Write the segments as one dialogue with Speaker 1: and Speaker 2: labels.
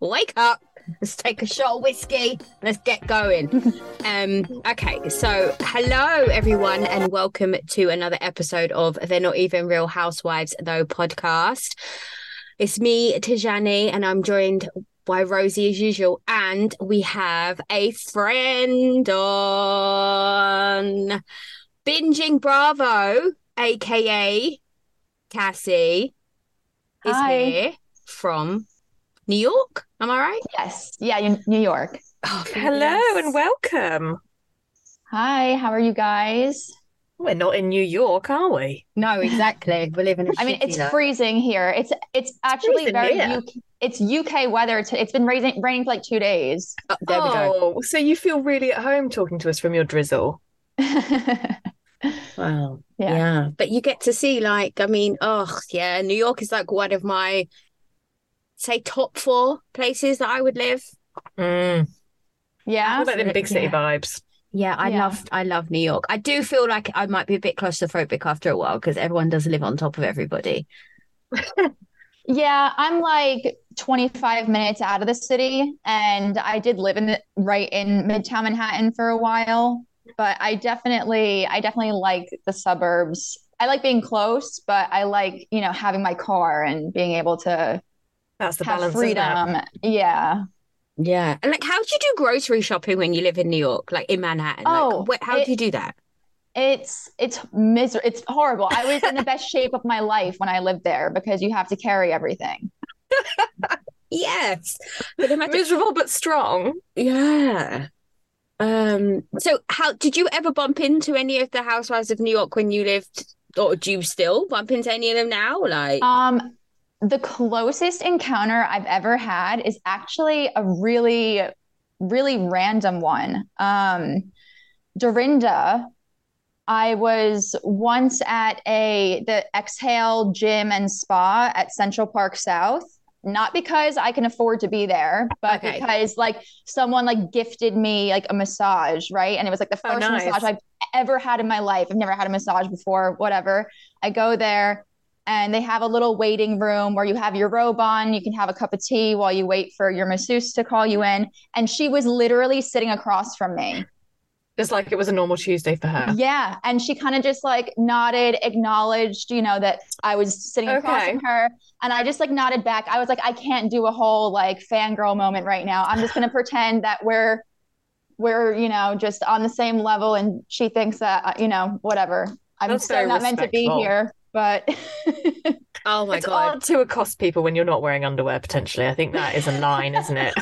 Speaker 1: wake up, let's take a shot of whiskey, let's get going. um, okay, so hello everyone, and welcome to another episode of They're Not Even Real Housewives Though podcast. It's me, Tijani, and I'm joined by Rosie as usual, and we have a friend on binging Bravo, aka Cassie, is
Speaker 2: Hi.
Speaker 1: here from New York. Am I right?
Speaker 2: Yes. Yeah, in New York.
Speaker 1: Oh,
Speaker 3: Hello and welcome.
Speaker 2: Hi, how are you guys?
Speaker 3: We're not in New York, are we?
Speaker 1: no, exactly. We live in. A
Speaker 2: I mean,
Speaker 1: shitty
Speaker 2: it's
Speaker 1: lot.
Speaker 2: freezing here. It's it's actually
Speaker 3: freezing
Speaker 2: very
Speaker 3: here.
Speaker 2: UK, it's UK weather. To, it's been raising, raining for like two days.
Speaker 1: There we go.
Speaker 3: oh, so you feel really at home talking to us from your drizzle?
Speaker 2: yeah.
Speaker 3: Wow.
Speaker 2: Yeah.
Speaker 1: but you get to see like I mean, oh yeah, New York is like one of my say top four places that I would live.
Speaker 3: Mm. How about them big city
Speaker 1: Yeah.
Speaker 3: vibes?
Speaker 1: Yeah, I
Speaker 2: Yeah.
Speaker 1: love I love New York. I do feel like I might be a bit claustrophobic after a while because everyone does live on top of everybody.
Speaker 2: Yeah, I'm like 25 minutes out of the city, and I did live in the, right in Midtown Manhattan for a while, but I definitely I definitely like the suburbs. I like being close, but I like, you know, having my car and being able to
Speaker 3: That's the
Speaker 2: have
Speaker 3: balance. isn't it?
Speaker 2: freedom. Yeah.
Speaker 1: Yeah. And like how do you do grocery shopping when you live in New York, like in Manhattan?
Speaker 2: Oh,
Speaker 1: like, wh- how
Speaker 2: it-
Speaker 1: do you do that?
Speaker 2: It's it's miser it's horrible. I was in the best shape of my life when I lived there because you have to carry everything.
Speaker 1: Yes. But imagine
Speaker 3: Miserable but strong.
Speaker 1: Yeah. Um so how did you ever bump into any of the housewives of New York when you lived or do you still bump into any of them now? Like
Speaker 2: Um, the closest encounter I've ever had is actually a really, really random one. Um, Dorinda, I was once at a the Exhale Gym and Spa at Central Park South. Not because I can afford to be there, but
Speaker 1: Okay.
Speaker 2: because like someone like gifted me like a massage, right? And it was like the
Speaker 3: Oh,
Speaker 2: first
Speaker 3: nice.
Speaker 2: massage I've ever had in my life. I've never had a massage before, whatever. I go there and they have a little waiting room where you have your robe on, you can have a cup of tea while you wait for your masseuse to call you in. And she was literally sitting across from me.
Speaker 3: Just like it was a normal Tuesday for her.
Speaker 2: Yeah. And she kind of just like nodded, acknowledged, you know, that I was sitting across
Speaker 3: Okay.
Speaker 2: from her. And I just like nodded back. I was like, I can't do a whole like fangirl moment right now. I'm just going to pretend that we're, we're, you know, just on the same level. And she thinks that, uh, you know, whatever. I'm
Speaker 3: That's
Speaker 2: so
Speaker 3: very
Speaker 2: not meant to be
Speaker 3: respectful.
Speaker 2: here, but.
Speaker 1: oh my
Speaker 3: it's
Speaker 1: god.
Speaker 3: hard to accost people when you're not wearing underwear, potentially. I think that is a line, isn't it?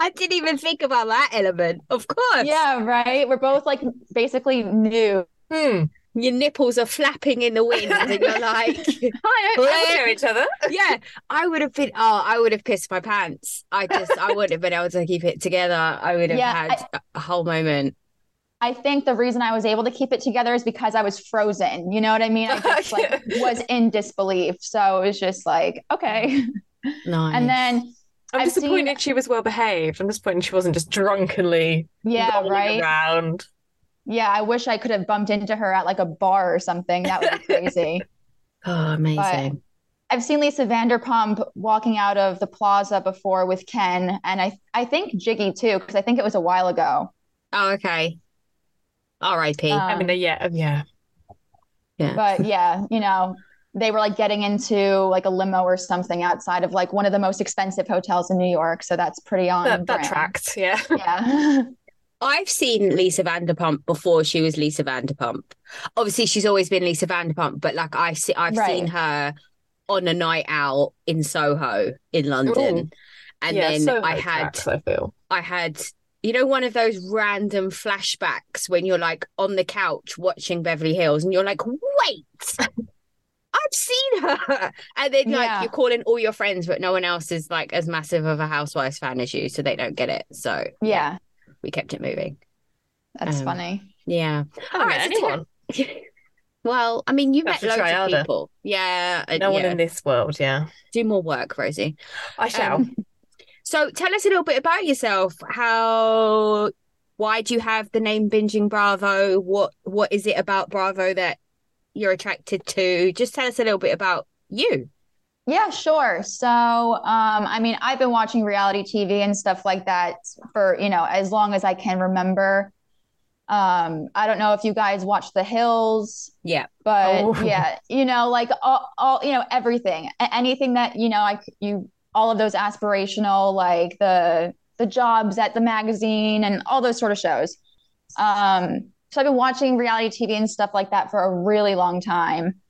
Speaker 1: I didn't even think about that element. Of course.
Speaker 2: Yeah, right. We're both like basically new.
Speaker 3: Hmm.
Speaker 1: Your nipples are flapping in the wind and you're like
Speaker 3: Hi,
Speaker 1: Well-
Speaker 3: I know each other.
Speaker 1: yeah, I would have been. Oh, I would have pissed my pants. I just, I wouldn't have been able to keep it together. I would have
Speaker 2: Yeah,
Speaker 1: had a a whole moment.
Speaker 2: I think the reason I was able to keep it together is because I was frozen. You know what I mean? I just like was in disbelief. So it was just like, okay.
Speaker 1: Nice.
Speaker 2: And then
Speaker 3: I'm
Speaker 2: I've seen-
Speaker 3: disappointed she was well behaved. I'm disappointed she wasn't just drunkenly
Speaker 2: yeah,
Speaker 3: rolling
Speaker 2: right.
Speaker 3: around.
Speaker 2: Yeah, I wish I could have bumped into her at like a bar or something. That would be crazy.
Speaker 1: oh, amazing.
Speaker 2: I've seen Lisa Vanderpump walking out of the plaza before with Ken and I I think Jiggy too, because I think it was a while ago.
Speaker 1: Oh, okay. R.I.P.
Speaker 3: I mean, yeah, yeah.
Speaker 2: but yeah, you know, they were like getting into like a limo or something outside of like one of the most expensive hotels in New York. So that's pretty on
Speaker 3: That, that
Speaker 2: brand.
Speaker 3: tracked, yeah.
Speaker 2: Yeah.
Speaker 1: I've seen Lisa Vanderpump before she was Lisa Vanderpump. Obviously, she's always been Lisa Vanderpump, but like I see, I've
Speaker 2: Right.
Speaker 1: seen her on a night out in Soho in London,
Speaker 3: Ooh.
Speaker 1: and
Speaker 3: yeah,
Speaker 1: then
Speaker 3: so
Speaker 1: I
Speaker 3: high
Speaker 1: had
Speaker 3: tracks, I feel.
Speaker 1: I had, you know, one of those random flashbacks when you're like on the couch watching Beverly Hills and you're like, wait, I've seen her. And then like
Speaker 2: Yeah.
Speaker 1: you're calling all your friends, but no one else is like as massive of a Housewives fan as you. So they don't get it. So
Speaker 2: yeah.
Speaker 1: we kept it moving.
Speaker 2: That's
Speaker 1: Um,
Speaker 2: funny.
Speaker 1: Yeah.
Speaker 3: I
Speaker 1: All
Speaker 3: don't know
Speaker 1: right, so tell-
Speaker 3: anyone.
Speaker 1: well, I mean, you
Speaker 3: Have
Speaker 1: met
Speaker 3: to
Speaker 1: loads
Speaker 3: try
Speaker 1: of
Speaker 3: harder.
Speaker 1: people. Yeah. uh,
Speaker 3: No one
Speaker 1: yeah.
Speaker 3: in this world, yeah.
Speaker 1: Do more work, Rosie.
Speaker 2: Um,
Speaker 3: I shall.
Speaker 1: So tell us a little bit about yourself. How why do you have the name Binging Bravo? What what is it about Bravo that you're attracted to? Just tell us a little bit about you.
Speaker 2: Yeah, sure. So, um, I mean, I've been watching reality TV and stuff like that for, you know, as long as I can remember. Um, I don't know if you guys watch The Hills,
Speaker 1: Yeah.
Speaker 2: but
Speaker 3: Oh.
Speaker 2: yeah, you know, like all, all, you know, everything, A- anything that, you know, I, c- you, all of those aspirational, like the, the jobs at the magazine and all those sort of shows. Um, so I've been watching reality TV and stuff like that for a really long time.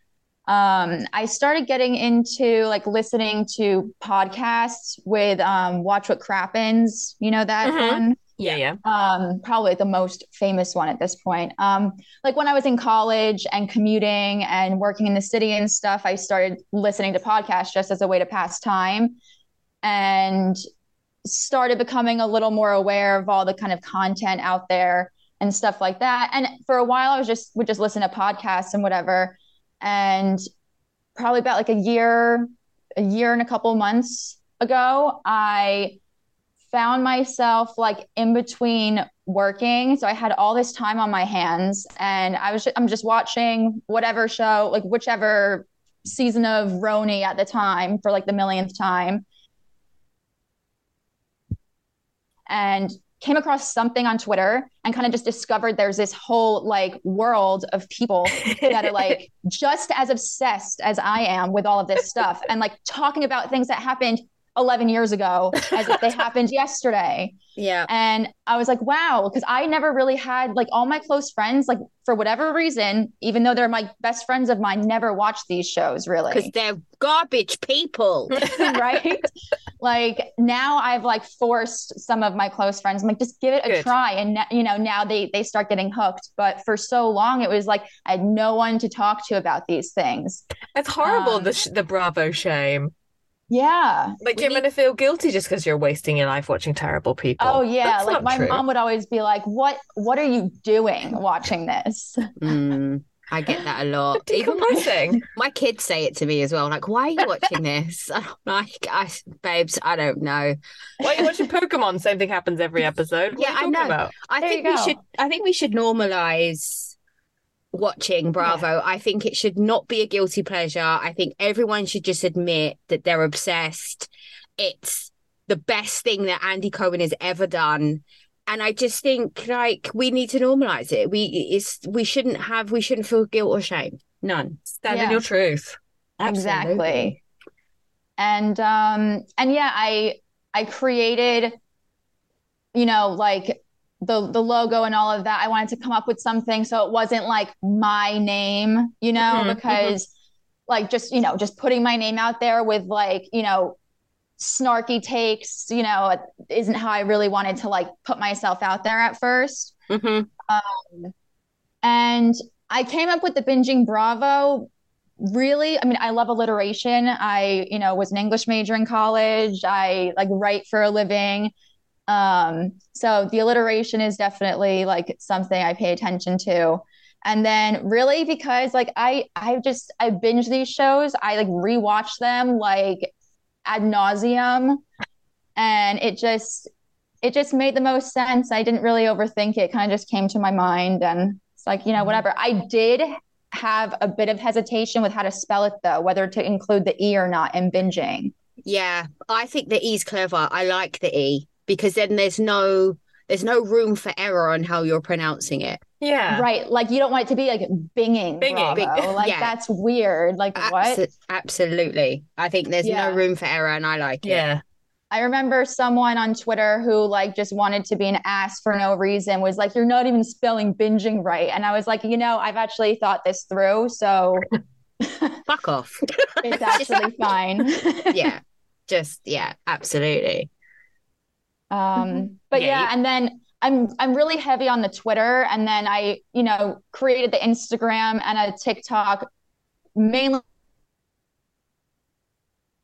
Speaker 2: Um, I started getting into like listening to podcasts with um, Watch What Crappens. You know that
Speaker 3: Mhm.
Speaker 2: one?
Speaker 3: Yeah, yeah.
Speaker 2: um probably the most famous one at this point um like when i was in college and commuting and working in the city and stuff i started listening to podcasts just as a way to pass time and started becoming a little more aware of all the kind of content out there and stuff like that and for a while i was just would just listen to podcasts and whatever and probably about like a year a year and a couple months ago i found myself like in between working so i had all this time on my hands and i was just, i'm just watching whatever show like whichever season of roni at the time for like the millionth time and came across something on twitter and kind of just discovered there's this whole like world of people that are like just as obsessed as I am with all of this stuff and like talking about things that happened 11 years ago as if they happened yesterday.
Speaker 1: Yeah.
Speaker 2: And I was like, wow, because I never really had like all my close friends, like for whatever reason, even though they're my best friends of mine, never watched these
Speaker 1: Because
Speaker 2: shows really.
Speaker 1: they're garbage people.
Speaker 2: right. Like now I've like forced some of my close friends. I'm like, just give it a
Speaker 3: Good.
Speaker 2: try. And now- you know, now they they start getting hooked. But for so long it was like I had no one to talk to about these things.
Speaker 3: It's horrible,
Speaker 2: Um,
Speaker 3: the, sh- the Bravo shame.
Speaker 2: Yeah.
Speaker 3: Like,
Speaker 1: we
Speaker 3: you're going to feel guilty just because you're wasting your life watching terrible people.
Speaker 2: Oh yeah.
Speaker 3: That's
Speaker 2: like
Speaker 3: not
Speaker 2: my
Speaker 3: true.
Speaker 2: mom would always be like, "What? What are you doing watching this?"
Speaker 3: Hmm.
Speaker 1: Mm, I get that a lot. Even my,
Speaker 3: Decompressing.
Speaker 1: my kids say it to me as well. Like, why are you watching this? I'm like, I, babes, I don't know.
Speaker 3: Why are you watching Pokemon? Same thing happens every episode. What
Speaker 1: Yeah,
Speaker 3: are you
Speaker 1: I
Speaker 3: talking
Speaker 1: know.
Speaker 3: about?
Speaker 1: I
Speaker 2: There
Speaker 1: think
Speaker 2: you
Speaker 1: we
Speaker 2: go.
Speaker 1: should. I think we should normalize watching Bravo. I think it should not be a guilty pleasure. I think everyone should just admit that they're obsessed. It's the best thing that Andy Cohen has ever done. And I just think like we need to normalize it. We it's we shouldn't have we shouldn't feel guilt or shame. None.
Speaker 3: Stand in
Speaker 2: Yeah.
Speaker 3: your truth.
Speaker 2: Exactly. And um and yeah, I I created you know, like the the logo and all of that. I wanted to come up with something so it wasn't like my name, you know,
Speaker 3: Mhm,
Speaker 2: because like just, you know, just putting my name out there with like, you know, snarky takes, you know, isn't how I really wanted to like put myself out there at first.
Speaker 1: hmm
Speaker 3: Mm-hmm.
Speaker 2: And I came up with the binging Bravo. Really, I mean, I love alliteration. I, you know, was an English major in college. I like write for a living. Um, so the alliteration is definitely like something I pay attention to. And then really because like I I just I binge these shows. I like rewatch them like ad nauseum. And it just it just made the most sense. I didn't really overthink it. Kind of just came to my mind and it's like, you know,
Speaker 3: Mhm.
Speaker 2: whatever. I did have a bit of hesitation with how to spell it though, whether to include the E or not in binging.
Speaker 1: Yeah, I think the E's clever. I like the E because then there's no there's no room for error on how you're pronouncing it.
Speaker 3: Yeah.
Speaker 2: Right. Like you don't want it to be like binging.
Speaker 3: Binging.
Speaker 2: Bravo.
Speaker 3: Bing-
Speaker 2: Like
Speaker 1: Yeah.
Speaker 2: that's weird. Like what?
Speaker 1: Abso- absolutely. I think there's
Speaker 2: Yeah.
Speaker 1: no room for error and I like it.
Speaker 3: Yeah.
Speaker 2: I remember someone on Twitter who like just wanted to be an ass for no reason was like, you're not even spelling binging right. And I was like, you know, I've actually thought this through. So
Speaker 1: Fuck off.
Speaker 2: it's actually fine.
Speaker 1: yeah. Just yeah, absolutely.
Speaker 2: Um, but
Speaker 3: Mm-hmm. Yeah,
Speaker 2: yeah,
Speaker 3: you-
Speaker 2: and then I'm I'm really heavy on the Twitter, and then I, you know, created the Instagram and a TikTok mainly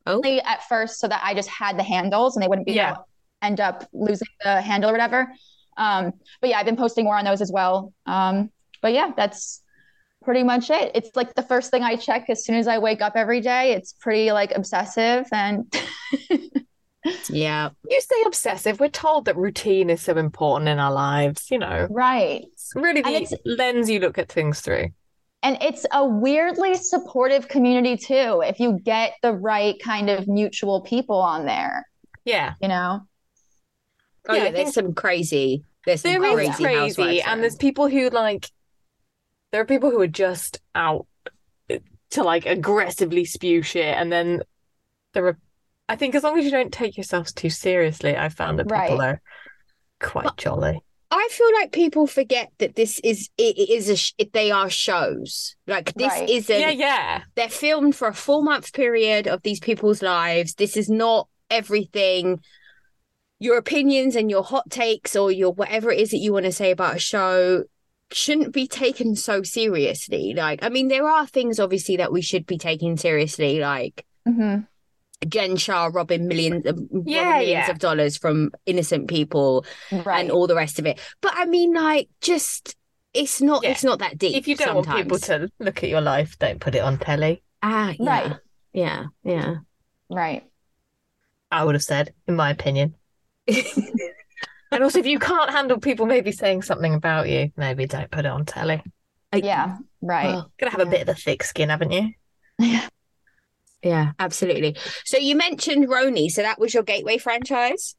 Speaker 1: Oh.
Speaker 2: at first so that I just had the handles and they wouldn't be
Speaker 3: Yeah.
Speaker 2: end up losing the handle or whatever. Um, but yeah, I've been posting more on those as well. Um, but yeah, that's pretty much it. It's like the first thing I check as soon as I wake up every day. It's pretty like obsessive and
Speaker 1: Yeah.
Speaker 3: You say obsessive. We're told that routine is so important in our lives, you know.
Speaker 2: right.
Speaker 3: It's really
Speaker 2: And
Speaker 3: the lens you look at things through.
Speaker 2: And it's a weirdly supportive community too, if you get the right kind of mutual people on there,
Speaker 3: Yeah.
Speaker 2: you know?
Speaker 1: Oh
Speaker 3: Yeah,
Speaker 1: yeah,
Speaker 3: I
Speaker 1: there's
Speaker 3: think-
Speaker 1: some crazy. There's some
Speaker 3: There
Speaker 2: Oh,
Speaker 3: is
Speaker 1: crazy,
Speaker 3: crazy, and there's people who like there are people who are just out to like aggressively spew shit, and then there are. I think as long as you don't take yourselves too seriously, I found that people
Speaker 2: Right.
Speaker 3: are quite jolly.
Speaker 1: I feel like people forget that this is it it is a sh- they are shows. Like this
Speaker 2: Right.
Speaker 1: isn't.
Speaker 3: yeah, yeah,
Speaker 1: They're filmed for a four month period of these people's lives. This is not everything. Your opinions and your hot takes or your whatever it is that you want to say about a show shouldn't be taken so seriously. Like, I mean, there are things obviously that we should be taking seriously, like
Speaker 2: Mhm.
Speaker 1: Jen Shah robbing millions, robbing
Speaker 3: Yeah,
Speaker 1: millions
Speaker 3: yeah.
Speaker 1: of dollars from innocent people
Speaker 2: Right.
Speaker 1: and all the rest of it. But I mean, like, just it's not
Speaker 3: Yeah.
Speaker 1: it's not that deep.
Speaker 3: If you don't want people
Speaker 1: sometimes.
Speaker 3: to look at your life, don't put it on telly.
Speaker 1: ah, yeah,
Speaker 2: Right.
Speaker 1: yeah, yeah.
Speaker 2: right.
Speaker 3: I would have said, in my opinion. And also, if you can't handle people maybe saying something about you, maybe don't put it on telly.
Speaker 1: Like,
Speaker 2: Yeah. Right.
Speaker 1: well,
Speaker 3: Gotta have a
Speaker 2: Yeah.
Speaker 3: bit of a thick skin, haven't you?
Speaker 1: yeah, absolutely. So you mentioned Roni, so that was your gateway franchise.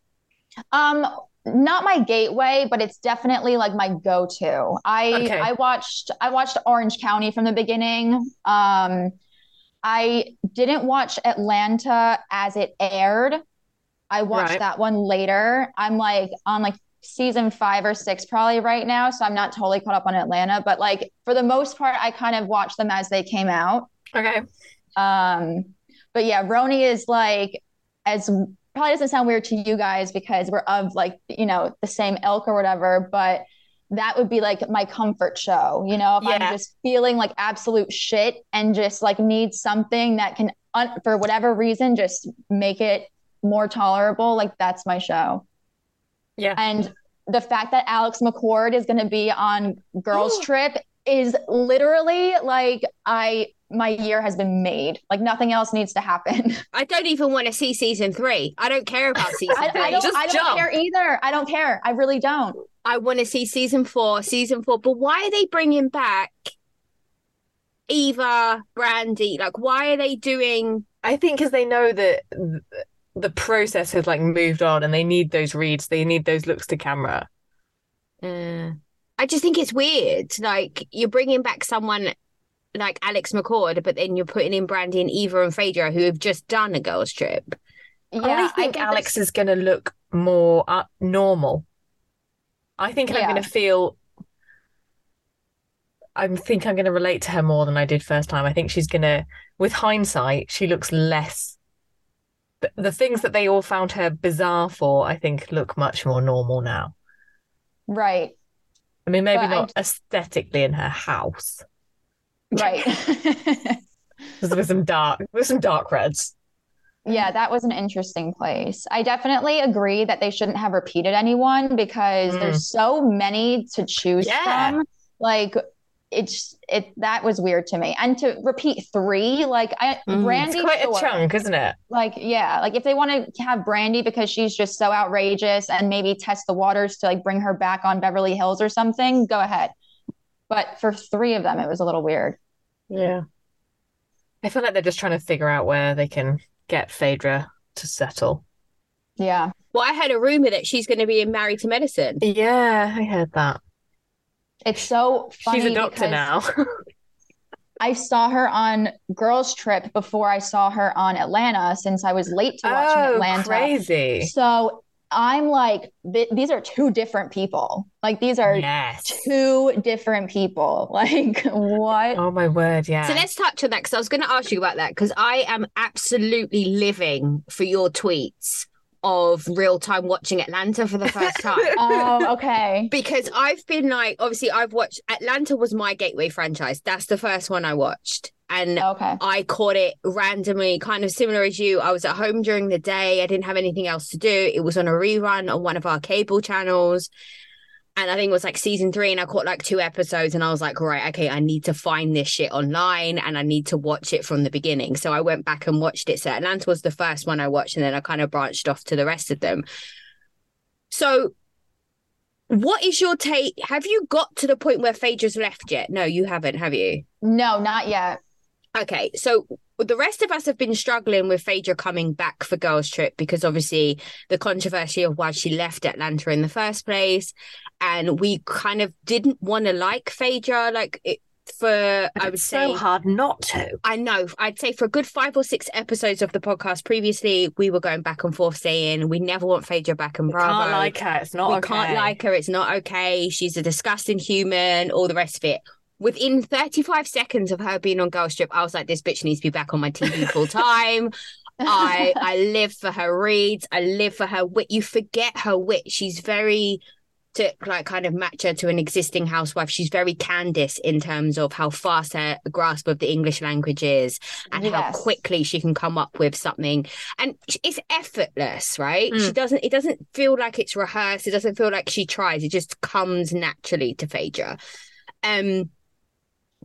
Speaker 2: Um, not my gateway, but it's definitely like my go-to. I
Speaker 3: Okay.
Speaker 2: I watched I watched Orange County from the beginning. Um, I didn't watch Atlanta as it aired. I watched
Speaker 3: Right.
Speaker 2: that one later. I'm like on like season five or six probably right now, so I'm not totally caught up on Atlanta, but like for the most part, I kind of watched them as they came out.
Speaker 3: Okay.
Speaker 2: Um, but yeah, Roni is like as probably doesn't sound weird to you guys because we're of like, you know, the same ilk or whatever, but that would be like my comfort show, you know, if
Speaker 3: Yeah.
Speaker 2: I'm just feeling like absolute shit and just like need something that can un- for whatever reason just make it more tolerable, like that's my show.
Speaker 3: Yeah.
Speaker 2: And the fact that Alex McCord is going to be on Girls
Speaker 3: Oh.
Speaker 2: Trip is literally like I my year has been made. Like nothing else needs to happen.
Speaker 1: I don't even want to see season three. I don't care about season
Speaker 2: I,
Speaker 1: three.
Speaker 2: I
Speaker 1: I,
Speaker 2: don't,
Speaker 3: Just
Speaker 2: I don't
Speaker 3: jump.
Speaker 2: care either. I don't care. I really don't.
Speaker 1: want to see season four, season four. But why are they bringing back Eva, Brandy? Like, why are they doing?
Speaker 3: I think because they know that th- the process has like moved on and they need those reads, they need those looks to camera.
Speaker 1: Uh, I just think it's weird. Like, you're bringing back someone like Alex McCord, but then you're putting in Brandy and Eva and Phaedra, who have just done a girls' trip.
Speaker 2: Yeah,
Speaker 3: I think
Speaker 2: there's-
Speaker 3: Alex is going to look more uh, normal. I think I'm
Speaker 2: Yeah.
Speaker 3: going to feel. I think I'm going to relate to her more than I did first time. I think she's going to, with hindsight, she looks less. The, the things that they all found her bizarre for, I think, look much more normal now.
Speaker 2: right,
Speaker 3: I mean, maybe
Speaker 2: But I-
Speaker 3: not aesthetically in her house.
Speaker 2: right.
Speaker 3: There's there's some dark there's some dark reds. Mm-hmm.
Speaker 2: yeah, that was an interesting place. I definitely agree that they shouldn't have repeated anyone because
Speaker 3: Mm.
Speaker 2: there's so many to choose
Speaker 3: Yeah.
Speaker 2: from. Like it's it that was weird to me. And to repeat three, like I
Speaker 1: Mm.
Speaker 2: Brandy
Speaker 3: It's quite
Speaker 2: sure.
Speaker 3: a chunk, isn't it?
Speaker 2: like yeah like if they want to have brandy because she's just so outrageous and maybe test the waters to like bring her back on beverly hills or something go ahead but for three of them it was a little weird
Speaker 3: Yeah. I feel like they're just trying to figure out where they can get Phaedra to settle.
Speaker 2: yeah
Speaker 1: Well, I heard a rumor that she's going to be in Married to Medicine.
Speaker 3: Yeah, I heard that.
Speaker 2: it's so funny
Speaker 3: She's a doctor
Speaker 2: because
Speaker 3: now.
Speaker 2: i saw her on girls trip before i saw her on atlanta since i was late to watching
Speaker 3: oh,
Speaker 2: atlanta
Speaker 3: crazy.
Speaker 2: so i'm like th- these are two different people like these are
Speaker 3: Yes.
Speaker 2: two different people like what
Speaker 3: Oh my word, yeah.
Speaker 1: So let's touch on that because I was going to ask you about that because I am absolutely living for your tweets of real time watching Atlanta for the first time.
Speaker 2: oh okay
Speaker 1: Because I've been like, obviously, I've watched Atlanta was my gateway franchise. That's the first one I watched. And
Speaker 2: okay
Speaker 1: I caught it randomly, kind of similar as you. I was at home during the day. I didn't have anything else to do. It was on a rerun on one of our cable channels. And I think it was like season three, and I caught like two episodes, and I was like, right, okay, I need to find this shit online and I need to watch it from the beginning. So I went back and watched it. So Atlanta was the first one I watched, and then I kind of branched off to the rest of them. So What is your take? Have you got to the point where Phaedra's left yet? No, you haven't, have you?
Speaker 2: No, not yet.
Speaker 1: Okay, so the rest of us have been struggling with Phaedra coming back for Girls Trip because obviously the controversy of why she left Atlanta in the first place, and we kind of didn't want to like Phaedra, like it, for I would
Speaker 3: it's
Speaker 1: say
Speaker 3: so hard not to.
Speaker 1: I know. I'd say for a good five or six episodes of the podcast previously, we were going back and forth saying we never want Phaedra back and
Speaker 3: We
Speaker 1: Bravo.
Speaker 3: can't like her. It's not
Speaker 1: we
Speaker 3: okay.
Speaker 1: can't like her. It's not okay. She's a disgusting human. All the rest of it. Within 35 seconds of her being on Girl Strip, I was like, this bitch needs to be back on my TV full time. I I live for her reads. I live for her wit. You forget her wit. She's very to like kind of match her to an existing housewife. She's very Candice in terms of how fast her grasp of the English language is and how
Speaker 2: Yes.
Speaker 1: quickly she can come up with something. And it's effortless, right?
Speaker 3: Mm.
Speaker 1: She doesn't. It doesn't feel like it's rehearsed. It doesn't feel like she tries. It just comes naturally to Phaedra. Um.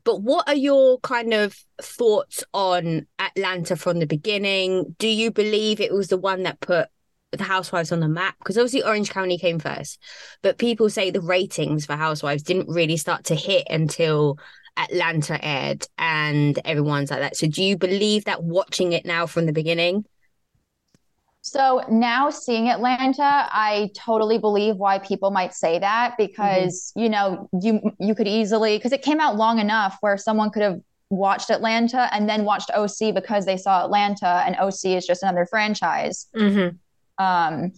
Speaker 1: But what are your kind of thoughts on Atlanta from the beginning? Do you believe it was the one that put the Housewives on the map? Because obviously Orange County came first, but people say the ratings for Housewives didn't really start to hit until Atlanta aired and everyone's like that. So do you believe that watching it now from the beginning?
Speaker 2: So now seeing Atlanta, I totally believe why people might say that because you know you you could easily because it came out long enough where someone could have watched Atlanta and then watched OC because they saw Atlanta and OC is just another franchise.
Speaker 3: Mm-hmm.
Speaker 2: Um,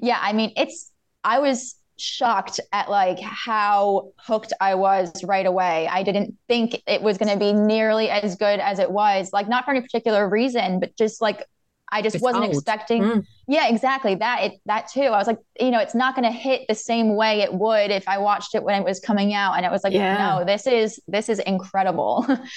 Speaker 2: yeah, I mean it's I was shocked at like how hooked I was right away. I didn't think it was going to be nearly as good as it was. Like not for any particular reason, but just like I just
Speaker 1: It's
Speaker 2: wasn't
Speaker 1: old.
Speaker 2: expecting.
Speaker 3: Mm.
Speaker 2: Yeah, exactly. That it that too. I was like, you know, it's not going to hit the same way it would if I watched it when it was coming out and it was like,
Speaker 3: Yeah.
Speaker 2: no, this is this is incredible.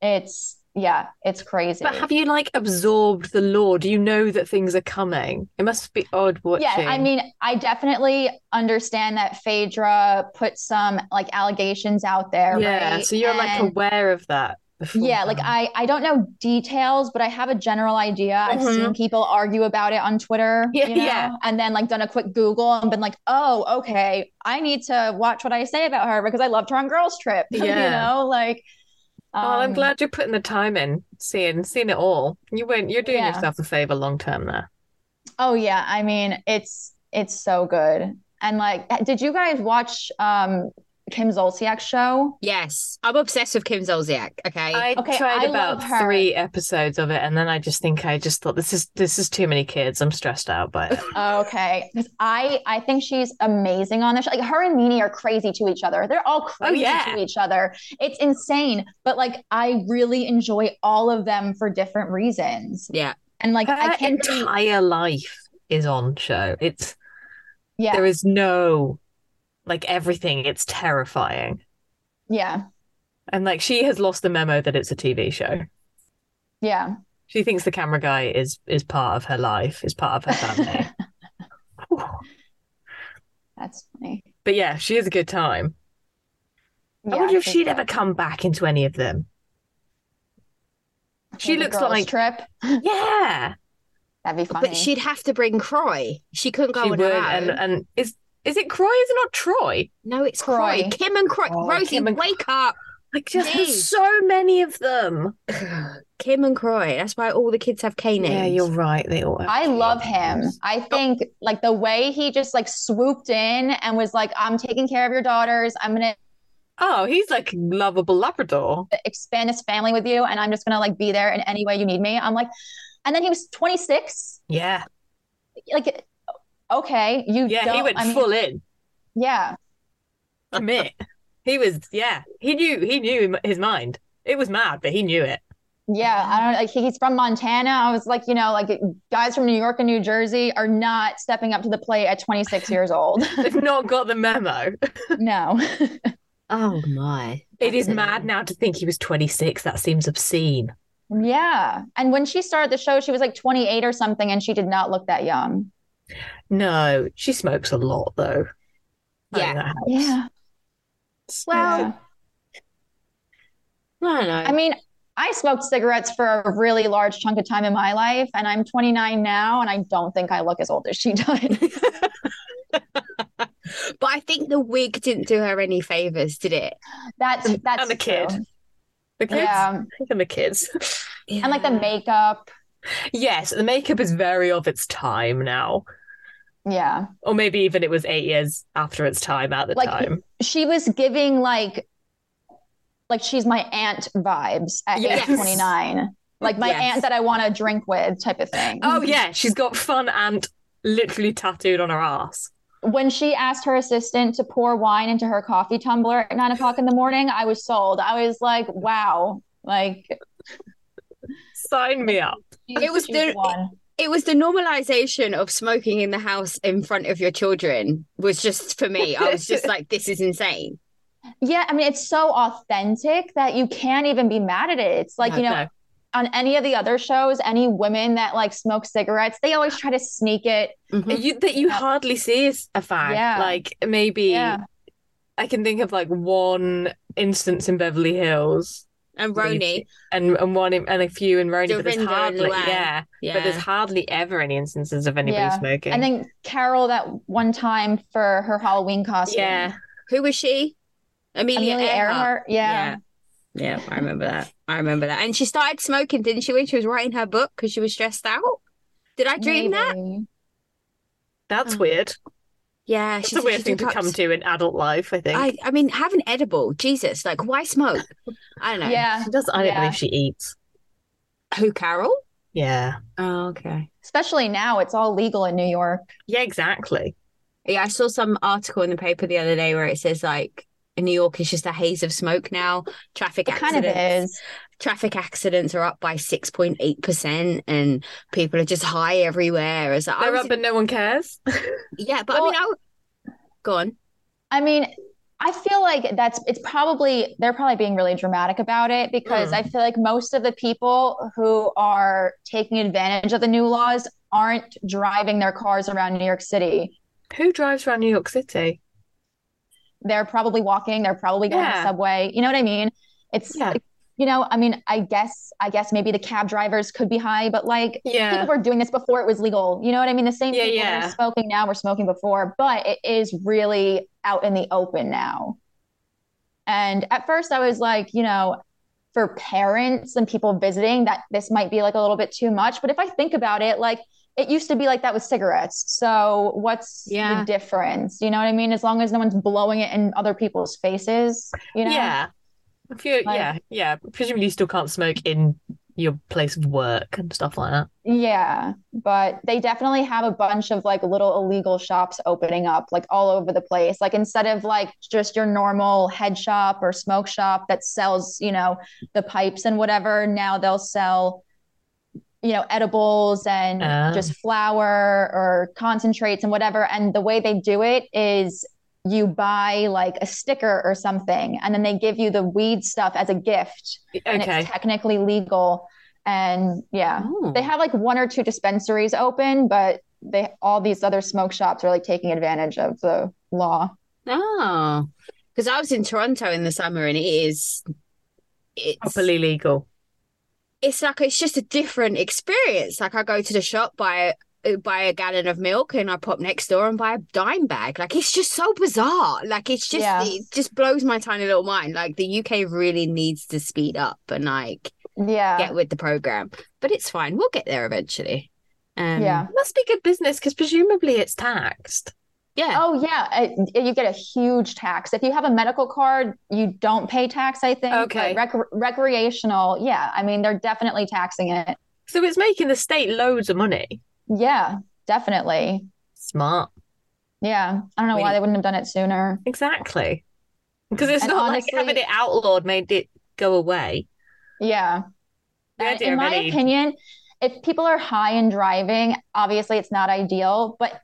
Speaker 2: it's yeah, it's crazy.
Speaker 3: But have you like absorbed the lore? Do you know that things are coming? It must be odd watching.
Speaker 2: Yeah, I mean, I definitely understand that Phaedra put some like allegations out there.
Speaker 3: yeah.
Speaker 2: right?
Speaker 3: So you're like
Speaker 2: And-
Speaker 3: aware of that.
Speaker 2: yeah, like
Speaker 3: beforehand.
Speaker 2: I I don't know details, but I have a general idea. I've
Speaker 3: Mhm.
Speaker 2: seen people argue about it on Twitter,
Speaker 3: Yeah,
Speaker 2: you know,
Speaker 3: yeah.
Speaker 2: and then like done a quick Google and been like, oh, okay, I need to watch what I say about her because I loved her on Girls Trip.
Speaker 3: Yeah.
Speaker 2: you know, like.
Speaker 3: Well, I'm
Speaker 2: um,
Speaker 3: glad you're putting the time in, seeing seeing it all. You went. You're doing
Speaker 2: Yeah.
Speaker 3: yourself a favor long term there.
Speaker 2: Oh yeah, I mean it's it's so good. And like, did you guys watch um Kim Zolciak's show?
Speaker 1: Yes. I'm obsessed with Kim Zolciak. Okay.
Speaker 3: I
Speaker 2: Okay,
Speaker 3: tried
Speaker 2: I
Speaker 3: about
Speaker 2: love her.
Speaker 3: three episodes of it, and then I just think I just thought this is this is too many kids. I'm stressed out by it.
Speaker 2: Okay, because I I think she's amazing on the show. Like her and Nene are crazy to each other. They're all crazy
Speaker 3: Oh, yeah.
Speaker 2: to each other. It's insane. But like I really enjoy all of them for different reasons.
Speaker 1: yeah.
Speaker 2: And like
Speaker 3: Her
Speaker 2: I can't really-
Speaker 3: entire life is on show. It's
Speaker 2: yeah
Speaker 3: there is no like everything. It's terrifying,
Speaker 2: yeah
Speaker 3: and like she has lost the memo that it's a TV show.
Speaker 2: yeah.
Speaker 3: She thinks the camera guy is is part of her life, is part of her family.
Speaker 2: That's funny.
Speaker 3: but yeah, she is a good time. I
Speaker 2: Yeah,
Speaker 3: wonder if
Speaker 2: she's
Speaker 3: she'd
Speaker 2: good.
Speaker 3: ever come back into any of them. She
Speaker 2: Maybe
Speaker 3: looks
Speaker 2: Girls
Speaker 3: like-
Speaker 2: Trip.
Speaker 3: Yeah,
Speaker 2: That'd be funny.
Speaker 1: But she'd have to bring Croy. She couldn't go on
Speaker 3: she would.
Speaker 1: her
Speaker 3: And uh,
Speaker 1: own.
Speaker 3: and is is it Croy? Is it not Troy?
Speaker 1: no, it's Croy.
Speaker 2: Croy.
Speaker 1: Kim and Croy.
Speaker 3: Oh,
Speaker 1: Rosie,
Speaker 3: Kim and-
Speaker 1: wake up.
Speaker 3: Like just
Speaker 1: Me.
Speaker 3: there's so many of them.
Speaker 1: Kim and Croy. That's why all the kids have K names.
Speaker 3: Yeah, you're right. They all. have
Speaker 2: I
Speaker 3: K
Speaker 2: love him.
Speaker 3: names.
Speaker 2: I think like the way he just like swooped in and was like, "I'm taking care of your daughters. I'm gonna
Speaker 3: Oh, he's like a lovable Labrador.
Speaker 2: expand this family with you and I'm just gonna like be there in any way you need me. I'm like, and then he was 26.
Speaker 3: Yeah,
Speaker 2: Like, okay, you
Speaker 3: yeah.
Speaker 2: don't,
Speaker 3: He went
Speaker 2: I mean,
Speaker 3: full in.
Speaker 2: yeah,
Speaker 3: Commit. he was. Yeah, he knew. He knew his mind. It was mad, but he knew it.
Speaker 2: yeah. I don't like he- he's from Montana. I was like, you know, like guys from New York and New Jersey are not stepping up to the plate at 26 years old.
Speaker 3: They've not got the memo.
Speaker 2: no,
Speaker 1: Oh my.
Speaker 3: It is mad now to think he was 26. That seems obscene.
Speaker 2: yeah. And when she started the show, she was like 28 or something, and she did not look that young.
Speaker 3: No, she smokes a lot though. I think
Speaker 1: Yeah.
Speaker 3: that helps.
Speaker 2: Yeah,
Speaker 1: Well,
Speaker 2: yeah.
Speaker 1: I don't know.
Speaker 2: I mean, I smoked cigarettes for a really large chunk of time in my life, and I'm 29 now, and I don't think I look as old as she does.
Speaker 1: but I I think the wig didn't do her any favors, did it?
Speaker 2: That's that's
Speaker 3: and the
Speaker 2: true.
Speaker 3: kid. The kids
Speaker 2: Yeah,
Speaker 3: and the kids.
Speaker 2: and like the makeup.
Speaker 3: Yes, the makeup is very of its time now.
Speaker 2: Yeah,
Speaker 3: Or maybe even it was eight years after its time at the
Speaker 2: Like,
Speaker 3: time.
Speaker 2: she was giving like like she's my aunt vibes at
Speaker 3: Yes.
Speaker 2: age twenty nine. Like my
Speaker 1: Yes.
Speaker 2: aunt that I want to drink with, type of thing.
Speaker 3: Oh yeah, she's got fun and literally tattooed on her ass.
Speaker 2: when she asked her assistant to pour wine into her coffee tumbler at nine o'clock in the morning, I was sold. I was like, wow. Like
Speaker 3: Sign me up.
Speaker 1: It was
Speaker 2: she's
Speaker 1: the-
Speaker 2: one.
Speaker 1: It was the normalization of smoking in the house in front of your children was just for me. I was just like, this is insane.
Speaker 2: Yeah, I mean it's so authentic that you can't even be mad at it. It's like,
Speaker 3: No,
Speaker 2: you know,
Speaker 3: no.
Speaker 2: on any of the other shows, any women that like smoke cigarettes, they always try to sneak it.
Speaker 1: Mm-hmm.
Speaker 3: you that you hardly see is a fag.
Speaker 2: Yeah.
Speaker 3: Like maybe
Speaker 2: Yeah.
Speaker 3: I can think of like one instance in Beverly Hills
Speaker 1: And
Speaker 3: where you
Speaker 1: Roni,
Speaker 3: see- and and one in, and a few in Roni, but
Speaker 1: Dorinda
Speaker 3: there's
Speaker 1: and
Speaker 3: hardly
Speaker 1: Luann.
Speaker 3: yeah, but there's
Speaker 1: yeah,
Speaker 3: hardly ever any instances of anybody
Speaker 2: Yeah.
Speaker 3: smoking.
Speaker 2: And then Carol that one time for her Halloween costume.
Speaker 3: yeah,
Speaker 1: who was she? Amelia,
Speaker 2: Amelia
Speaker 1: Earhart.
Speaker 2: Earhart. Yeah.
Speaker 1: yeah, I remember that. I remember that. And she started smoking, didn't she, when she was writing her book because she was stressed out? Did I dream that?
Speaker 2: Maybe.
Speaker 3: that's
Speaker 1: Oh.
Speaker 3: weird.
Speaker 1: Yeah,
Speaker 3: It's
Speaker 1: she
Speaker 3: a
Speaker 1: said
Speaker 3: weird
Speaker 1: she
Speaker 3: thing
Speaker 1: took
Speaker 3: to
Speaker 1: up-
Speaker 3: come to in adult life, I think.
Speaker 1: I, I mean, have an edible, Jesus! Like, why smoke? I don't know.
Speaker 2: Yeah.
Speaker 3: She does. I don't
Speaker 2: Yeah.
Speaker 3: believe she eats.
Speaker 1: Who, Carol?
Speaker 3: Yeah.
Speaker 1: Oh, okay.
Speaker 2: Especially now it's all legal in New York.
Speaker 3: Yeah, exactly.
Speaker 1: Yeah, I saw some article in the paper the other day where it says like New York is just a haze of smoke now. Traffic
Speaker 2: It kind
Speaker 1: accidents.
Speaker 2: of is.
Speaker 1: Traffic accidents are up by six point eight percent, and people are just high everywhere. It's like, I
Speaker 3: They're
Speaker 1: was-
Speaker 3: up and no one cares.
Speaker 1: yeah, but I
Speaker 2: Well-
Speaker 1: mean, I w- go on.
Speaker 2: I mean, I feel like that's it's probably they're probably being really dramatic about it because
Speaker 3: Mm.
Speaker 2: I feel like most of the people who are taking advantage of the new laws aren't driving their cars around New York City.
Speaker 3: Who drives around New York City?
Speaker 2: They're probably walking, they're probably going to
Speaker 3: Yeah.
Speaker 2: the subway. You know what I mean? It's
Speaker 3: Yeah.
Speaker 2: you know, I mean, I guess I guess maybe the cab drivers could be high, but like
Speaker 3: Yeah.
Speaker 2: people were doing this before it was legal. You know what I mean? The same
Speaker 3: Yeah,
Speaker 2: people that
Speaker 3: yeah.
Speaker 2: are smoking now were smoking before, but it is really out in the open now. And at first I was like, you know, for parents and people visiting that this might be like a little bit too much, but if I think about it, like it used to be like that with cigarettes. So what's
Speaker 1: Yeah.
Speaker 2: the difference? You know what I mean? As long as no one's blowing it in other people's faces, you know?
Speaker 3: Yeah. If you,
Speaker 2: Like-
Speaker 3: yeah, yeah. Presumably you still can't smoke in your place of work and stuff like that.
Speaker 2: Yeah, but they definitely have a bunch of like little illegal shops opening up like all over the place. Like instead of like just your normal head shop or smoke shop that sells, you know, the pipes and whatever, now they'll sell, you know, edibles and
Speaker 3: Ah.
Speaker 2: just flour or concentrates and whatever. And the way they do it is you buy like a sticker or something, and then they give you the weed stuff as a gift, and it's
Speaker 3: Okay.
Speaker 2: technically legal. And yeah. They
Speaker 1: Mm-hmm.
Speaker 2: have like one or two dispensaries open, but they all these other smoke shops are like taking advantage of the law.
Speaker 1: Oh, because I was in Toronto in the summer, and it is. It's,
Speaker 3: Properly legal.
Speaker 1: it's like it's just a different experience. Like I go to the shop buy a- uh, buy a gallon of milk, and I pop next door and buy a dime bag. Like it's just so bizarre. Like it's just
Speaker 2: Yeah.
Speaker 1: it just blows my tiny little mind. Like the UK really needs to speed up and like
Speaker 2: Yeah.
Speaker 1: get with the program, but it's fine. We'll get there eventually. Um,
Speaker 2: Yeah.
Speaker 3: Must be good business because presumably it's taxed.
Speaker 1: yeah.
Speaker 2: Oh yeah, Uh, you get a huge tax if you have a medical card. You don't pay tax, I think.
Speaker 3: Okay.
Speaker 2: But rec- recreational, yeah. I mean, they're definitely taxing it.
Speaker 3: So it's making the state loads of money.
Speaker 2: Yeah, definitely.
Speaker 3: Smart.
Speaker 2: Yeah, I don't know
Speaker 1: We-
Speaker 2: why they wouldn't have done it sooner.
Speaker 3: Exactly. Because it's
Speaker 2: And
Speaker 3: not
Speaker 2: honestly-
Speaker 3: like having it outlawed made it go away.
Speaker 2: Yeah.
Speaker 3: The
Speaker 2: And
Speaker 3: idea
Speaker 2: in
Speaker 3: of
Speaker 2: my
Speaker 3: any-
Speaker 2: opinion, if people are high and driving, obviously it's not ideal, but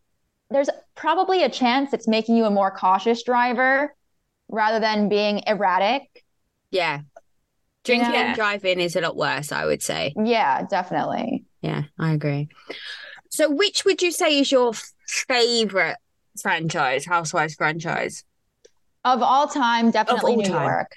Speaker 2: there's probably a chance it's making you a more cautious driver rather than being erratic.
Speaker 1: Yeah. Drinking
Speaker 3: Yeah.
Speaker 1: and driving is a lot worse, I would say.
Speaker 2: Yeah, definitely.
Speaker 1: Yeah, I agree. So, which would you say is your favorite franchise, Housewives franchise?
Speaker 2: Of all time, definitely
Speaker 3: all
Speaker 2: New
Speaker 3: time.
Speaker 2: York.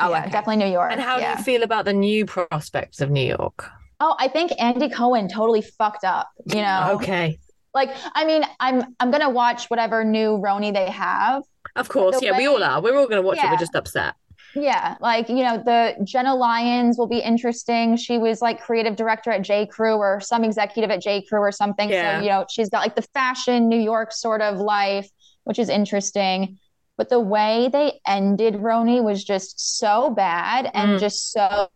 Speaker 1: Oh,
Speaker 2: Yeah,
Speaker 1: okay.
Speaker 2: definitely New York.
Speaker 3: And how
Speaker 2: yeah.
Speaker 3: do you feel about the new prospects of New York?
Speaker 2: Oh, I think Andy Cohen totally fucked up, you know.
Speaker 3: Okay.
Speaker 2: Like, I mean, I'm I'm gonna watch whatever new Roni they have,
Speaker 1: Of course,
Speaker 2: The
Speaker 1: yeah, we
Speaker 2: way-
Speaker 1: all are. We're all going to watch it.
Speaker 2: Yeah.
Speaker 1: We're just upset.
Speaker 2: Yeah, like you know, the Jenna Lyons will be interesting. She was like creative director at J. Crew or some executive at J. Crew or something.
Speaker 1: Yeah.
Speaker 2: So you know, she's got like the fashion New York sort of life, which is interesting. But the way they ended Roni was just so bad and
Speaker 1: Mm.
Speaker 2: just so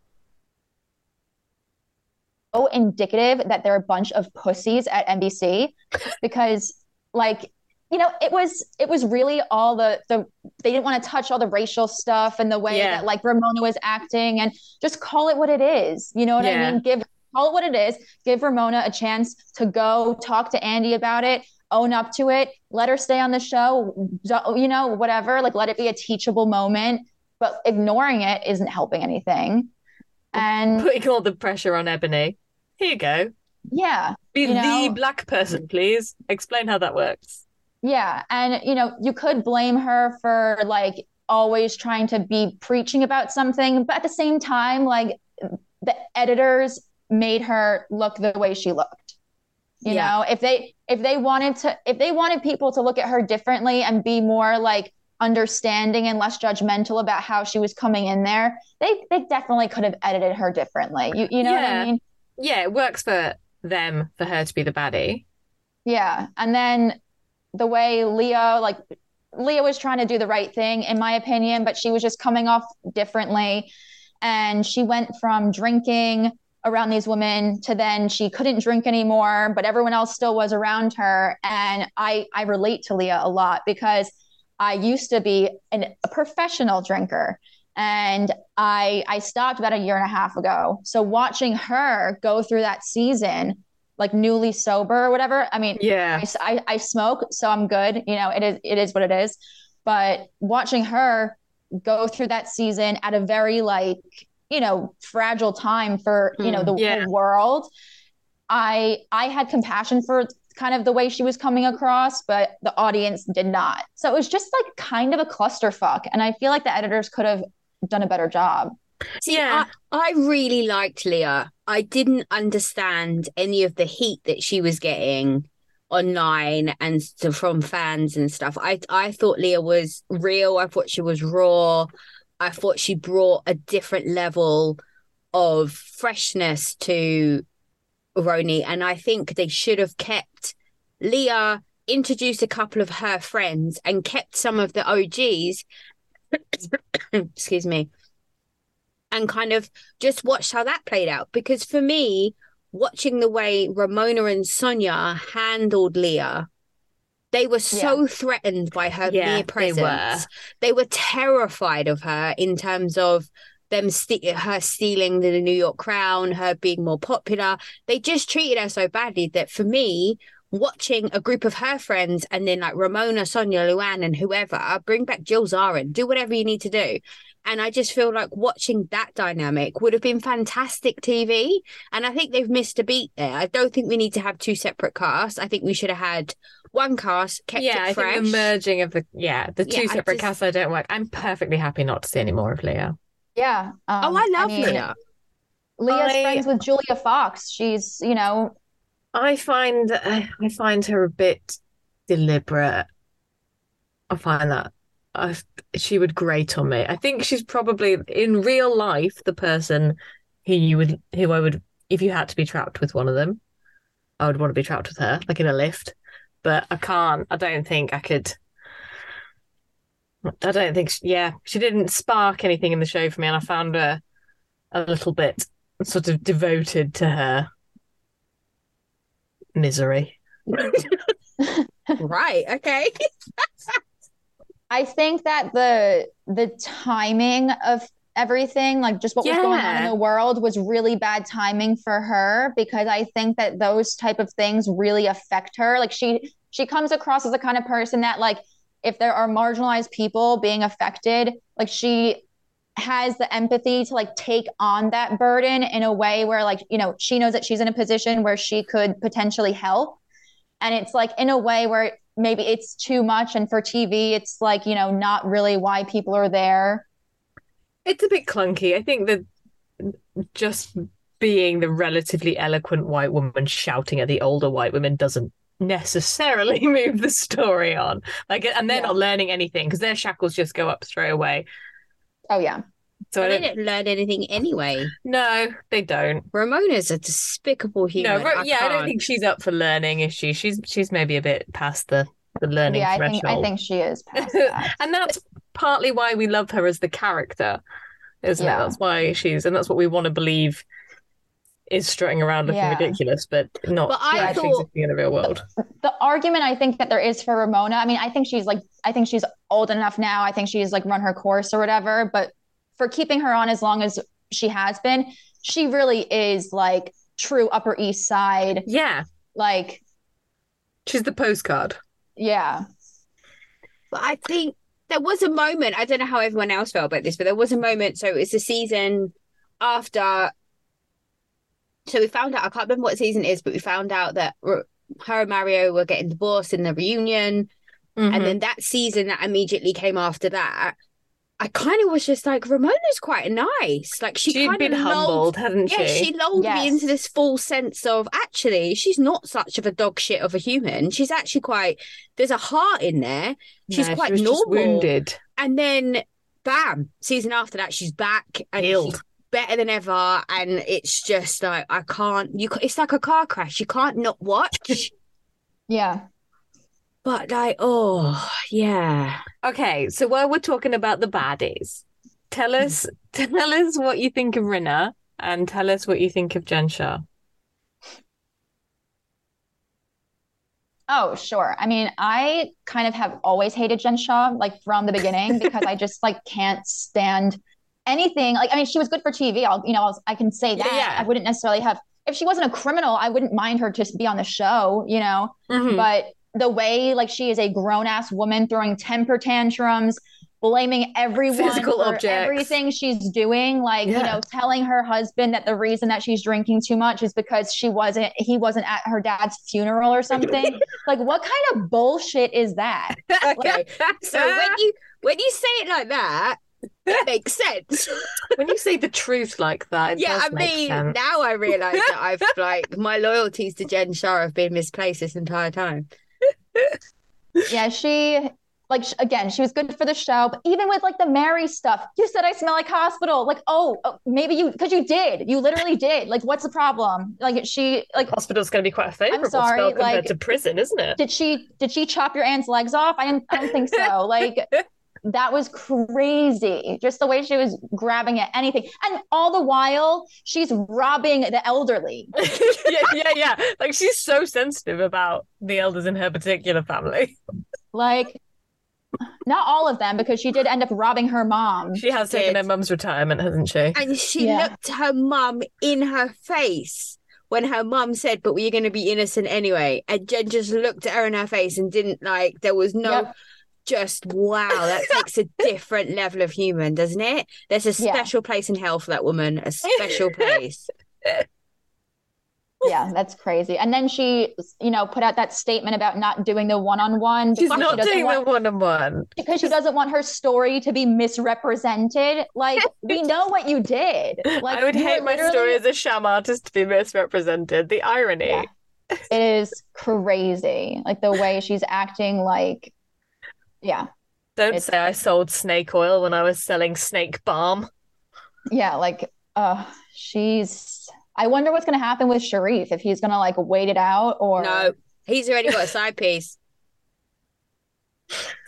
Speaker 2: so indicative that they're a bunch of pussies at NBC because like you know it was it was really all the the they didn't want to touch all the racial stuff and the way
Speaker 1: Yeah.
Speaker 2: that like Ramona was acting and just call it what it is you know what
Speaker 1: Yeah.
Speaker 2: I mean give call it what it is give Ramona a chance to go talk to Andy about it own up to it let her stay on the show do- you know whatever like let it be a teachable moment but ignoring it isn't helping anything and
Speaker 1: Putting all the pressure on Ebony. Here you go.
Speaker 2: yeah
Speaker 3: Be
Speaker 2: You know-
Speaker 3: the black person, please. Explain how that works.
Speaker 2: Yeah. And, you know, you could blame her for like always trying to be preaching about something, but at the same time, like the editors made her look the way she looked. You
Speaker 1: Yeah.
Speaker 2: know, if they if they wanted to if they wanted people to look at her differently and be more like understanding and less judgmental about how she was coming in there, they they definitely could have edited her differently. You you know what
Speaker 1: Yeah.
Speaker 2: I mean?
Speaker 1: Yeah, it works for them for her to be the baddie.
Speaker 2: Yeah. And then the way Leo, like, Leo was trying to do the right thing, in my opinion, but she was just coming off differently. And she went from drinking around these women to then she couldn't drink anymore, but everyone else still was around her. And I, I relate to Leah a lot because I used to be an, a professional drinker and I, I stopped about a year and a half ago. So watching her go through that season, like newly sober or whatever, I mean,
Speaker 3: Yeah.
Speaker 2: I, I, I smoke, so I'm good. You know, it is it is what it is. But watching her go through that season at a very like you know fragile time for you know
Speaker 1: Hmm,
Speaker 2: the, the
Speaker 3: yeah.
Speaker 2: world, I I had compassion for kind of the way she was coming across, but the audience did not. So it was just like kind of a clusterfuck, and I feel like the editors could have done a better job.
Speaker 1: See,
Speaker 3: Yeah.
Speaker 1: I, I really liked Leah. I didn't understand any of the heat that she was getting online and s- from fans and stuff. I I thought Leah was real. I thought she was raw. I thought she brought a different level of freshness to Roni, and I think they should have kept Leah, introduced a couple of her friends, and kept some of the OGs. excuse me and kind of just watched how that played out. Because for me, watching the way Ramona and Sonia handled Leah, they were so threatened by her
Speaker 3: Yeah,
Speaker 1: mere
Speaker 3: they
Speaker 1: presence.
Speaker 3: were.
Speaker 1: They were terrified of her in terms of them ste- her stealing the New York crown, her being more popular. They just treated her so badly that for me, watching a group of her friends and then like Ramona, Sonia, Luann, and whoever bring back Jill Zarin, do whatever you need to do. And I just feel like watching that dynamic would have been fantastic TV. And I think they've missed a beat there. I don't think we need to have two separate casts. I think we should have had one cast, kept
Speaker 3: yeah,
Speaker 1: it
Speaker 3: I
Speaker 1: fresh.
Speaker 3: think the merging of the yeah the
Speaker 1: Yeah,
Speaker 3: two
Speaker 1: I
Speaker 3: separate
Speaker 1: just-
Speaker 3: casts I don't work. I'm perfectly happy not to see any more of Leah.
Speaker 2: Yeah.
Speaker 1: oh, I love
Speaker 2: it.
Speaker 1: Leah.
Speaker 2: Leah's
Speaker 3: I-
Speaker 2: friends with Julia Fox. She's you know
Speaker 3: I find I I find her a bit deliberate. I find that I, she would grate on me. I think she's probably in real life the person who you would who I would if you had to be trapped with one of them, I would want to be trapped with her, like in a lift. But I can't. I don't think I could. I don't think. She, yeah, she didn't spark anything in the show for me, and I found her a little bit sort of devoted to her misery.
Speaker 1: Right. Okay.
Speaker 2: I think that the the timing of everything, like just what was going on in
Speaker 3: Yeah.
Speaker 2: the world, was really bad timing for her because I think that those type of things really affect her. Like she she comes across as the kind of person that like if there are marginalized people being affected, like she has the empathy to like take on that burden in a way where like you know she knows that she's in a position where she could potentially help and it's like in a way where maybe it's too much and for tv it's like you know not really why people are there
Speaker 3: It's a bit clunky. I think that just being the relatively eloquent white woman shouting at the older white women doesn't necessarily move the story on. Like, and they're
Speaker 2: Yeah.
Speaker 3: not learning anything because their shackles just go up straight away.
Speaker 2: Oh yeah.
Speaker 3: So I
Speaker 1: they
Speaker 3: don't,
Speaker 1: didn't learn anything anyway.
Speaker 3: no, they don't.
Speaker 1: Ramona's a despicable human.
Speaker 3: No, Ro-
Speaker 1: I
Speaker 3: yeah, I don't
Speaker 1: can't.
Speaker 3: think she's up for learning, is she? She's she's maybe a bit past the the learning
Speaker 2: yeah, I
Speaker 3: threshold.
Speaker 2: think I think she is past that.
Speaker 3: and that's partly why we love her as the character, isn't
Speaker 2: Yeah.
Speaker 3: it? That's why she's, and that's what we want to believe is strutting around looking
Speaker 2: Yeah.
Speaker 3: ridiculous, but not
Speaker 1: But I
Speaker 3: actually
Speaker 1: thought-
Speaker 3: existing in the real world.
Speaker 2: the argument I think that there is for Ramona, I mean, I think she's like, I think she's old enough now. I think she's like run her course or whatever. But for keeping her on as long as she has been, she really is like true Upper East Side.
Speaker 3: Yeah,
Speaker 2: Like,
Speaker 3: she's the postcard.
Speaker 2: yeah,
Speaker 1: But I think there was a moment, I don't know how everyone else felt about this, but there was a moment. So it was the season after. So we found out, I can't remember what season it is, but we found out that R- her and Mario were getting divorced in the reunion.
Speaker 3: Mm-hmm.
Speaker 1: And then that season that immediately came after that, I kind of was just like, Ramona's quite nice. Like she
Speaker 3: she had
Speaker 1: kind
Speaker 3: been
Speaker 1: of
Speaker 3: humbled, hadn't
Speaker 1: Yeah, she lulled me
Speaker 2: Yes.
Speaker 1: into this false sense of actually she's not such of a dog shit of a human. She's actually quite there's a heart in there. She's
Speaker 3: Yeah,
Speaker 1: quite
Speaker 3: she was just
Speaker 1: normal.
Speaker 3: wounded.
Speaker 1: And then bam, season after that she's back and
Speaker 3: Healed.
Speaker 1: she's better than ever. And it's just like I can't. You ca- it's like a car crash. You can't not watch.
Speaker 2: yeah.
Speaker 1: but like oh yeah,
Speaker 3: Okay, so while we're talking about the baddies, tell us tell us what you think of Rinna and tell us what you think of Jensha.
Speaker 2: Oh, sure. I mean, I kind of have always hated Jen Shaw, like from the beginning, because I just like can't stand anything. Like, I mean, she was good for TV. I'll, you know, I'll, I can say
Speaker 3: Yeah,
Speaker 2: that.
Speaker 3: yeah.
Speaker 2: I wouldn't necessarily have, if she wasn't a criminal, I wouldn't mind her just be on the show, you know,
Speaker 3: Mm-hmm.
Speaker 2: but the way like she is a grown ass woman throwing temper tantrums, blaming everyone
Speaker 3: Physical
Speaker 2: for
Speaker 3: objects.
Speaker 2: everything she's doing, like you
Speaker 3: Yeah.
Speaker 2: know, telling her husband that the reason that she's drinking too much is because she wasn't he wasn't at her dad's funeral or something. like what kind of bullshit is that?
Speaker 1: okay. So
Speaker 3: Ah.
Speaker 1: when you when you say it like that, it makes sense.
Speaker 3: when you say the truth like that, it
Speaker 1: yeah,
Speaker 3: does
Speaker 1: I
Speaker 3: make
Speaker 1: mean,
Speaker 3: sense.
Speaker 1: now I realise that I've like my loyalties to Jen Shah have been misplaced this entire time.
Speaker 2: yeah, she like sh- again, she was good for the show, but even with like the Mary stuff, you said I smell like hospital. Like, oh, oh maybe you because you did. You literally did. Like, what's the problem? Like she like
Speaker 3: Hospital's going to be quite a favourable
Speaker 2: sorry,
Speaker 3: spell compared
Speaker 2: like-
Speaker 3: to prison, isn't it?
Speaker 2: did she did she chop your aunt's legs off? I didn't I don't think so. Like that was crazy. Just the way she was grabbing at anything. And all the while she's robbing the elderly.
Speaker 3: yeah, yeah, yeah. Like she's so sensitive about the elders in her particular family.
Speaker 2: Like not all of them because she did end up robbing her mom.
Speaker 3: She has taken her mum's retirement, hasn't she?
Speaker 1: And she
Speaker 2: Yeah.
Speaker 1: looked her mum in her face when her mum said, But we're gonna be innocent anyway. And Jen just looked at her in her face and didn't like there was no
Speaker 2: Yep.
Speaker 1: just wow, that takes a different level of human, doesn't it? There's a
Speaker 2: Yeah.
Speaker 1: special place in hell for that woman, a special place.
Speaker 2: Yeah, that's crazy. And then she, you know, put out that statement about not doing the one-on-one
Speaker 3: She's
Speaker 2: because she
Speaker 3: not
Speaker 2: doesn't
Speaker 3: doing
Speaker 2: want-
Speaker 3: the one on one.
Speaker 2: because she doesn't want her story to be misrepresented. Like we know what you did. Like
Speaker 3: I would
Speaker 2: you were
Speaker 3: hate my
Speaker 2: literally-
Speaker 3: story as a sham artist to be misrepresented. The irony.
Speaker 2: Yeah. it is crazy. Like the way she's acting like yeah.
Speaker 3: Don't
Speaker 2: It's-
Speaker 3: say I sold snake oil when I was selling snake balm.
Speaker 2: Yeah, like uh she's I wonder what's gonna happen with Sharif if he's gonna like wait it out or
Speaker 1: No, he's already got a side piece.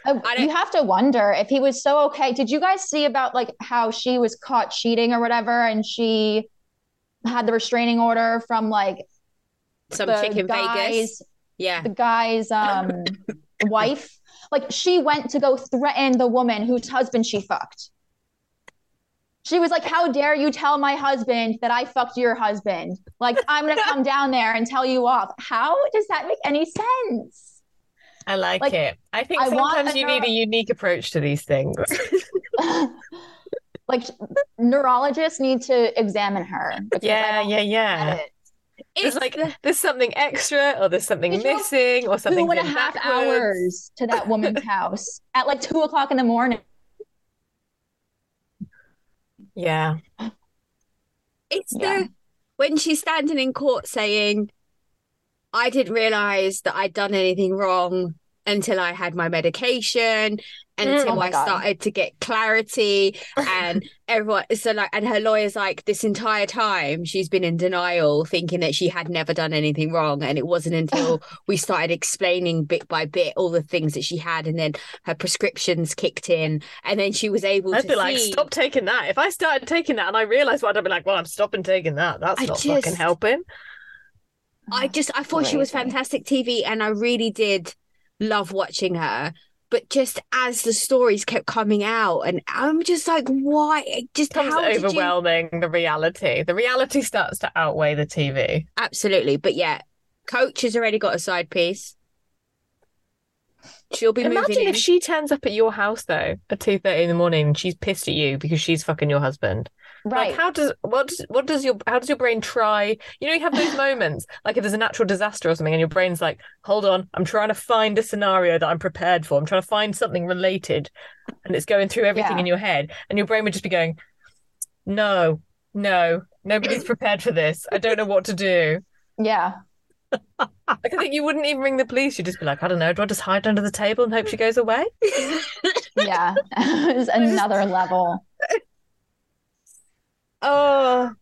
Speaker 2: Oh,
Speaker 1: I don't-
Speaker 2: you have to wonder if he was so okay. Did you guys see about like how she was caught cheating or whatever and she had the restraining order from like
Speaker 1: Some
Speaker 2: the
Speaker 1: chicken Vegas.
Speaker 2: guys
Speaker 1: Yeah.
Speaker 2: the guy's um wife. Like she went to go threaten the woman whose husband she fucked. She was like, "How dare you tell my husband that I fucked your husband? Like I'm gonna come down there and tell you off." How does that make any sense?
Speaker 3: I like,
Speaker 2: Like,
Speaker 3: it. I think
Speaker 2: I want
Speaker 3: sometimes you need
Speaker 2: another-
Speaker 3: a unique approach to these things.
Speaker 2: like neurologists need to examine her. because I
Speaker 3: yeah,
Speaker 2: don't
Speaker 3: yeah, yeah.
Speaker 2: get it.
Speaker 3: It's like there's something extra, or there's something
Speaker 2: Did you-
Speaker 3: missing, or something
Speaker 2: Two and a half hours to that woman's house at like two o'clock in the morning.
Speaker 3: Yeah,
Speaker 1: It's
Speaker 2: Yeah.
Speaker 1: the when she's standing in court saying, I didn't realize that I'd done anything wrong until I had my medication, until
Speaker 2: Oh my
Speaker 1: I
Speaker 2: God.
Speaker 1: started to get clarity. And everyone, so like, and her lawyer's like, this entire time she's been in denial, thinking that she had never done anything wrong. And it wasn't until we started explaining bit by bit all the things that she had, and then her prescriptions kicked in, and then she was able
Speaker 3: I'd
Speaker 1: to
Speaker 3: be like,
Speaker 1: see-
Speaker 3: stop taking that. If I started taking that and I realised what I'd be like, well, I'm stopping taking that. That's
Speaker 1: I
Speaker 3: not fucking
Speaker 1: just-
Speaker 3: helping.
Speaker 1: I just I thought she was
Speaker 2: Crazy.
Speaker 1: fantastic TV and I really did love watching her. But just as the stories kept coming out and I'm just like, why just
Speaker 3: Becomes
Speaker 1: how did you
Speaker 3: overwhelming the reality. The reality starts to outweigh the TV.
Speaker 1: absolutely. But yeah, Coach has already got a side piece. She'll be
Speaker 3: Imagine
Speaker 1: moving
Speaker 3: if
Speaker 1: in.
Speaker 3: she turns up at your house though at two thirty in the morning and she's pissed at you because she's fucking your husband.
Speaker 2: right.
Speaker 3: Like how does what does what does your how does your brain try? You know you have those moments like if there's a natural disaster or something and your brain's like, hold on, I'm trying to find a scenario that I'm prepared for. I'm trying to find something related, and it's going through everything
Speaker 2: Yeah.
Speaker 3: in your head, and your brain would just be going, no, no, nobody's prepared for this. I don't know what to do.
Speaker 2: yeah.
Speaker 3: Like I think you wouldn't even ring the police. You'd just be like, I don't know. Do I just hide under the table and hope she goes away?
Speaker 2: Yeah. it's another level.
Speaker 1: Oh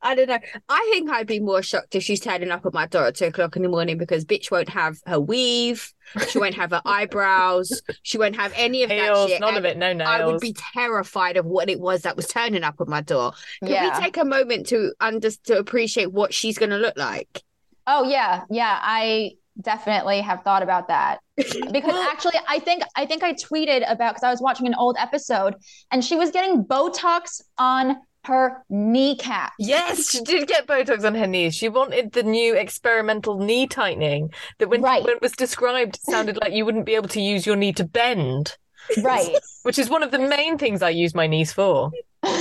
Speaker 1: I don't know. I think I'd be more shocked if she's turning up at my door at two o'clock in the morning because bitch won't have her weave, she won't have her eyebrows, she won't have any of that
Speaker 3: Nails,
Speaker 1: shit.
Speaker 3: none
Speaker 1: and
Speaker 3: of it. No nails.
Speaker 1: I would be terrified of what it was that was turning up at my door. Can
Speaker 2: Yeah.
Speaker 1: we take a moment to under to appreciate what she's going to look like?
Speaker 2: Oh yeah, yeah, I definitely have thought about that. Because actually I think I think I tweeted about cuz I was watching an old episode and she was getting botox on her kneecap.
Speaker 3: Yes, she did get Botox on her knees. She wanted the new experimental knee tightening that, when,
Speaker 2: Right.
Speaker 3: when it was described, sounded like you wouldn't be able to use your knee to bend,
Speaker 2: Right.
Speaker 3: which is one of the main things I use my knees for.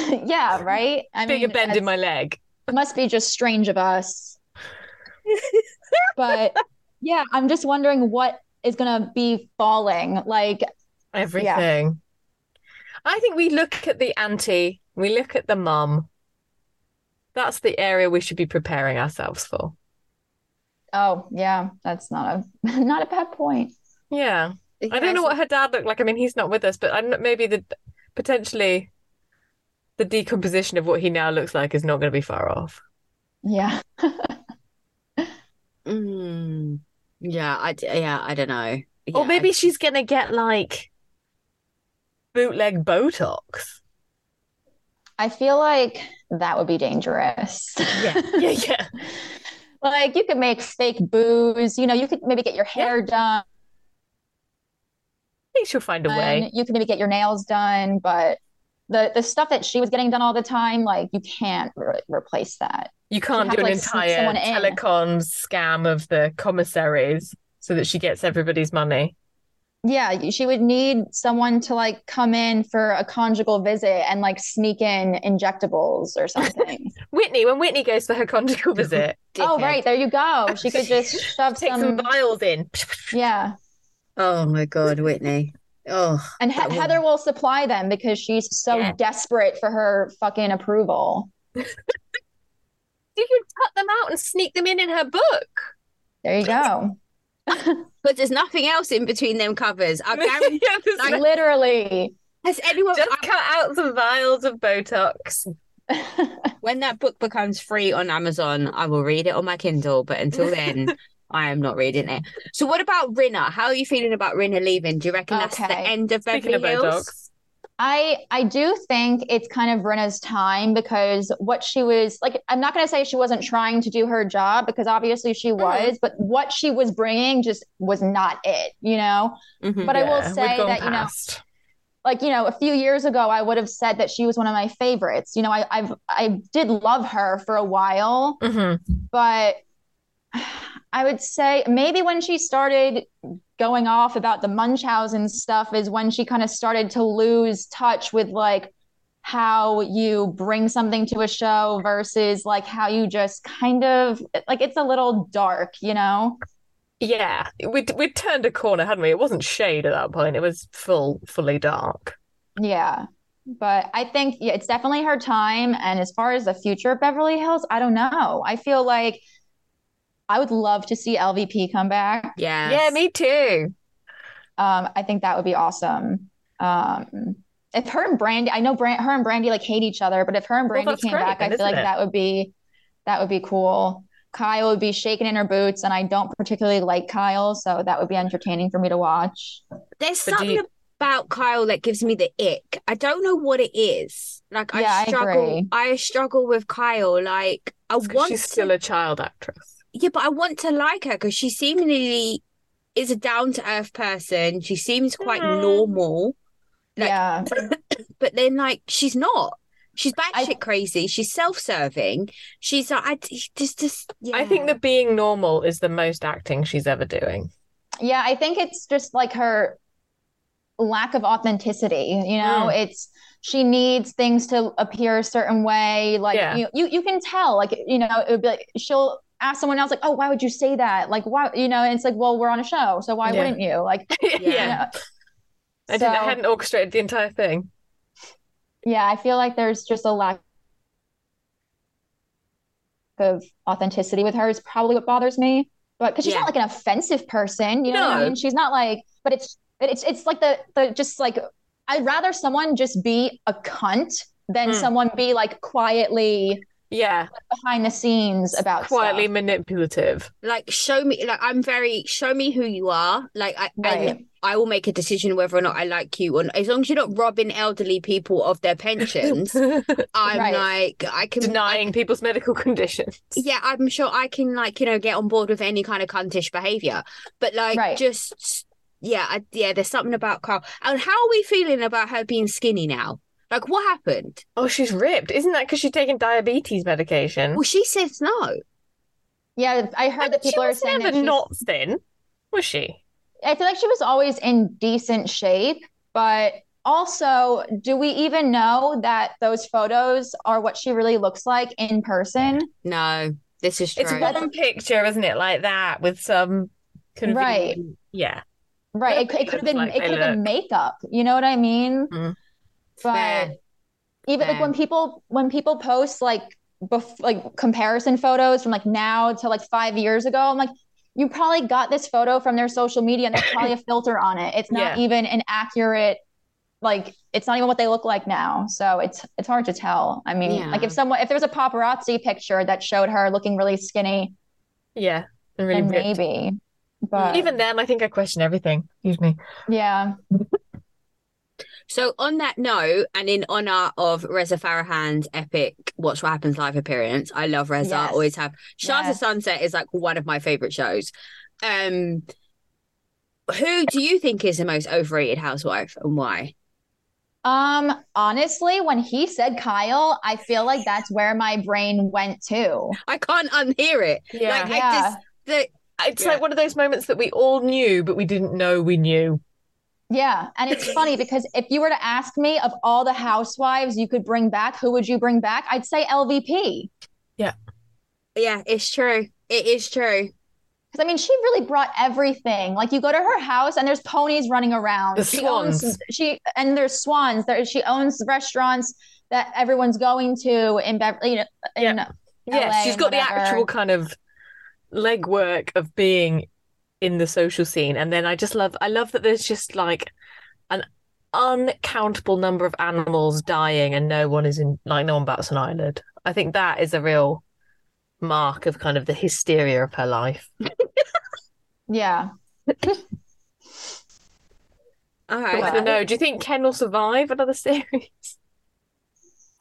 Speaker 2: yeah, right? I
Speaker 3: Bigger bend in my leg.
Speaker 2: it must be just strange of us. but yeah, I'm just wondering what is going to be falling like
Speaker 3: Everything. I think we look at the auntie, we look at the mum. That's the area we should be preparing ourselves for.
Speaker 2: oh, yeah, that's not a not a bad point.
Speaker 3: Yeah. I don't know what her dad looked like. I mean, he's not with us, but I'm not, maybe the potentially the decomposition of what he now looks like is not going to be far off.
Speaker 2: Yeah.
Speaker 1: Mm, yeah, I d- yeah, I don't know. Yeah,
Speaker 3: or maybe
Speaker 1: I-
Speaker 3: she's going to get like bootleg Botox.
Speaker 2: I feel like that would be dangerous.
Speaker 3: Yeah, yeah, yeah.
Speaker 2: Like you could make fake boobs, you know, you could maybe get your hair done,
Speaker 3: I think she'll find a way.
Speaker 2: you could maybe get your nails done, but the the stuff that she was getting done all the time, like you can't re- replace that.
Speaker 3: You can't
Speaker 2: have
Speaker 3: do
Speaker 2: to,
Speaker 3: an
Speaker 2: like, sneak
Speaker 3: entire
Speaker 2: someone in.
Speaker 3: telecom scam of the commissaries so that she gets everybody's money.
Speaker 2: Yeah, you- she would need someone to like come in for a conjugal visit and like sneak in injectables or something.
Speaker 3: Whitney, when Whitney goes for her conjugal visit,
Speaker 2: Oh,
Speaker 1: Dickhead.
Speaker 2: right, there you go. She could just shove
Speaker 3: take some
Speaker 2: some,
Speaker 3: vials in.
Speaker 2: yeah.
Speaker 1: Oh my god, Whitney. Oh,
Speaker 2: And he-
Speaker 1: That woman.
Speaker 2: Heather will supply them because she's so
Speaker 3: Yeah.
Speaker 2: desperate for her fucking approval.
Speaker 3: You could cut them out and sneak them in in her book.
Speaker 2: There you go.
Speaker 1: but there's nothing else in between them covers. I guarantee.
Speaker 3: Yeah, there's
Speaker 1: Like,
Speaker 2: Literally.
Speaker 1: Has anyone
Speaker 3: Just cut out some vials of Botox.
Speaker 1: when that book becomes free on Amazon, I will read it on my Kindle. But until then, I am not reading it. So, what about Rinna? How are you feeling about Rinna leaving? Do you reckon that's the
Speaker 2: Okay.
Speaker 1: end of
Speaker 3: Speaking
Speaker 1: Beverly
Speaker 3: of
Speaker 1: Hills?
Speaker 3: Botox,
Speaker 2: I I do think it's kind of Brenna's time because what she was like I'm not going to say she wasn't trying to do her job because obviously she
Speaker 3: Mm-hmm.
Speaker 2: was, but what she was bringing just was not it, you know?
Speaker 1: Mhm.
Speaker 2: But I will
Speaker 3: Mm-hmm. yeah, we've
Speaker 2: say
Speaker 3: gone
Speaker 2: that you know
Speaker 3: past.
Speaker 2: like you know a few years ago I would have said that she was one of my favorites. You know, I I've I did love her for a while,
Speaker 3: Mhm.
Speaker 2: but I would say maybe when she started going off about the Munchausen stuff is when she kind of started to lose touch with like how you bring something to a show versus like how you just kind of like it's a little dark, you know?
Speaker 3: Yeah, we we turned a corner, hadn't we? It wasn't shade at that point; it was full, fully dark.
Speaker 2: Yeah. But I think yeah, it's definitely her time. And as far as the future of Beverly Hills, I don't know. I feel like I would love to see LVP come back.
Speaker 1: Yeah.
Speaker 3: Yeah, me too.
Speaker 2: Um, I think that would be awesome. Um, if her and Brandy, I know Brand, her and Brandy like hate each other, but if her and
Speaker 3: Well,
Speaker 2: Brandy
Speaker 3: that's
Speaker 2: came
Speaker 3: great
Speaker 2: back,
Speaker 3: then,
Speaker 2: I feel like
Speaker 3: isn't it?
Speaker 2: that would be that would be cool. Kyle would be shaking in her boots, and I don't particularly like Kyle, so that would be entertaining for me to watch.
Speaker 1: There's
Speaker 3: But do
Speaker 1: something
Speaker 3: you-
Speaker 1: about Kyle that gives me the ick. I don't know what it is. Like
Speaker 2: Yeah,
Speaker 1: I
Speaker 2: I
Speaker 1: struggle.
Speaker 2: agree.
Speaker 1: I, struggle with Kyle. Like I
Speaker 3: It's 'cause
Speaker 1: want
Speaker 3: She's
Speaker 1: to-
Speaker 3: still a child actress.
Speaker 1: yeah, but I want to like her because she seemingly is a down to earth person. She seems quite
Speaker 3: Mm.
Speaker 1: normal, Like-
Speaker 2: yeah,
Speaker 1: but then like she's not. She's
Speaker 2: I-
Speaker 1: batshit crazy. She's self serving. She's like I just just. Yeah.
Speaker 3: I think that being normal is the most acting she's ever doing.
Speaker 2: yeah, I think it's just like her lack of authenticity. You know,
Speaker 3: Mm.
Speaker 2: it's she needs things to appear a certain way. Like
Speaker 3: Yeah.
Speaker 2: you, you, you can tell. Like you know, it would be like she'll ask someone else, like, "Oh, why would you say that?" Like, why? You know, and it's like, well, we're on a show, so why
Speaker 3: Yeah.
Speaker 2: wouldn't you? Like,
Speaker 3: yeah.
Speaker 1: Yeah.
Speaker 2: you know,
Speaker 3: I, didn't, I
Speaker 2: So-
Speaker 3: hadn't orchestrated the entire thing.
Speaker 2: yeah, I feel like there's just a lack of authenticity with her is probably what bothers me. But because she's
Speaker 1: Yeah.
Speaker 2: not like an offensive person, you know what
Speaker 3: No.
Speaker 2: I mean? She's not like, but it's but it's it's like the the just like I'd rather someone just be a cunt than
Speaker 3: Mm.
Speaker 2: someone be like quietly
Speaker 3: Yeah,
Speaker 2: behind the scenes about
Speaker 3: quietly
Speaker 2: stuff.
Speaker 3: manipulative.
Speaker 1: like show me like I'm very show me who you are. Like I and
Speaker 2: Right.
Speaker 1: I will make a decision whether or not I like you or not. As long as you're not robbing elderly people of their pensions, I'm
Speaker 2: Right.
Speaker 1: like I can
Speaker 3: Denying people's medical conditions.
Speaker 1: yeah, I'm sure I can like, you know, get on board with any kind of cuntish behavior. But like
Speaker 2: Right.
Speaker 1: just yeah, I, yeah, there's something about Carl. And how are we feeling about her being skinny now? Like what happened?
Speaker 3: Oh, she's ripped. Isn't that because she's taking diabetes medication?
Speaker 1: Well, she says no.
Speaker 2: Yeah, I heard that
Speaker 3: She
Speaker 2: people are
Speaker 3: was
Speaker 2: saying
Speaker 3: never
Speaker 2: that she's,
Speaker 3: not thin, was she?
Speaker 2: I feel like she was always in decent shape, but also, do we even know that those photos are what she really looks like in person?
Speaker 1: No, this is true.
Speaker 3: It's one picture, isn't it? Like that with some convenient.
Speaker 2: Right.
Speaker 3: Yeah.
Speaker 2: Right. It,
Speaker 3: Whatever
Speaker 2: it could have
Speaker 3: they
Speaker 2: been
Speaker 3: look like,
Speaker 2: it
Speaker 3: they
Speaker 2: could have been makeup. You know what I mean?
Speaker 3: Mm.
Speaker 2: But
Speaker 1: Fair.
Speaker 2: even like
Speaker 1: Fair.
Speaker 2: when people when people post like bef- like comparison photos from like now to like five years ago, I'm like, you probably got this photo from their social media and there's probably a filter on it. It's not
Speaker 3: Yeah.
Speaker 2: even an accurate like it's not even what they look like now. So it's it's hard to tell. I mean, like
Speaker 1: Yeah.
Speaker 2: if someone if there was a paparazzi picture that showed her looking really skinny,
Speaker 3: Yeah. And really
Speaker 2: then
Speaker 3: ripped.
Speaker 2: maybe. But
Speaker 3: Even then, I think I question everything. Excuse me.
Speaker 2: yeah.
Speaker 1: So on that note, and in honor of Reza Farahan's epic Watch What Happens Live appearance, I love Reza.
Speaker 2: Yes.
Speaker 1: Always have Shaz
Speaker 2: Yes.
Speaker 1: Sunset is like one of my favorite shows. Um, who do you think is the most overrated housewife and why?
Speaker 2: Um, honestly, when he said Kyle, I feel like that's where my brain went to.
Speaker 1: I can't unhear it.
Speaker 3: Yeah.
Speaker 1: Like I
Speaker 2: Yeah.
Speaker 1: just the
Speaker 3: it's
Speaker 1: Yeah.
Speaker 3: like one of those moments that we all knew, but we didn't know we knew.
Speaker 2: Yeah. And it's funny because if you were to ask me of all the housewives you could bring back, who would you bring back? I'd say LVP.
Speaker 1: yeah, it's true. It is true.
Speaker 2: Because I mean, she really brought everything. Like you go to her house and there's ponies running around.
Speaker 3: The
Speaker 2: she owns
Speaker 3: swans.
Speaker 2: she and there's swans. There she owns restaurants that everyone's going to in Beverly, you know, in LA
Speaker 3: Yeah. She's
Speaker 2: and
Speaker 3: got the
Speaker 2: whatever.
Speaker 3: actual kind of legwork of being in the social scene. And then I just love, I love that there's just like an uncountable number of animals dying and no one is in, like, no one bats an eyelid. I think that is a real mark of kind of the hysteria of her life.
Speaker 2: yeah.
Speaker 1: All
Speaker 3: I
Speaker 1: right.
Speaker 2: Well,
Speaker 3: don't know. Do you think Ken will survive another series?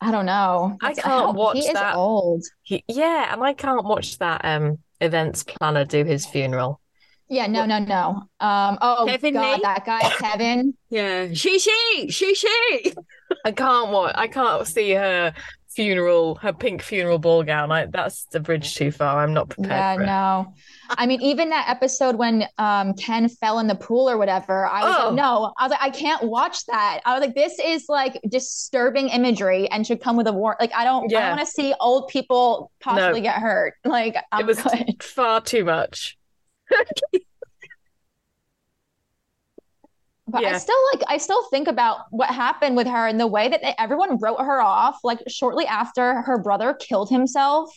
Speaker 2: I don't know.
Speaker 3: I
Speaker 2: That's-
Speaker 3: can't watch
Speaker 2: he is
Speaker 3: that.
Speaker 2: old.
Speaker 3: He, yeah, and I can't watch that um events planner do his funeral.
Speaker 2: Yeah, no, no, no. Um, oh
Speaker 1: Kevin
Speaker 2: God,
Speaker 1: Lee?
Speaker 2: that guy Kevin.
Speaker 1: Yeah. She she she she
Speaker 3: I can't watch. I can't see her funeral, her pink funeral ball gown. I, that's the bridge too far. I'm not prepared
Speaker 2: yeah,
Speaker 3: for it.
Speaker 2: no. I mean, even that episode when um Ken fell in the pool or whatever, I was
Speaker 3: Oh.
Speaker 2: like, no, I was like, I can't watch that. I was like, this is like disturbing imagery and should come with a warrant. Like, I don't, I
Speaker 3: Yeah.
Speaker 2: don't want to see old people possibly get hurt. Like, I'm
Speaker 3: It was
Speaker 2: good.
Speaker 3: far too much.
Speaker 2: But I
Speaker 3: yeah.
Speaker 2: still like, I still think about what happened with her and the way that they, everyone wrote her off. Like shortly after her brother killed himself,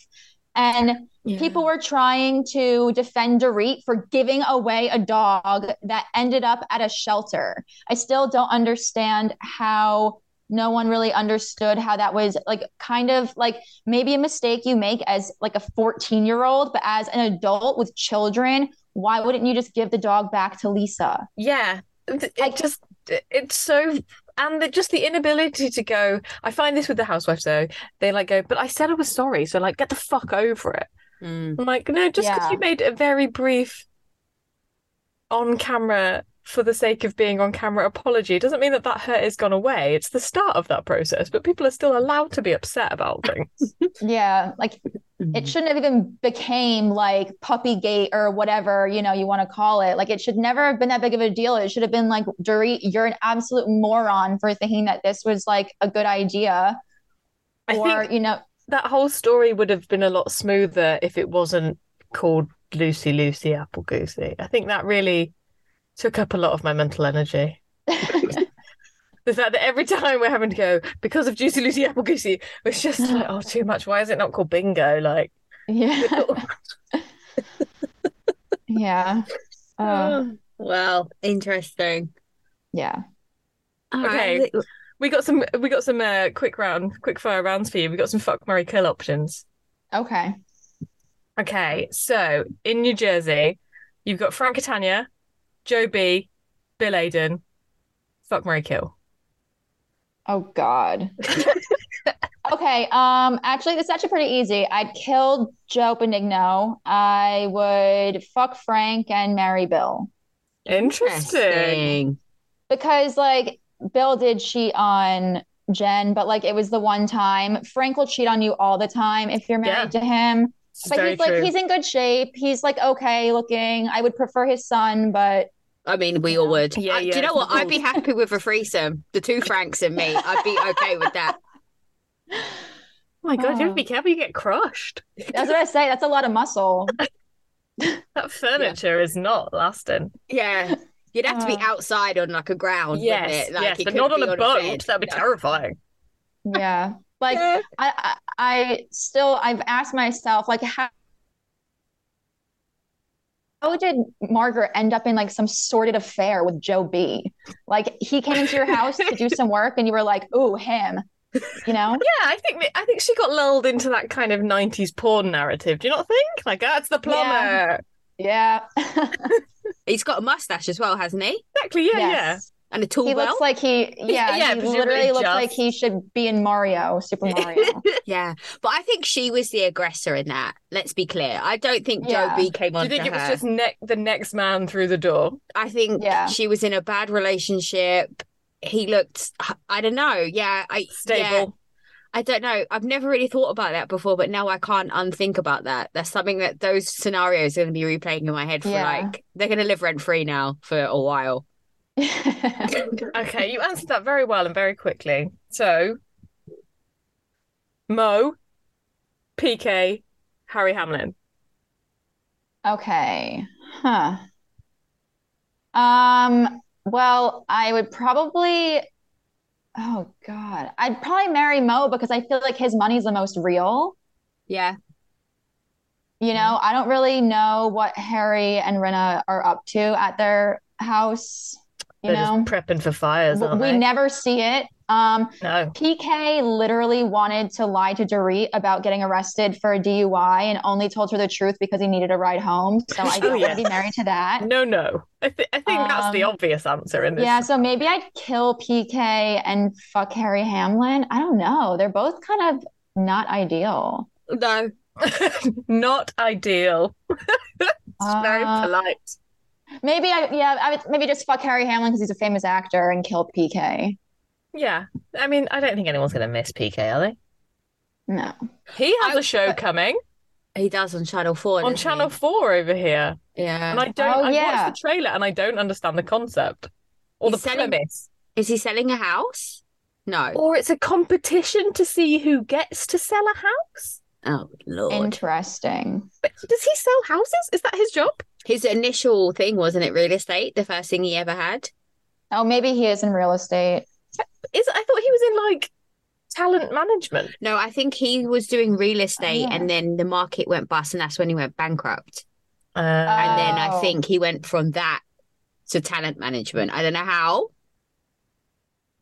Speaker 2: and
Speaker 1: Yeah.
Speaker 2: People were trying to defend Dorit for giving away a dog that ended up at a shelter. I still don't understand how no one really understood how that was like kind of like maybe a mistake you make as like a 14 year old, but as an adult with children, why wouldn't you just give the dog back to Lisa?
Speaker 3: Yeah. It it just it's so and the, just the inability to go. I find this with the housewives though. They like go, but I said I was sorry, so like get the fuck over it.
Speaker 1: Mm.
Speaker 3: I'm like, no, just because
Speaker 2: Yeah.
Speaker 3: you made a very brief on camera for the sake of being on camera apology doesn't mean that that hurt is gone away. It's the start of that process, but people are still allowed to be upset about things.
Speaker 2: Yeah, like it shouldn't have even became like puppy gate or whatever you know you want to call it like it should never have been that big of a deal it should have been like Dorit you're an absolute moron for thinking that this was like a good idea
Speaker 3: I
Speaker 2: or
Speaker 3: think
Speaker 2: you know
Speaker 3: that whole story would have been a lot smoother if it wasn't called Lucy Lucy Apple Goosey. I think that really took up a lot of my mental energy. the fact that every time we're having to go because of Juicy Lucy Apple Goosey, it's just like, oh, too much. Why is it not called bingo? Like,
Speaker 2: yeah yeah uh,
Speaker 1: Oh. well, interesting.
Speaker 2: yeah
Speaker 1: All
Speaker 3: Okay.
Speaker 1: right.
Speaker 3: we got some, we got some uh, quick round, quick fire rounds for you. We got some fuck Murray kill options.
Speaker 2: okay
Speaker 3: Okay, so in New Jersey, you've got Frank Catania, Joe B, Bill Aden, fuck Murray kill.
Speaker 2: oh god okay um actually this is actually pretty easy I'd kill Joe Benigno I would fuck Frank and marry Bill
Speaker 3: Interesting.
Speaker 2: because like Bill did cheat on Jen, but like it was the one time. Frank will cheat on you all the time if you're married to him.
Speaker 3: It's
Speaker 2: But
Speaker 3: very
Speaker 2: he's like
Speaker 3: true.
Speaker 2: he's in good shape. He's like okay looking. I would prefer his son, but
Speaker 1: I mean, we all would.
Speaker 3: Yeah,
Speaker 1: I- Do
Speaker 3: yeah.
Speaker 1: you know what? I'd be happy with a threesome, the two Franks and me. I'd be okay with that.
Speaker 3: oh my god, you have to
Speaker 2: Oh.
Speaker 3: be careful. You get crushed.
Speaker 2: that's what I say. That's a lot of muscle.
Speaker 3: That furniture is not lasting.
Speaker 1: Yeah. You'd have to be
Speaker 2: Oh.
Speaker 1: outside on like a ground.
Speaker 3: Uh, Yes,
Speaker 1: with it. Like,
Speaker 3: yes,
Speaker 1: it
Speaker 3: but
Speaker 1: couldn't
Speaker 3: not on
Speaker 1: be
Speaker 3: a boat.
Speaker 1: bed.
Speaker 3: That'd be
Speaker 1: No.
Speaker 3: terrifying.
Speaker 2: Yeah, like
Speaker 1: Yeah.
Speaker 2: I, I, I still I've asked myself like how. How did Margaret end up in like some sordid affair with Joe B? Like he came into your house to do some work and you were like, ooh, him. You know?
Speaker 3: Yeah, I think I think she got lulled into that kind of '90s porn narrative. Do you not think? Like, that's the plumber.
Speaker 2: Yeah.
Speaker 1: He's got a mustache as well, hasn't he?
Speaker 3: Exactly. Yeah,
Speaker 2: Yes.
Speaker 1: And a tall
Speaker 2: He
Speaker 1: well.
Speaker 2: looks like he yeah,
Speaker 3: Yeah,
Speaker 2: he
Speaker 3: presumably
Speaker 2: literally looks
Speaker 3: just-
Speaker 2: like he should be in Mario, Super Mario.
Speaker 1: yeah. But I think she was the aggressor in that. Let's be clear. I don't think
Speaker 2: Yeah.
Speaker 1: Joe B came
Speaker 3: yeah. Do
Speaker 1: on
Speaker 3: you think it was
Speaker 1: her.
Speaker 3: just ne- the next man through the door?
Speaker 1: I think
Speaker 2: Yeah.
Speaker 1: she was in a bad relationship. He looked, I don't know. Yeah. I, yeah.
Speaker 3: Stable.
Speaker 1: I don't know. I've never really thought about that before, but now I can't unthink about that. That's something that those scenarios are going to be replaying in my head for
Speaker 2: Yeah.
Speaker 1: like, they're going to live rent free now for a while.
Speaker 3: Okay, you answered that very well and very quickly. So, Mo, PK, Harry Hamlin.
Speaker 2: okay. Huh. Um, well, I would probably Oh God. I'd probably marry Mo because I feel like his money's the most real.
Speaker 1: Yeah.
Speaker 2: You know, I don't really know what Harry and Rena are up to at their house, you
Speaker 3: They're
Speaker 2: know.
Speaker 3: just prepping for fires,
Speaker 2: W-
Speaker 3: aren't
Speaker 2: we
Speaker 3: they?
Speaker 2: never see it. Um,
Speaker 3: no.
Speaker 2: PK literally wanted to lie to Dorit about getting arrested for a DUI and only told her the truth because he needed a ride home. So I don't
Speaker 3: yeah.
Speaker 2: want to be married to that.
Speaker 3: No, no. I, th- I think that's the
Speaker 2: Um,
Speaker 3: obvious answer in this.
Speaker 2: Yeah, so maybe I'd kill PK and fuck Harry Hamlin. I don't know. They're both kind of not ideal.
Speaker 1: No.
Speaker 3: Not ideal. It's very
Speaker 2: Uh,
Speaker 3: polite.
Speaker 2: maybe I yeah, I would maybe just fuck Harry Hamlin because he's a famous actor and kill PK.
Speaker 3: Yeah. I mean, I don't think anyone's going to miss PK, are they?
Speaker 2: No.
Speaker 3: He has
Speaker 1: I-
Speaker 3: a show coming
Speaker 1: He does on Channel 4.
Speaker 3: on
Speaker 1: doesn't
Speaker 3: Channel 4 over here.
Speaker 1: he? Yeah.
Speaker 3: And I don't,
Speaker 2: Oh,
Speaker 3: I
Speaker 2: yeah.
Speaker 3: watched the trailer and I don't understand the concept or
Speaker 1: He's
Speaker 3: the
Speaker 1: selling-
Speaker 3: premise.
Speaker 1: Is he selling a house? No.
Speaker 3: Or it's a competition to see who gets to sell a house.
Speaker 1: Oh, Lord.
Speaker 2: Interesting.
Speaker 3: But does he sell houses? Is that his job?
Speaker 1: His initial thing wasn't it real estate, the first thing he ever had?
Speaker 2: Oh, maybe he is in real estate.
Speaker 3: Is I thought he was in like talent management?
Speaker 1: No, I think he was doing real estate
Speaker 2: Oh, yeah.
Speaker 1: and then the market went bust and that's when he went bankrupt.
Speaker 3: Uh,
Speaker 1: And then I
Speaker 2: Oh.
Speaker 1: think he went from that to talent management. I don't know how,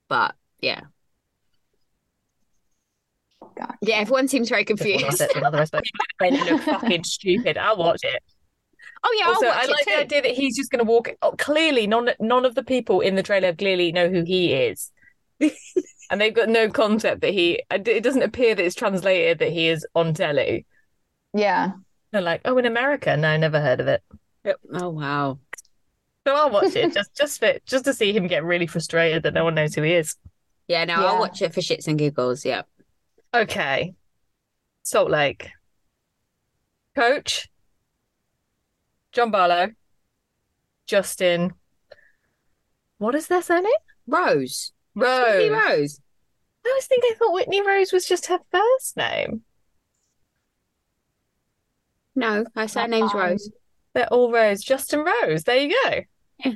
Speaker 1: but yeah.
Speaker 2: Gotcha.
Speaker 1: Yeah, everyone seems very confused.
Speaker 3: another aspect. They look fucking stupid. I'll watch it.
Speaker 1: Oh, yeah,
Speaker 3: also,
Speaker 1: I'll watch
Speaker 3: I
Speaker 1: it
Speaker 3: like
Speaker 1: too.
Speaker 3: the idea that he's just going to walk. Oh, clearly, none none of the people in the trailer clearly know who he is, and they've got no concept that he. It doesn't appear that it's translated that he is on telly.
Speaker 2: Yeah.
Speaker 3: They're like, oh, in America? No, never heard of it.
Speaker 1: Oh, wow.
Speaker 3: So I'll watch it just just for just to see him get really frustrated that no one knows who he is.
Speaker 1: Yeah, no,
Speaker 2: Yeah.
Speaker 1: I'll watch it for shits and giggles. Yeah.
Speaker 3: Okay, Salt Lake, Coach, John Barlow, Justin. What is their surname?
Speaker 1: Rose. Whitney
Speaker 3: Rose.
Speaker 1: Rose.
Speaker 3: I always think I thought Whitney Rose was just her first name.
Speaker 1: No, her surname's
Speaker 2: Um,
Speaker 1: Rose.
Speaker 3: They're all Rose. Justin Rose. There you go.
Speaker 1: Yeah.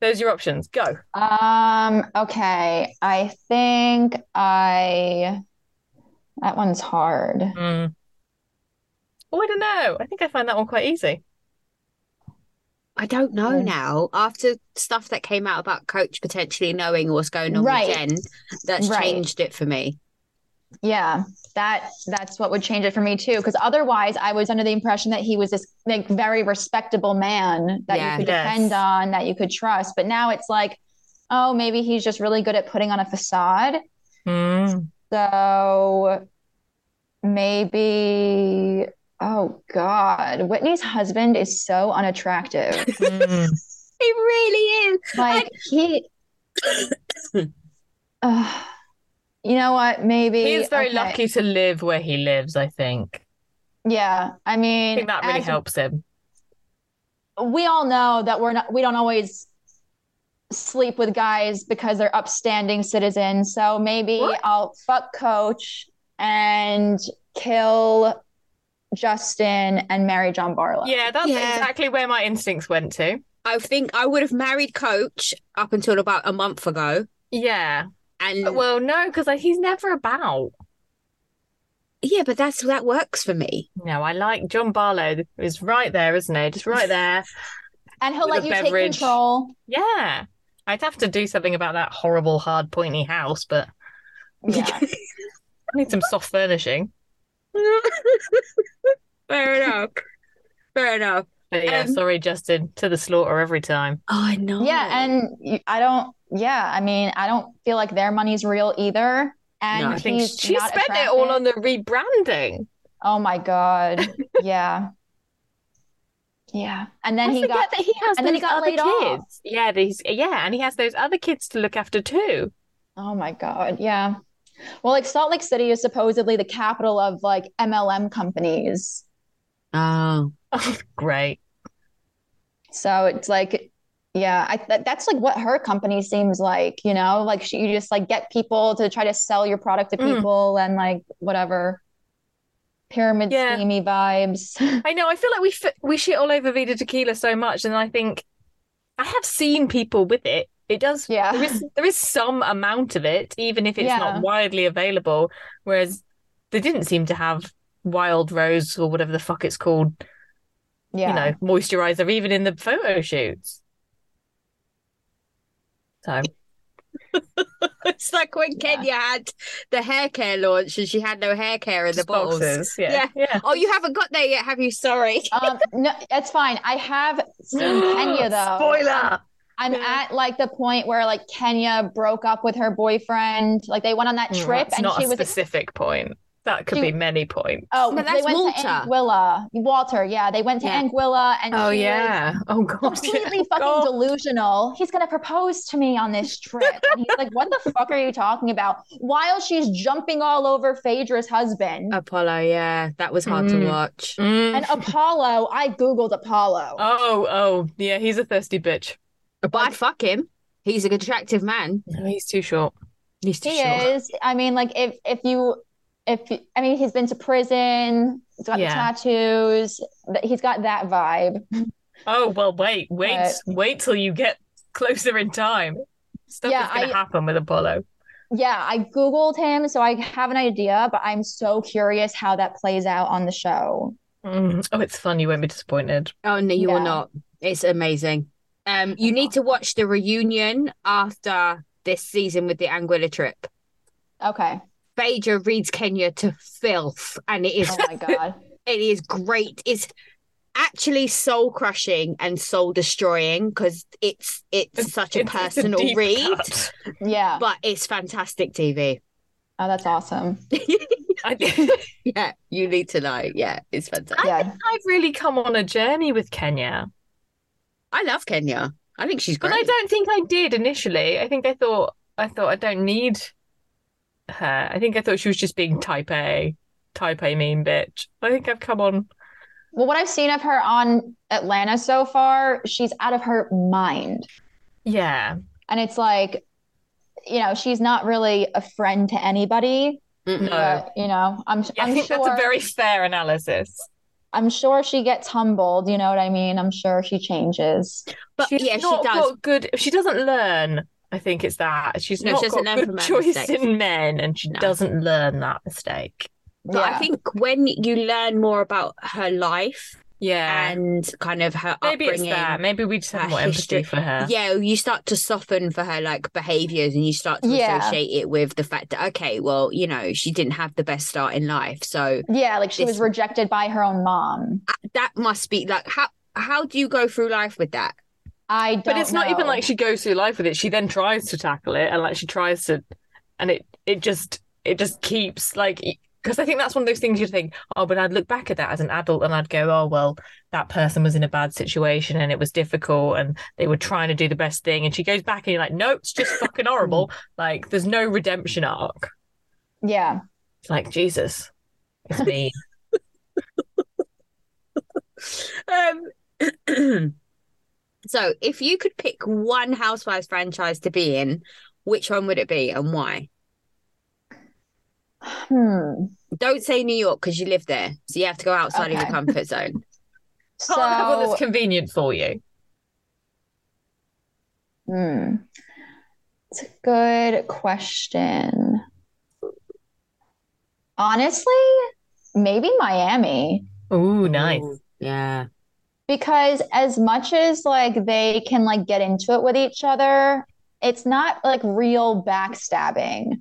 Speaker 3: Those are your options. Go.
Speaker 2: Um, okay. I think I that one's hard.
Speaker 3: Oh, I don't know. I think I find that one quite easy.
Speaker 1: I don't know
Speaker 2: Yeah.
Speaker 1: now. After stuff that came out about Coach potentially knowing what's going on
Speaker 2: Right.
Speaker 1: with Jen, that's
Speaker 2: Right.
Speaker 1: changed it for me.
Speaker 2: Yeah. That that's what would change it for me too. Because otherwise I was under the impression that he was this like very respectable man that
Speaker 1: Yeah.
Speaker 2: you could
Speaker 3: Yes.
Speaker 2: depend on, that you could trust. But now it's like, oh, maybe he's just really good at putting on a facade. So maybe, oh God, Whitney's husband is so unattractive.
Speaker 1: It really is.
Speaker 2: Like he, Ugh. you know what? Maybe
Speaker 3: He's very
Speaker 2: okay.
Speaker 3: lucky to live where he lives, I think.
Speaker 2: Yeah, I
Speaker 3: I
Speaker 2: mean,
Speaker 3: think that really
Speaker 2: as
Speaker 3: helps him.
Speaker 2: we all know that we're not, we don't always sleep with guys because they're upstanding citizens. So maybe
Speaker 3: What?
Speaker 2: I'll fuck coach and kill Justin and marry John Barlow.
Speaker 3: Yeah, that's
Speaker 1: Yeah.
Speaker 3: exactly where my instincts went to.
Speaker 1: I think I would have married Coach up until about a month ago.
Speaker 3: Yeah.
Speaker 1: And
Speaker 3: Well, no, because like, he's never about.
Speaker 1: yeah, but that's that works for me.
Speaker 3: No, I like John Barlow is right there, isn't he? Just right there.
Speaker 2: And he'll let
Speaker 3: With a
Speaker 2: you take
Speaker 3: beverage.
Speaker 2: control.
Speaker 3: Yeah. I'd have to do something about that horrible, hard, pointy house, but
Speaker 2: Yeah.
Speaker 3: I need some soft furnishing.
Speaker 1: Fair enough. Fair enough.
Speaker 3: But yeah,
Speaker 1: Um,
Speaker 3: sorry, Justin, to the slaughter every time.
Speaker 1: Oh, I know.
Speaker 2: yeah. And you- I don't, yeah, I mean, I don't feel like their money's real either. And
Speaker 1: No, I
Speaker 3: I think
Speaker 2: he's
Speaker 3: she
Speaker 2: not
Speaker 3: spent it all
Speaker 2: attractive.
Speaker 3: on the rebranding.
Speaker 2: Oh my God. Yeah. Yeah. And then
Speaker 3: I
Speaker 2: he
Speaker 3: forget
Speaker 2: got,
Speaker 3: that he has
Speaker 2: and then he
Speaker 3: those
Speaker 2: got
Speaker 3: other
Speaker 2: laid off.
Speaker 3: kids. Yeah, these yeah, and he has those other kids to look after too.
Speaker 2: oh my God. Yeah. Well, like Salt Lake City is supposedly the capital of like MLM companies.
Speaker 1: Oh.
Speaker 3: Great.
Speaker 2: So it's like, yeah, I, that, that's like what her company seems like, you know, like she, you just like get people to try to sell your product to
Speaker 3: Mm.
Speaker 2: people and like whatever pyramid
Speaker 3: Yeah.
Speaker 2: schemey vibes.
Speaker 3: I know. I feel like we fi- we shit all over Vida Tequila so much, and I think I have seen people with it. It does there
Speaker 2: yeah.
Speaker 3: is there is some amount of it, even if it's
Speaker 2: Yeah.
Speaker 3: not widely available. Whereas they didn't seem to have Wild Rose or whatever the fuck it's called,
Speaker 2: Yeah.
Speaker 3: you know, moisturizer even in the photo shoots. So
Speaker 1: It's like when Kenya had the hair care launch and she had no hair care in the
Speaker 3: just
Speaker 1: bottles.
Speaker 3: boxes, yeah, yeah.
Speaker 1: Oh, you haven't got there yet, have you? Sorry.
Speaker 2: um, no, that's fine. I have seen Kenya though.
Speaker 3: Spoiler.
Speaker 2: I'm
Speaker 3: Yeah.
Speaker 2: at like the point where like Kenya broke up with her boyfriend. Like they went on that
Speaker 3: Mm,
Speaker 2: trip
Speaker 3: That's
Speaker 2: and
Speaker 3: not
Speaker 2: she
Speaker 3: a
Speaker 2: was
Speaker 3: specific point. That could
Speaker 2: She-
Speaker 3: be many points.
Speaker 2: oh
Speaker 1: No,
Speaker 2: they
Speaker 1: that's
Speaker 2: went to
Speaker 1: Walter.
Speaker 2: Anguilla. Walter, yeah, they went to
Speaker 1: Yeah.
Speaker 2: Anguilla and
Speaker 3: Oh
Speaker 2: she
Speaker 3: yeah. Oh god.
Speaker 2: was completely fucking
Speaker 3: God.
Speaker 2: delusional. He's gonna propose to me on this trip. And he's like, "What the fuck are you talking about?" While she's jumping all over Phaedra's
Speaker 3: Oh.
Speaker 2: husband
Speaker 1: Apollo, yeah, that was hard to
Speaker 3: Mm.
Speaker 1: watch.
Speaker 3: Mm.
Speaker 2: and Apollo. I googled Apollo.
Speaker 3: Oh, oh, yeah, he's a thirsty bitch.
Speaker 1: But I'd fuck him. He's an attractive man.
Speaker 3: No, he's too short.
Speaker 1: He's too
Speaker 2: He
Speaker 1: short.
Speaker 2: is. I mean, like if if you if you- I mean, he's been to prison. He's got the
Speaker 3: Yeah.
Speaker 2: tattoos. th- He's got that vibe.
Speaker 3: Oh well, wait, wait,
Speaker 2: But-
Speaker 3: wait till you get closer in time. Stuff
Speaker 2: Yeah,
Speaker 3: is going
Speaker 2: I-
Speaker 3: to happen with Apollo.
Speaker 2: yeah, I Googled him, so I have an idea, but I'm so curious how that plays out on the show.
Speaker 3: Mm. Oh, it's fun. You won't be disappointed.
Speaker 1: Oh no, you will
Speaker 2: Yeah.
Speaker 1: not. It's amazing. Um, you need to watch the reunion after this season with the Anguilla trip.
Speaker 2: Okay.
Speaker 1: Phaedra reads Kenya to filth, and it is
Speaker 2: Oh my God.
Speaker 1: it is great. It's actually soul crushing and soul destroying because it's it's such a
Speaker 3: It's- it's
Speaker 1: personal
Speaker 3: deep
Speaker 1: read,
Speaker 3: cut.
Speaker 2: Yeah.
Speaker 1: but it's fantastic TV.
Speaker 2: Oh, that's awesome.
Speaker 3: I,
Speaker 1: Yeah, you need to know. Yeah, it's fantastic.
Speaker 2: Yeah.
Speaker 3: I've really come on a journey with Kenya,
Speaker 1: I love Kenya. I think she's
Speaker 3: but
Speaker 1: great.
Speaker 3: I don't think I did initially. I think I thought I thought I don't need her. I think I thought she was just being type A, type A mean bitch. I think I've come on.
Speaker 2: Well, what I've seen of her on Atlanta so far, she's out of her mind.
Speaker 3: Yeah,
Speaker 2: And it's like, you know, she's not really a friend to anybody.
Speaker 1: Mm-mm.
Speaker 3: no.
Speaker 2: But, you know, I'm
Speaker 3: Yeah, I
Speaker 2: I'm
Speaker 3: think
Speaker 2: sure
Speaker 3: that's a very fair analysis.
Speaker 2: I'm sure she gets humbled, you know what I mean? I'm sure she changes.
Speaker 1: But
Speaker 3: she's
Speaker 1: yeah, she
Speaker 3: not
Speaker 1: does.
Speaker 3: got good. She doesn't learn. I think it's that she's
Speaker 1: No, she
Speaker 3: not
Speaker 1: doesn't learn
Speaker 3: got good
Speaker 1: from her
Speaker 3: choice
Speaker 1: mistakes.
Speaker 3: in men, and she
Speaker 1: No.
Speaker 3: doesn't learn that mistake.
Speaker 1: But I
Speaker 2: Yeah.
Speaker 1: think when you learn more about her life
Speaker 3: Yeah,
Speaker 1: and kind of her
Speaker 3: maybe it's
Speaker 1: upbringing,
Speaker 3: that. Maybe we just
Speaker 1: her
Speaker 3: have more
Speaker 1: history-
Speaker 3: empathy for her.
Speaker 1: yeah, you start to soften for her like behaviors and you start to
Speaker 2: Yeah.
Speaker 1: associate it with the fact that, okay, well, you know, she didn't have the best start in life. So
Speaker 2: Yeah, like she was
Speaker 1: This-
Speaker 2: rejected by her own mom.
Speaker 1: that must be like, how, how do you go through life with that?
Speaker 2: I don't
Speaker 3: but it's not even
Speaker 2: know.
Speaker 3: like she goes through life with it she then tries to tackle it and like she tries to and it it just it just keeps like because i think that's one of those things you'd think oh but i'd look back at that as an adult and i'd go oh well that person was in a bad situation and it was difficult and they were trying to do the best thing and she goes back and you're like no it's just fucking horrible like there's no redemption arc
Speaker 2: Yeah.
Speaker 3: it's like jesus it's me
Speaker 1: Um, so if you could pick one Housewives franchise to be in, which one would it be and why?
Speaker 2: Hmm.
Speaker 1: Don't say New York because you live there. So you have to go outside of your
Speaker 2: Okay.
Speaker 1: comfort zone.
Speaker 2: So
Speaker 3: can't have one that's convenient for you
Speaker 2: Hmm. It's a good question. Honestly, maybe Miami,
Speaker 3: oh nice
Speaker 1: Ooh, yeah.
Speaker 2: because as much as like they can like get into it with each other, it's not like real backstabbing.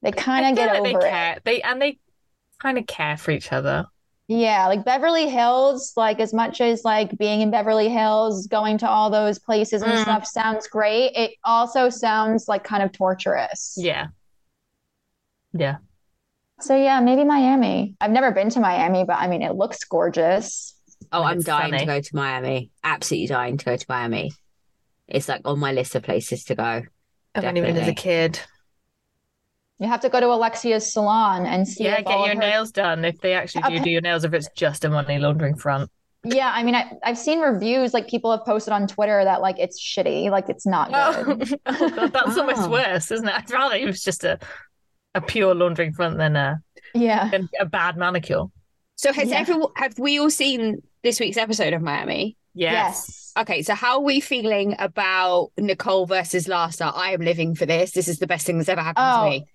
Speaker 2: They kind
Speaker 3: I
Speaker 2: of
Speaker 3: feel
Speaker 2: get
Speaker 3: like they
Speaker 2: over it.
Speaker 3: care they and they kind of care for each other
Speaker 2: Yeah, like Beverly Hills, like as much as like being in Beverly Hills, going to all those places and
Speaker 3: Mm.
Speaker 2: stuff sounds great, it also sounds like kind of torturous.
Speaker 3: Yeah.
Speaker 2: So yeah, maybe Miami. I've never been to Miami, but I mean, it looks gorgeous.
Speaker 1: Oh,
Speaker 3: When
Speaker 1: I'm
Speaker 3: it's
Speaker 1: dying to
Speaker 3: sunny.
Speaker 1: go to Miami. Absolutely dying to go to Miami. It's like on my list of places to go.
Speaker 3: I've only been as a
Speaker 1: Definitely.
Speaker 3: kid.
Speaker 2: You have to go to Alexia's salon and see
Speaker 3: Yeah,
Speaker 2: if
Speaker 3: get
Speaker 2: all of
Speaker 3: your
Speaker 2: her-
Speaker 3: nails done if they actually do
Speaker 2: Okay.
Speaker 3: do your nails, if it's just a money laundering front.
Speaker 2: Yeah, I mean, I, I've seen reviews like people have posted on Twitter that like it's shitty, like it's not
Speaker 3: Oh,
Speaker 2: good.
Speaker 3: oh God, that's
Speaker 1: Oh.
Speaker 3: almost worse, isn't it? I'd rather it was just a, a pure laundering front than a,
Speaker 2: Yeah.
Speaker 3: than a bad manicure.
Speaker 1: So has
Speaker 2: Yeah.
Speaker 1: everyone have we all seen this week's episode of Miami?
Speaker 3: Yes.
Speaker 1: Okay, so how are we feeling about Nicole versus Larsa? I am living for this. This is the best thing that's ever happened
Speaker 2: Oh,
Speaker 1: to me.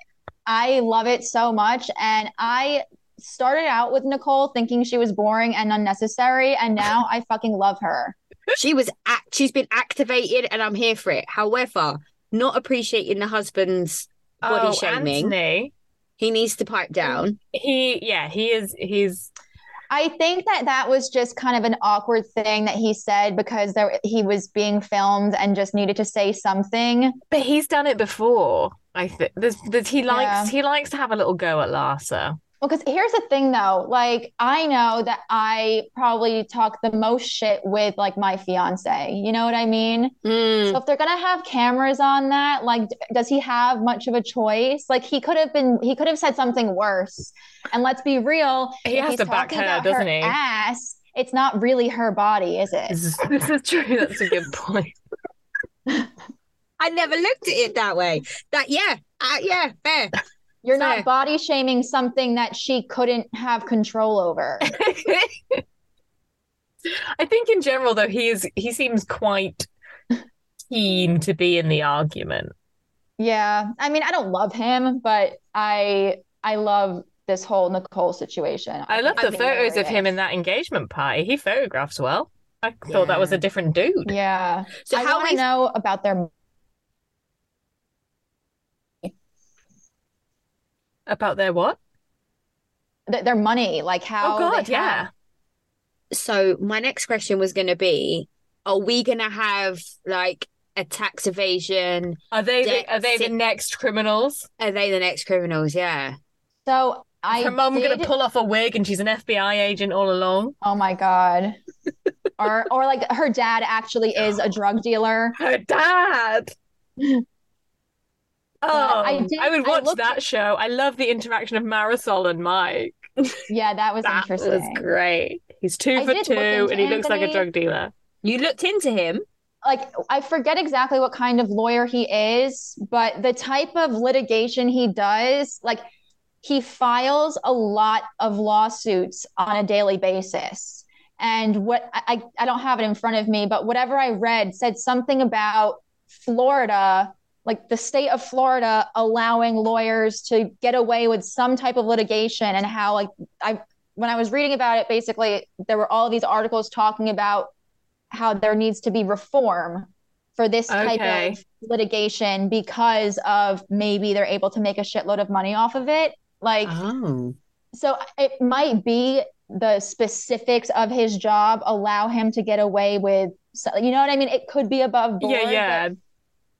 Speaker 2: I love it so much. And I started out with Nicole thinking she was boring and unnecessary, and now I fucking love her.
Speaker 1: She was act she's been activated and I'm here for it. However, not appreciating the husband's body
Speaker 3: oh,
Speaker 1: shaming.
Speaker 3: Anthony,
Speaker 1: He needs to pipe down.
Speaker 3: he, yeah, he is, he's,
Speaker 2: I think that that was just kind of an awkward thing that he said because there, he was being filmed and just needed to say something.
Speaker 3: but he's done it before. I think there's, there's, he likes,
Speaker 2: Yeah.
Speaker 3: he likes to have a little go at Larsa.
Speaker 2: Well, because here's the thing though, like I know that I probably talk the most shit with like my fiance. You know what I mean?
Speaker 1: Mm.
Speaker 2: So if they're gonna have cameras on that, like, d- does he have much of a choice? Like, he could have been, he could have said something worse. And let's be real,
Speaker 3: He
Speaker 2: if
Speaker 3: has
Speaker 2: he's
Speaker 3: to back
Speaker 2: talking
Speaker 3: her,
Speaker 2: about
Speaker 3: doesn't he?
Speaker 2: Ass, it's not really her body, is it?
Speaker 3: This is, this is true. That's a good point.
Speaker 1: I never looked at it that way. That yeah, uh, yeah, fair.
Speaker 2: You're
Speaker 1: fair.
Speaker 2: not body shaming something that she couldn't have control over.
Speaker 3: I think in general though he is he seems quite keen to be in the argument.
Speaker 2: Yeah. I mean, I don't love him, but I I love this whole Nicole situation.
Speaker 3: I love the
Speaker 2: think
Speaker 3: photos of
Speaker 2: it.
Speaker 3: him in that engagement party. He photographs well. I thought
Speaker 1: Yeah.
Speaker 3: that was a different dude.
Speaker 2: Yeah.
Speaker 1: So
Speaker 2: I
Speaker 1: how we
Speaker 2: want to know about their
Speaker 3: About their what?
Speaker 2: th- their money, like how
Speaker 3: oh
Speaker 2: they
Speaker 3: God,
Speaker 2: have-
Speaker 3: yeah.
Speaker 1: so my next question was going to be are we going to have like a tax evasion
Speaker 3: Are they
Speaker 1: Debt
Speaker 3: the, are they the
Speaker 1: sick.
Speaker 3: next criminals?
Speaker 1: are they the next criminals yeah
Speaker 2: So I
Speaker 3: Her mum gonna
Speaker 2: did-
Speaker 3: pull off a wig and she's an FBI agent all along.
Speaker 2: Oh my God. or or like her dad actually is a drug dealer.
Speaker 3: Her dad. Oh,
Speaker 2: I
Speaker 3: I,
Speaker 2: did-
Speaker 3: would
Speaker 2: I
Speaker 3: watch
Speaker 2: looked-
Speaker 3: that show. I love the interaction of Marisol and Mike.
Speaker 2: Yeah, that was
Speaker 3: That
Speaker 2: interesting.
Speaker 3: was great. He's two
Speaker 2: I
Speaker 3: for
Speaker 2: did
Speaker 3: two,
Speaker 2: look
Speaker 3: and
Speaker 2: into
Speaker 3: he looks like a
Speaker 2: Anthony.
Speaker 3: drug dealer.
Speaker 1: you looked into him
Speaker 2: like I forget exactly what kind of lawyer he is, but the type of litigation he does, like he files a lot of lawsuits on a daily basis. And what I, I I don't have it in front of me, but whatever I read said something about Florida, like the state of Florida allowing lawyers to get away with some type of litigation and how like I when I was reading about it, basically there were all these articles talking about how there needs to be reform for this
Speaker 3: Okay.
Speaker 2: type of litigation because of maybe they're able to make a shitload of money off of it. Like
Speaker 3: Uh-huh.
Speaker 1: oh
Speaker 2: so it might be the specifics of his job allow him to get away with so, you know what I mean? It could be above board.
Speaker 3: yeah, yeah.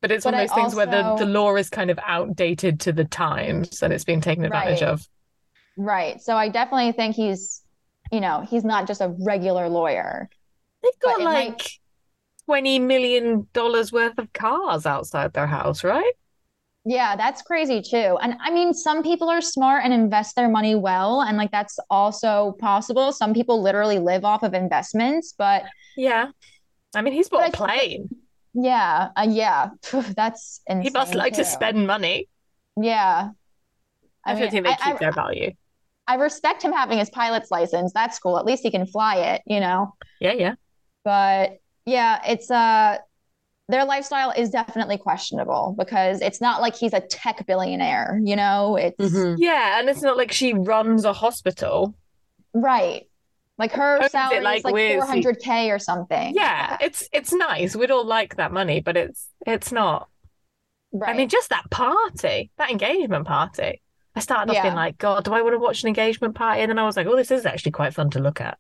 Speaker 3: But, it's
Speaker 2: but
Speaker 3: one
Speaker 2: I
Speaker 3: of those things where the,
Speaker 2: also-
Speaker 3: the law is kind of outdated to the times and it's being taken advantage
Speaker 2: Right.
Speaker 3: of.
Speaker 2: but- Right. So I definitely think he's you know, he's not just a regular lawyer.
Speaker 3: They've
Speaker 2: But
Speaker 3: got
Speaker 2: it
Speaker 3: like
Speaker 2: might-
Speaker 3: twenty million dollars worth of cars outside their house, right?
Speaker 2: Yeah, that's crazy too. And I mean, some people are smart and invest their money well, and like that's also possible. Some people literally live off of investments, but
Speaker 3: Yeah. I mean, he's bought a
Speaker 2: But I
Speaker 3: plane.
Speaker 2: yeah, uh, yeah, that's insane
Speaker 3: He must like to
Speaker 2: too.
Speaker 3: spend money.
Speaker 2: Yeah.
Speaker 3: I, don't
Speaker 2: mean,
Speaker 3: think they keep
Speaker 2: I,
Speaker 3: their value.
Speaker 2: I respect him having his pilot's license. That's cool. At least he can fly it, you know.
Speaker 3: Yeah, yeah.
Speaker 2: But yeah, it's uh their lifestyle is definitely questionable because it's not like he's a tech billionaire, you know? It's
Speaker 3: Mm-hmm.
Speaker 1: mm-hmm.
Speaker 3: Yeah, and it's not like she runs a hospital.
Speaker 2: right. Like her
Speaker 3: Owns it
Speaker 2: salary
Speaker 3: like
Speaker 2: is like
Speaker 3: Wiz.
Speaker 2: 400K or something.
Speaker 3: Yeah, it's it's nice. We'd all like that money, but it's it's not.
Speaker 2: Right.
Speaker 3: I mean, just that party, that engagement party. I started off
Speaker 2: Yeah.
Speaker 3: being like, God, do I want to watch an engagement party? And then I was like, oh, this is actually quite fun to look at.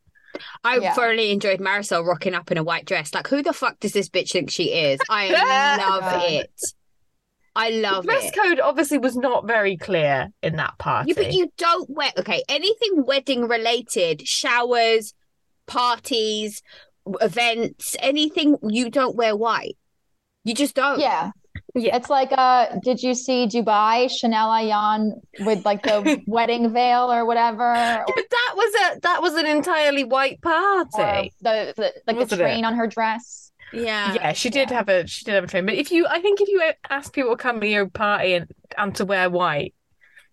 Speaker 1: I
Speaker 2: Yeah.
Speaker 1: thoroughly enjoyed Marisol rocking up in a white dress. Like, who the fuck does this bitch think she is? I love
Speaker 2: Yeah.
Speaker 1: it. I love
Speaker 3: the dress
Speaker 1: it.
Speaker 3: code obviously was not very clear in that party.
Speaker 1: You, but you don't wear okay anything wedding related, showers, parties, w- events, anything. You don't wear white. You just don't.
Speaker 2: yeah.
Speaker 3: Oh. Yeah.
Speaker 2: It's like uh did you see Dubai Chanel Ayan with like the wedding veil or whatever
Speaker 3: But that was a that was an entirely white
Speaker 2: or
Speaker 3: party.
Speaker 2: the, the like the
Speaker 3: Wasn't it?
Speaker 2: train on her dress.
Speaker 1: yeah.
Speaker 3: Yeah, she did have a she did have a train. But if you, I think if you ask people to come to your party and, and to wear white,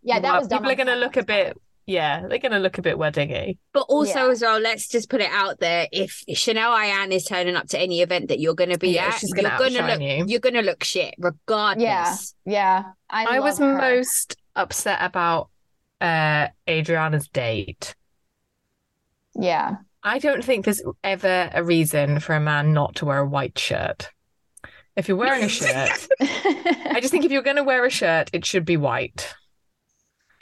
Speaker 2: Yeah, that
Speaker 3: well,
Speaker 2: was dumb
Speaker 3: people are
Speaker 2: on
Speaker 3: going to look a
Speaker 2: Seth's part.
Speaker 3: bit. Yeah, they're going to look a bit weddingy.
Speaker 1: But also
Speaker 2: Yeah.
Speaker 1: as well, let's just put it out there: if Chanel Ian is turning up to any event that you're going to be
Speaker 3: Yeah,
Speaker 1: at,
Speaker 3: she's gonna
Speaker 1: you're gonna
Speaker 3: outshine
Speaker 1: look
Speaker 3: you.
Speaker 1: are going to look shit regardless.
Speaker 2: Yeah, I,
Speaker 3: I was
Speaker 2: love her.
Speaker 3: most upset about uh Adriana's date.
Speaker 2: yeah.
Speaker 3: I don't think there's ever a reason for a man not to wear a white shirt. If you're wearing a shirt, I just think if you're going to wear a shirt, it should be white.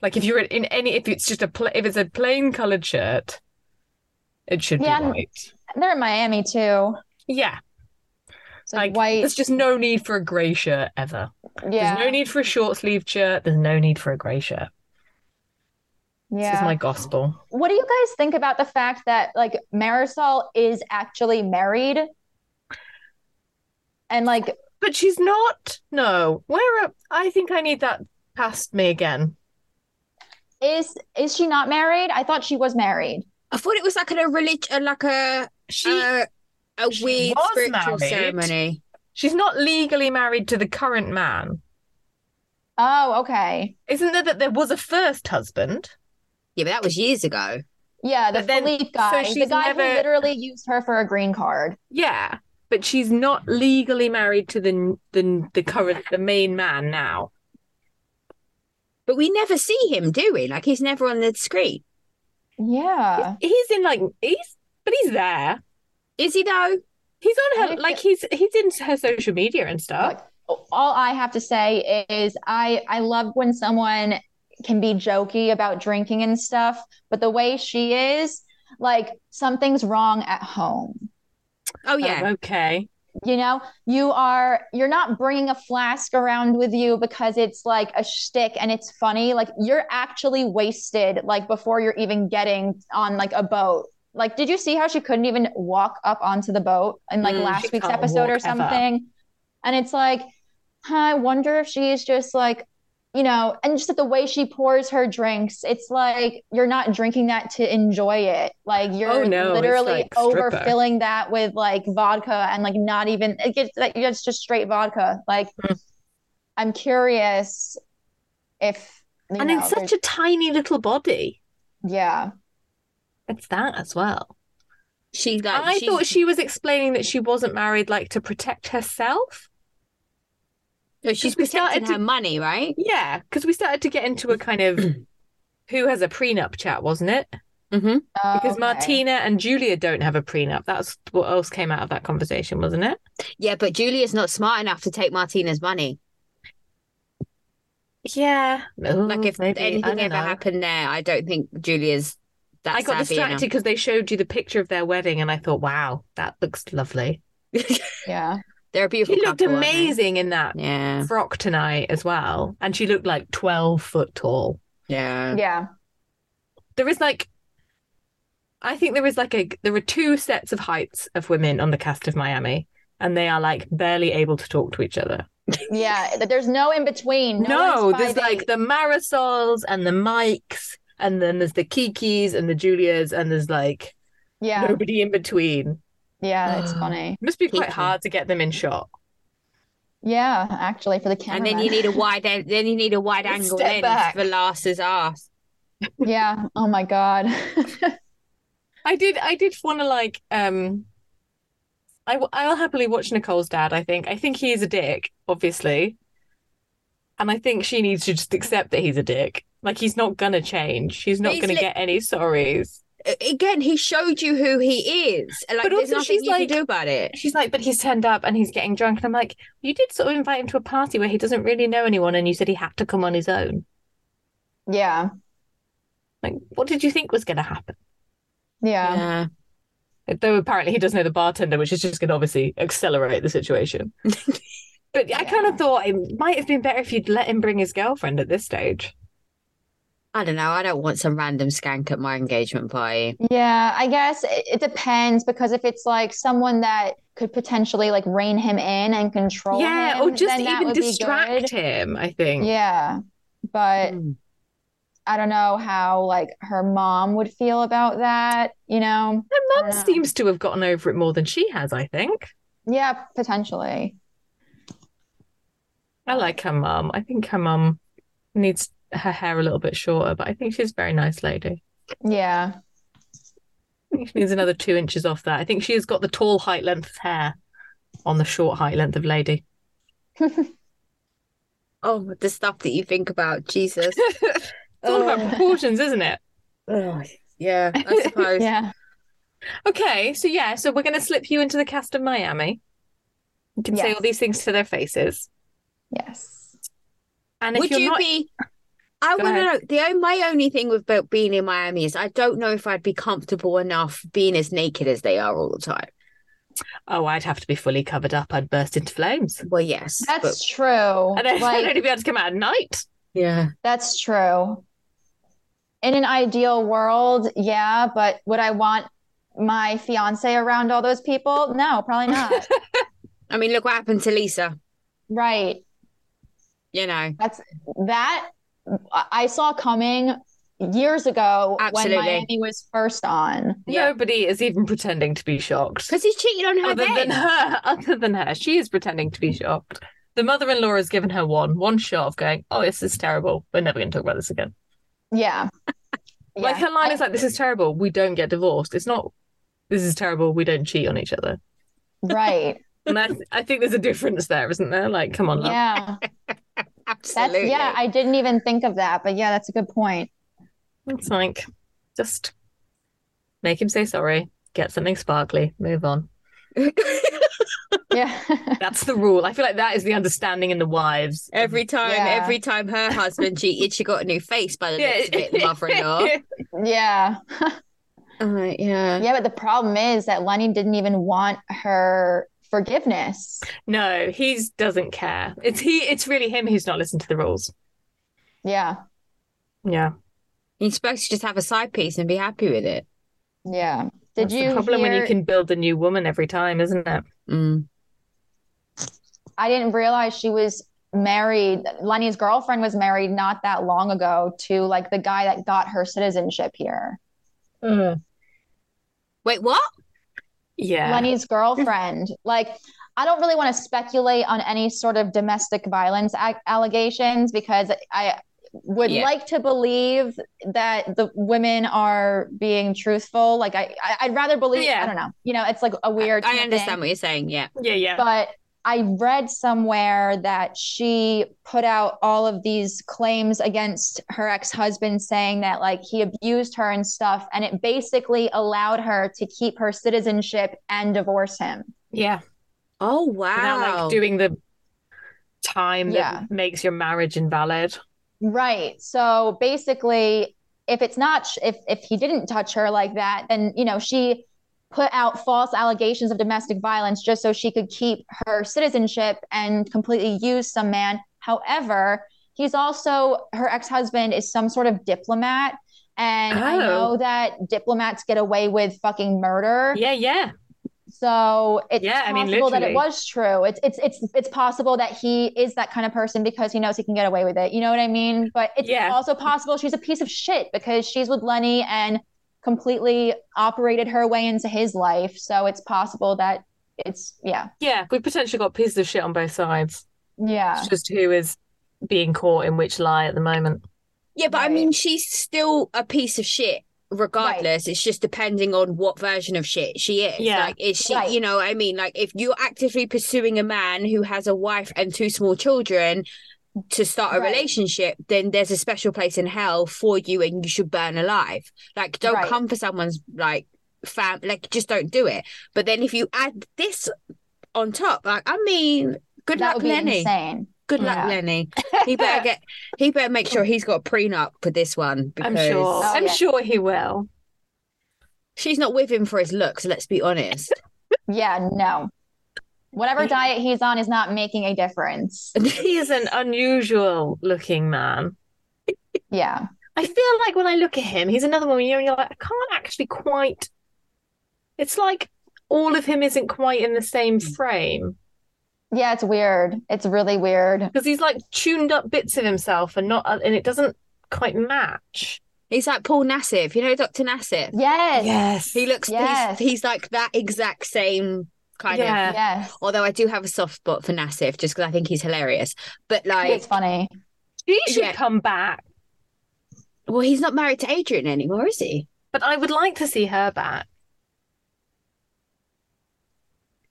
Speaker 3: Like if you're in any, if it's just a pla if it's a plain coloured shirt, it should
Speaker 2: Yeah.
Speaker 3: be white.
Speaker 2: They're in Miami too.
Speaker 3: Yeah,
Speaker 2: It's like,
Speaker 3: like
Speaker 2: white.
Speaker 3: there's just no need for a grey shirt ever.
Speaker 2: yeah,
Speaker 3: There's no need for a short sleeved shirt. There's no need for a grey shirt. This is
Speaker 2: yeah.
Speaker 3: my gospel.
Speaker 2: What do you guys think about the fact that like Marisol is actually married, and like
Speaker 3: But she's not. No, where? Are, I think I need that past me again.
Speaker 2: is is she not married? I thought she was married.
Speaker 1: I thought it was like a religion, uh, like a
Speaker 3: She
Speaker 1: a, a
Speaker 3: she
Speaker 1: weird
Speaker 3: was
Speaker 1: spiritual
Speaker 3: married.
Speaker 1: ceremony.
Speaker 3: She's not legally married to the current man.
Speaker 2: Oh, okay.
Speaker 3: Isn't there that there was a first husband?
Speaker 1: Yeah, but that was years ago.
Speaker 2: Yeah, the
Speaker 3: But then-
Speaker 2: Philippe
Speaker 3: so
Speaker 2: guy, the
Speaker 3: she's
Speaker 2: guy
Speaker 3: never-
Speaker 2: who literally used her for a green card.
Speaker 3: Yeah. but she's not legally married to the the the current the main man now.
Speaker 1: But we never see him, do we? Like he's never on the screen.
Speaker 2: Yeah.
Speaker 3: He's in like he's but he's there.
Speaker 1: Is he though?
Speaker 3: He's on
Speaker 2: I
Speaker 3: her
Speaker 2: feel-
Speaker 3: like he's he's in her social media and stuff.
Speaker 2: All I have to say is I I love when someone can be jokey about drinking and stuff, but the way she is, like something's wrong at home.
Speaker 1: Oh yeah.
Speaker 3: Oh, okay.
Speaker 2: You know, you are you're not bringing a flask around with you because it's like a shtick and it's funny. Like you're actually wasted like before you're even getting on like a boat. Like, did you see how she couldn't even walk up onto the boat in like
Speaker 3: Mm, she
Speaker 2: last week's
Speaker 3: can't
Speaker 2: episode or
Speaker 3: walk ever.
Speaker 2: something? And it's like, huh, I wonder if she's just like, you know, and just the way she pours her drinks, it's like you're not drinking that to enjoy it. Like you're
Speaker 3: Oh, no, it's
Speaker 2: literally
Speaker 3: like stripper.
Speaker 2: overfilling that with like vodka and like not even it gets that it's just straight vodka. Like
Speaker 3: Mm.
Speaker 2: I'm curious if you
Speaker 3: and
Speaker 2: know,
Speaker 3: in such
Speaker 2: there's-
Speaker 3: a tiny little body.
Speaker 2: yeah.
Speaker 3: It's that as well.
Speaker 1: She like
Speaker 3: I
Speaker 1: she's-
Speaker 3: thought she was explaining that she wasn't married like to protect herself.
Speaker 1: no, oh, she's
Speaker 3: we started
Speaker 1: protecting her money, right?
Speaker 3: Yeah, because we started to get into a kind of who has a prenup chat, wasn't it?
Speaker 1: Mm-hmm.
Speaker 2: Oh,
Speaker 3: Because
Speaker 2: okay.
Speaker 3: Martina and Julia don't have a prenup. That's what else came out of that conversation, wasn't it?
Speaker 1: Yeah, but Julia's not smart enough to take Martina's money.
Speaker 3: Yeah. Mm,
Speaker 1: Like if anything ever happened there, I don't think Julia's that
Speaker 3: I
Speaker 1: savvy
Speaker 3: got
Speaker 1: enough.
Speaker 3: distracted because they showed you the picture of their wedding, and I thought, wow, that looks lovely.
Speaker 2: Yeah.
Speaker 1: They're a beautiful.
Speaker 3: She looked
Speaker 1: couple, aren't they?
Speaker 3: amazing in that
Speaker 1: Yeah,
Speaker 3: frock tonight as well, and she looked like twelve foot tall.
Speaker 1: yeah.
Speaker 2: Yeah.
Speaker 3: there is like I think there is like a there are two sets of heights of women on the cast of Miami and they are like barely able to talk to each other.
Speaker 2: Yeah. That There's no in between.
Speaker 3: No,
Speaker 2: one's
Speaker 3: there's
Speaker 2: fighting.
Speaker 3: like the Marisols and the Mikes and then there's the Kikis and the Julias and there's like
Speaker 2: Yeah.
Speaker 3: nobody in between.
Speaker 2: Yeah, it's funny.
Speaker 3: must be quite
Speaker 1: Kiki.
Speaker 3: hard to get them in shot.
Speaker 2: Yeah, actually for the camera.
Speaker 1: And then you need a wide, en- then you need a wide angle
Speaker 3: Step
Speaker 1: lens
Speaker 3: back.
Speaker 1: for Lars's ass.
Speaker 2: Yeah. Oh my God.
Speaker 3: I did I did want to like um I w- I'll happily watch Nicole's dad, I think. I think he is a dick, obviously. And I think she needs to just accept that he's a dick. Like he's not gonna change. She's not
Speaker 1: He's
Speaker 3: gonna
Speaker 1: li-
Speaker 3: get any sorries.
Speaker 1: A- Again, he showed you who he is. Like,
Speaker 3: But
Speaker 1: there's
Speaker 3: also
Speaker 1: nothing
Speaker 3: she's
Speaker 1: you
Speaker 3: like-
Speaker 1: can do about it.
Speaker 3: She's like, but he's turned up and he's getting drunk. And I'm like, you did sort of invite him to a party where he doesn't really know anyone and you said he had to come on his own.
Speaker 2: Yeah.
Speaker 3: Like, what did you think was gonna happen?
Speaker 2: Yeah.
Speaker 1: Yeah.
Speaker 3: Though apparently he does know the bartender, which is just going to obviously accelerate the situation. but I kind
Speaker 2: Yeah.
Speaker 3: of thought it might have been better if you'd let him bring his girlfriend at this stage.
Speaker 1: I don't know. I don't want some random skank at my engagement party.
Speaker 2: Yeah, I guess it, it depends because if it's like someone that could potentially like rein him in and control
Speaker 3: yeah,
Speaker 2: him,
Speaker 3: or just
Speaker 2: then that
Speaker 3: even
Speaker 2: would be
Speaker 3: distract him, I
Speaker 2: good.
Speaker 3: think.
Speaker 2: Yeah. But
Speaker 1: Mm.
Speaker 2: I don't know how like her mom would feel about that, you know?
Speaker 3: Her mum
Speaker 2: Yeah.
Speaker 3: seems to have gotten over it more than she has, I think.
Speaker 2: Yeah, potentially.
Speaker 3: I like her mum. I think her mum needs her hair a little bit shorter, but I think she's a very nice lady.
Speaker 2: Yeah.
Speaker 3: I think she needs another two inches off that. I think she has got the tall height length of hair on the short height length of lady.
Speaker 1: Oh, the stuff that you think about, Jesus.
Speaker 3: it's all about
Speaker 1: Oh.
Speaker 3: proportions, isn't it?
Speaker 1: Ugh, yeah, I suppose.
Speaker 2: Yeah.
Speaker 3: Okay, so yeah, so we're going to slip you into the cast of Miami. You can say all
Speaker 2: Yes.
Speaker 3: these things to their faces.
Speaker 2: Yes.
Speaker 3: And if
Speaker 1: Would
Speaker 3: you're
Speaker 1: you
Speaker 3: not,
Speaker 1: be? I
Speaker 3: Go
Speaker 1: want to know. The o- my only thing with about being in Miami is I don't know if I'd be comfortable enough being as naked as they are all the time.
Speaker 3: oh, I'd have to be fully covered up. I'd burst into flames.
Speaker 1: Well, yes,
Speaker 2: That's
Speaker 1: but-
Speaker 2: true.
Speaker 3: And I'd, I'd
Speaker 2: Like
Speaker 3: only be able to come out at night.
Speaker 1: yeah.
Speaker 2: That's true. In an ideal world, yeah, but would I want my fiance around all those people? No, probably not.
Speaker 1: I mean, look what happened to Lisa.
Speaker 2: Right.
Speaker 1: You know,
Speaker 2: That I I saw coming years ago
Speaker 1: Absolutely.
Speaker 2: when Miami was first on.
Speaker 1: Yeah.
Speaker 3: Nobody is even pretending to be shocked.
Speaker 1: because he cheated on her.
Speaker 3: Other
Speaker 1: then.
Speaker 3: than her, other than her, she is pretending to be shocked. The mother-in-law has given her one, one shot of going, "Oh, this is terrible. We're never going to talk about this again."
Speaker 2: Yeah.
Speaker 3: Like
Speaker 2: Yeah.
Speaker 3: her line is like, "This is terrible. We don't get divorced. It's not. This is terrible. We don't cheat on each other."
Speaker 2: Right.
Speaker 3: And that's, I think there's a difference there, isn't there? Like, come on, love.
Speaker 2: yeah. That's,
Speaker 1: Absolutely.
Speaker 2: yeah, I didn't even think of that, but yeah, that's a good point.
Speaker 3: It's like just make him say sorry, get something sparkly, move on.
Speaker 2: Yeah.
Speaker 3: That's the rule. I feel like that is the understanding in the wives.
Speaker 1: Every time,
Speaker 2: Yeah.
Speaker 1: every time her husband cheated, she got a new face by the looks of it, the mother-in-law.
Speaker 2: yeah.
Speaker 1: Uh, yeah.
Speaker 2: Yeah, but the problem is that Lenny didn't even want her forgiveness.
Speaker 3: No, he doesn't care. It's he. It's really him who's not listened to the rules.
Speaker 2: Yeah.
Speaker 3: Yeah.
Speaker 1: You're supposed to just have a side piece and be happy with it.
Speaker 2: Yeah. Did
Speaker 3: That's
Speaker 2: you
Speaker 3: the problem when you
Speaker 2: hear-
Speaker 3: can build a new woman every time, isn't it?
Speaker 1: Mm.
Speaker 2: I didn't realize she was married. Lenny's girlfriend was married not that long ago to like the guy that got her citizenship here. Mm.
Speaker 1: Wait, what?
Speaker 3: Yeah.
Speaker 2: Lenny's girlfriend. Like, I don't really want to speculate on any sort of domestic violence a- allegations because I would
Speaker 1: Yeah.
Speaker 2: like to believe that the women are being truthful. Like, I, I I'd rather believe.
Speaker 3: Yeah.
Speaker 2: I don't know. You know, it's like a
Speaker 1: I
Speaker 2: weird. kind of thing.
Speaker 1: understand what you're saying. Yeah.
Speaker 3: yeah. Yeah.
Speaker 2: but I read somewhere that she put out all of these claims against her ex-husband saying that like he abused her and stuff and it basically allowed her to keep her citizenship and divorce him.
Speaker 3: yeah.
Speaker 1: Oh
Speaker 3: Without
Speaker 1: wow.
Speaker 3: like doing the time that
Speaker 2: Yeah.
Speaker 3: makes your marriage invalid.
Speaker 2: Right. So basically, if it's not if if he didn't touch her like that, then you know she put out false allegations of domestic violence just so she could keep her citizenship and completely use some man. However, he's also her ex-husband is some sort of diplomat, and I
Speaker 3: Oh.
Speaker 2: know that diplomats get away with fucking murder.
Speaker 3: Yeah. Yeah.
Speaker 2: So it's
Speaker 3: Yeah, I mean,
Speaker 2: possible that
Speaker 3: literally.
Speaker 2: it was true. It's it's it's it's possible that he is that kind of person because he knows he can get away with it. You know what I mean? But it's
Speaker 3: Yeah.
Speaker 2: also possible she's a piece of shit because she's with Lenny and completely operated her way into his life. So it's possible that it's yeah.
Speaker 3: Yeah. We've potentially got pieces of shit on both sides.
Speaker 2: Yeah.
Speaker 3: It's just who is being caught in which lie at the moment.
Speaker 1: yeah, but I
Speaker 2: Right.
Speaker 1: mean, she's still a piece of shit. Regardless, it's just depending on what version of shit she is.
Speaker 3: Yeah.
Speaker 1: Like, is she,
Speaker 2: Right.
Speaker 1: you know, what I mean, like, if you're actively pursuing a man who has a wife and two small children to start a
Speaker 2: Right.
Speaker 1: relationship, then there's a special place in hell for you and you should burn alive. Like, don't
Speaker 2: Right.
Speaker 1: come for someone's, like, fam, like, just don't do it. But then if you add this on top, like, I mean, good
Speaker 2: that
Speaker 1: luck,
Speaker 2: would be
Speaker 1: Lenny.
Speaker 2: insane.
Speaker 1: Good luck,
Speaker 2: Yeah.
Speaker 1: Lenny. He better get. He better make sure he's got a prenup for this one because
Speaker 3: I'm sure.
Speaker 2: Oh,
Speaker 3: I'm
Speaker 2: yeah.
Speaker 3: sure he will.
Speaker 1: she's not with him for his looks. Let's be honest.
Speaker 2: Yeah, no. Whatever diet he's on is not making a difference.
Speaker 3: He is an unusual looking man.
Speaker 2: Yeah.
Speaker 3: I feel like when I look at him, he's another one where you're you're like, I can't actually quite. It's like all of him isn't quite in the same frame
Speaker 2: Yeah, it's weird. It's really weird.
Speaker 3: because he's like tuned up bits of himself and not, and it doesn't quite match.
Speaker 1: He's like Paul Nassif, you know, Doctor Nassif.
Speaker 2: Yes.
Speaker 3: Yes.
Speaker 1: He looks.
Speaker 2: Yes.
Speaker 1: He's, he's like that exact same kind of.
Speaker 3: Yeah.
Speaker 2: Yes.
Speaker 1: Although I do have a soft spot for Nassif just because I think he's hilarious. But like,
Speaker 2: It's funny.
Speaker 3: He should
Speaker 1: yeah.
Speaker 3: come back,
Speaker 1: well, he's not married to Adrian anymore, is he?
Speaker 3: but I would like to see her back.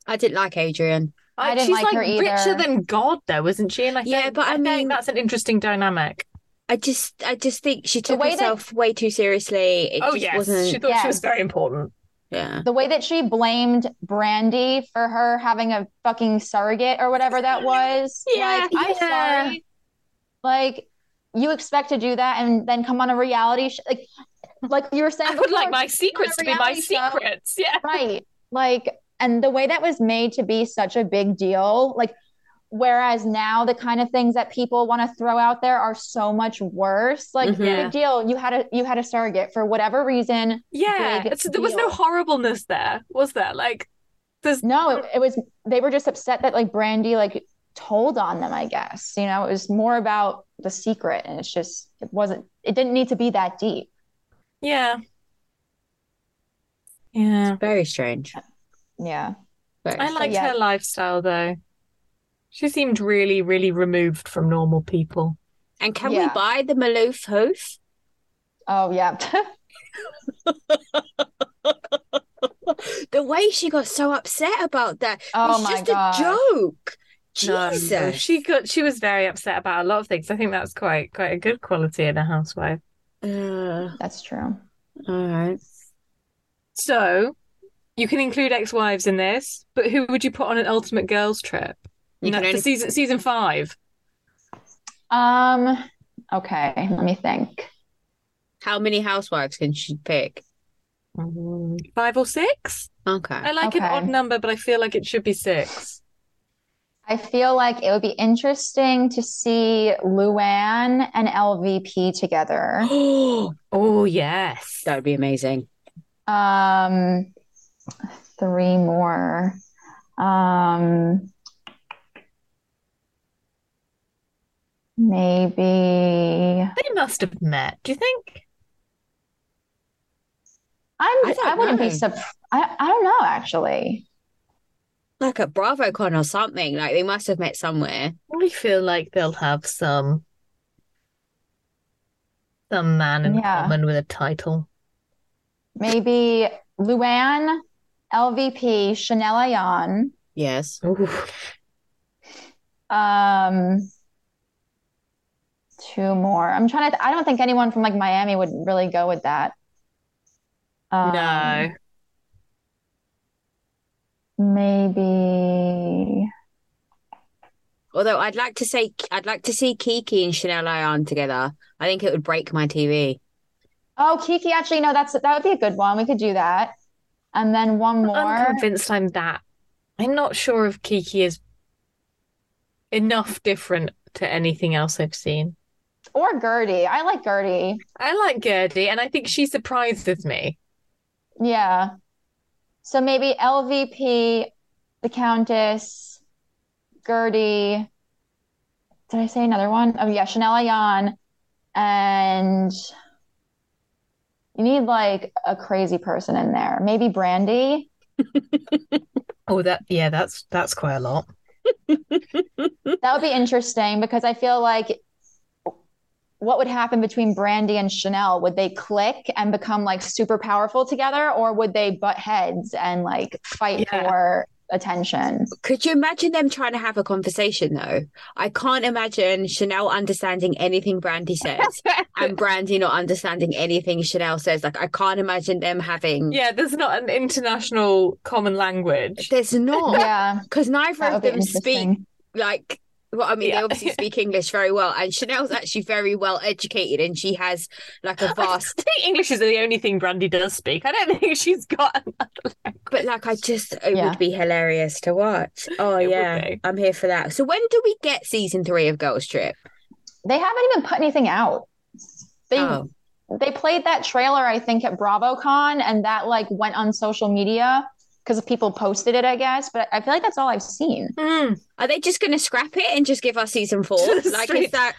Speaker 1: I didn't like Adrian.
Speaker 2: I didn't
Speaker 3: she's
Speaker 2: like her
Speaker 3: richer
Speaker 2: either.
Speaker 3: than God, though, isn't she? And I
Speaker 1: Yeah,
Speaker 3: think,
Speaker 1: but I
Speaker 3: think
Speaker 1: mean-
Speaker 3: that's an interesting dynamic.
Speaker 1: I just, I just think she took
Speaker 2: way that-
Speaker 1: herself way too seriously. It
Speaker 3: oh
Speaker 1: just
Speaker 3: yes,
Speaker 1: wasn't.
Speaker 3: she thought she was
Speaker 2: Yes.
Speaker 3: very important.
Speaker 1: Yeah.
Speaker 2: The way that she blamed Brandy for her having a fucking surrogate or whatever that was.
Speaker 1: Yeah,
Speaker 2: like, I'm
Speaker 3: yeah.
Speaker 2: sorry. Like, you expect to do that and then come on a reality sh- like, like you were saying.
Speaker 3: I would like
Speaker 2: before,
Speaker 3: my secrets to be my
Speaker 2: reality show.
Speaker 3: secrets. Yeah.
Speaker 2: right. Like, and the way that was made to be such a big deal, like. Whereas now the kind of things that people want to throw out there are so much worse. Like
Speaker 3: Mm-hmm.
Speaker 1: Mhm.
Speaker 2: big deal. You had a you had a surrogate for whatever reason.
Speaker 3: Yeah,
Speaker 2: big
Speaker 3: it's, there was no
Speaker 2: deal.
Speaker 3: horribleness there, was there? Like, there's
Speaker 2: No, it, it was they were just upset that like Brandy like told on them, I guess. You know, it was more about the secret and it's just it wasn't it didn't need to be that deep.
Speaker 3: yeah, yeah.
Speaker 1: Very strange.
Speaker 2: Yeah.
Speaker 1: Very
Speaker 3: I liked
Speaker 2: yeah.
Speaker 3: her lifestyle though. She seemed really, really removed from normal people.
Speaker 1: And can we
Speaker 2: Yeah.
Speaker 1: buy the Maloof hoof?
Speaker 2: Oh yeah.
Speaker 1: the way she got so upset about that
Speaker 2: Oh
Speaker 1: was
Speaker 2: my
Speaker 1: just
Speaker 2: God.
Speaker 1: a joke.
Speaker 3: No,
Speaker 1: Jesus.
Speaker 3: she got she was very upset about a lot of things. I think that's quite quite a good quality in a housewife.
Speaker 1: Uh,
Speaker 2: That's true.
Speaker 1: all right.
Speaker 3: So you can include ex-wives in this, but who would you put on an ultimate girls trip?
Speaker 1: You
Speaker 3: No,
Speaker 1: can
Speaker 3: for
Speaker 1: only-
Speaker 3: season season five.
Speaker 2: Um, okay, let me think.
Speaker 1: How many housewives can she pick?
Speaker 3: Five or six?
Speaker 1: Okay.
Speaker 3: I like an
Speaker 2: Okay.
Speaker 3: odd number, but I feel like it should be six.
Speaker 2: I feel like it would be interesting to see Luann and LVP together.
Speaker 1: Oh,
Speaker 3: Oh yes.
Speaker 1: that would be amazing.
Speaker 2: Um, three more. Um, maybe
Speaker 3: They must have met. Do you think?
Speaker 2: I'm.
Speaker 1: I
Speaker 2: I,
Speaker 1: don't
Speaker 2: wouldn't be
Speaker 1: know.
Speaker 2: surprised. I, I don't know actually.
Speaker 1: Like at BravoCon or something. Like they must have met somewhere.
Speaker 3: I feel like they'll have some some man in
Speaker 2: Yeah.
Speaker 3: common with a title.
Speaker 2: Maybe Luann, LVP, Chanel Ayan.
Speaker 1: Yes.
Speaker 3: Ooh.
Speaker 2: Um, two more. I'm trying to. I don't think anyone from like Miami would really go with that. Um,
Speaker 3: No.
Speaker 2: Maybe.
Speaker 1: Although I'd like to say I'd like to see Kiki and Chanel Ayan together. I think it would break my TV.
Speaker 2: Oh, Kiki. Actually, no. That's that would be a good one. We could do that. And then one
Speaker 3: I'm
Speaker 2: more.
Speaker 3: convinced I'm that. I'm not sure if Kiki is enough different to anything else I've seen.
Speaker 2: Or Gertie. I like Gertie.
Speaker 3: I like Gertie, and I think she surprises me.
Speaker 2: Yeah. So maybe LVP, the Countess, Gertie. Did I say another one? Oh yeah, Chanel Ayan, and you need like a crazy person in there. Maybe Brandy.
Speaker 3: Oh, that yeah, that's that's quite a lot.
Speaker 2: That would be interesting because I feel like what would happen between Brandy and Chanel? Would they click and become like super powerful together, or would they butt heads and like fight
Speaker 3: Yeah.
Speaker 2: for attention?
Speaker 1: Could you imagine them trying to have a conversation though? I can't imagine Chanel understanding anything Brandy says and Brandy not understanding anything Chanel says. Like I can't imagine them having
Speaker 3: yeah, there's not an international common language.
Speaker 1: there's not
Speaker 2: Yeah.
Speaker 1: because neither
Speaker 2: That
Speaker 1: of
Speaker 2: would be
Speaker 1: them speak
Speaker 2: interesting.
Speaker 1: like well, I mean, they
Speaker 3: Yeah.
Speaker 1: obviously speak English very well, and Chanel's actually very well educated, and she has like a vast
Speaker 3: I think English is the only thing Brandy does speak. I don't think she's got another language.
Speaker 1: But like, I just it
Speaker 2: Yeah.
Speaker 1: would be hilarious to watch. Oh
Speaker 3: It would
Speaker 1: yeah,
Speaker 3: be.
Speaker 1: I'm here for that. So when do we get season three of Girls Trip?
Speaker 2: They haven't even put anything out. They
Speaker 1: Oh,
Speaker 2: they played that trailer, I think, at BravoCon, and that like went on social media because people posted it, I guess. But I feel like that's all I've seen.
Speaker 3: Hmm.
Speaker 1: are they just going to scrap it and just give us season four?
Speaker 3: Just
Speaker 1: like, is
Speaker 3: straight-
Speaker 1: that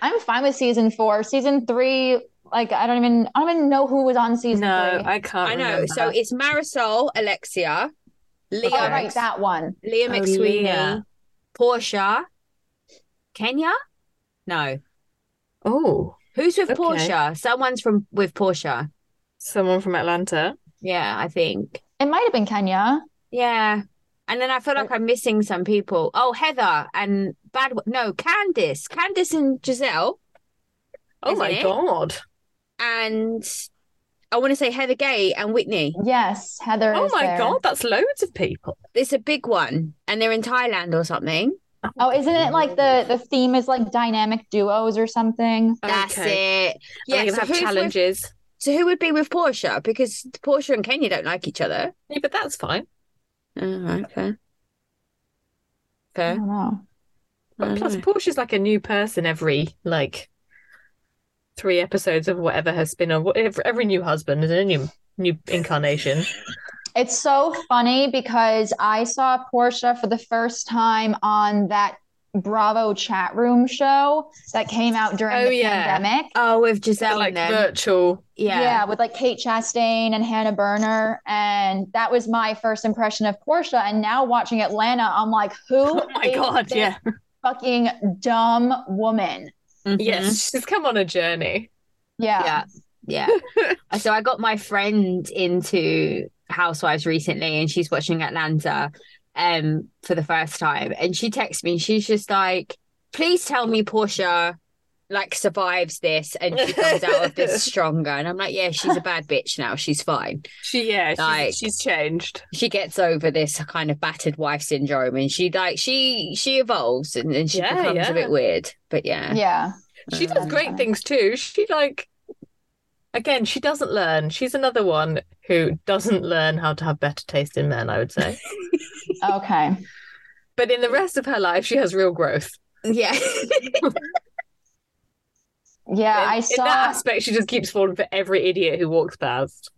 Speaker 2: I'm fine with season four. Season three, like I don't even I don't even know who was on season
Speaker 3: No,
Speaker 2: three.
Speaker 3: I can't.
Speaker 1: I know. So
Speaker 3: remember.
Speaker 1: it's Marisol, Alexia, Leah,
Speaker 2: oh, right, that one.
Speaker 1: Leah
Speaker 3: Oh,
Speaker 1: McSweeney,
Speaker 3: Leah.
Speaker 1: Portia, Kenya. No, uh,
Speaker 3: oh,
Speaker 1: who's with
Speaker 3: Okay.
Speaker 1: Portia? Someone's from with Portia.
Speaker 3: someone from Atlanta.
Speaker 1: Yeah, I think.
Speaker 2: It might have been Kenya.
Speaker 1: Yeah. And then I feel like I'm missing some people. Oh, Heather and Bad. No, Candice. Candice and Giselle.
Speaker 3: Oh
Speaker 1: Is
Speaker 3: my
Speaker 1: it?
Speaker 3: god.
Speaker 1: And I want to say Heather Gay and Whitney.
Speaker 2: Yes, Heather.
Speaker 3: Oh
Speaker 2: is
Speaker 3: my
Speaker 2: there.
Speaker 3: god, that's loads of people.
Speaker 1: It's a big one. And they're in Thailand or something.
Speaker 2: Oh, isn't it like the the theme is like dynamic duos or something?
Speaker 1: That's it.
Speaker 3: Yeah,
Speaker 1: Yeah.
Speaker 3: gonna
Speaker 1: So,
Speaker 3: have
Speaker 1: who's with-
Speaker 3: challenges.
Speaker 1: so who would be with Portia? Because Portia and Kenya don't like each other.
Speaker 3: Yeah, but that's fine.
Speaker 1: Oh, okay.
Speaker 2: I
Speaker 1: Fair.
Speaker 2: don't know.
Speaker 3: But plus,
Speaker 1: Alright.
Speaker 3: Portia's like a new person every like three episodes of whatever her spin off. Every, every new husband is a new new incarnation.
Speaker 2: It's so funny because I saw Portia for the first time on that Bravo chat room show that came out during
Speaker 3: Oh,
Speaker 2: the
Speaker 3: yeah.
Speaker 2: pandemic.
Speaker 1: Oh, with Giselle
Speaker 3: like
Speaker 1: and them.
Speaker 3: virtual.
Speaker 1: yeah.
Speaker 2: with like Kate Chastain and Hannah Berner. And that was my first impression of Portia. And now watching Atlanta, I'm like, who
Speaker 3: Oh my
Speaker 2: is
Speaker 3: god,
Speaker 2: this
Speaker 3: yeah,
Speaker 2: fucking dumb woman?
Speaker 3: Mm-hmm.
Speaker 1: Mhm.
Speaker 3: yes, she's come on a journey.
Speaker 2: Yeah.
Speaker 1: Yeah. Yeah. so I got my friend into Housewives recently and she's watching Atlanta um for the first time and she texts me and she's just like please tell me Portia like survives this and she comes out of this stronger and I'm like yeah she's a bad bitch now she's fine
Speaker 3: She yeah, she's,
Speaker 1: Like-
Speaker 3: she's changed.
Speaker 1: she gets over this kind of battered wife syndrome and she like she she evolves and, and she
Speaker 3: Yeah,
Speaker 1: becomes
Speaker 3: yeah.
Speaker 1: a bit weird but yeah
Speaker 2: Yeah.
Speaker 3: She does
Speaker 2: That's
Speaker 3: great
Speaker 2: funny.
Speaker 3: things too. She like again, she doesn't learn. She's another one who doesn't learn how to have better taste in men, I would say.
Speaker 2: Okay.
Speaker 3: but in the rest of her life she has real growth.
Speaker 1: yeah
Speaker 2: Yeah,
Speaker 3: in,
Speaker 2: I
Speaker 3: in
Speaker 2: saw
Speaker 3: that aspect she just keeps falling for every idiot who walks past.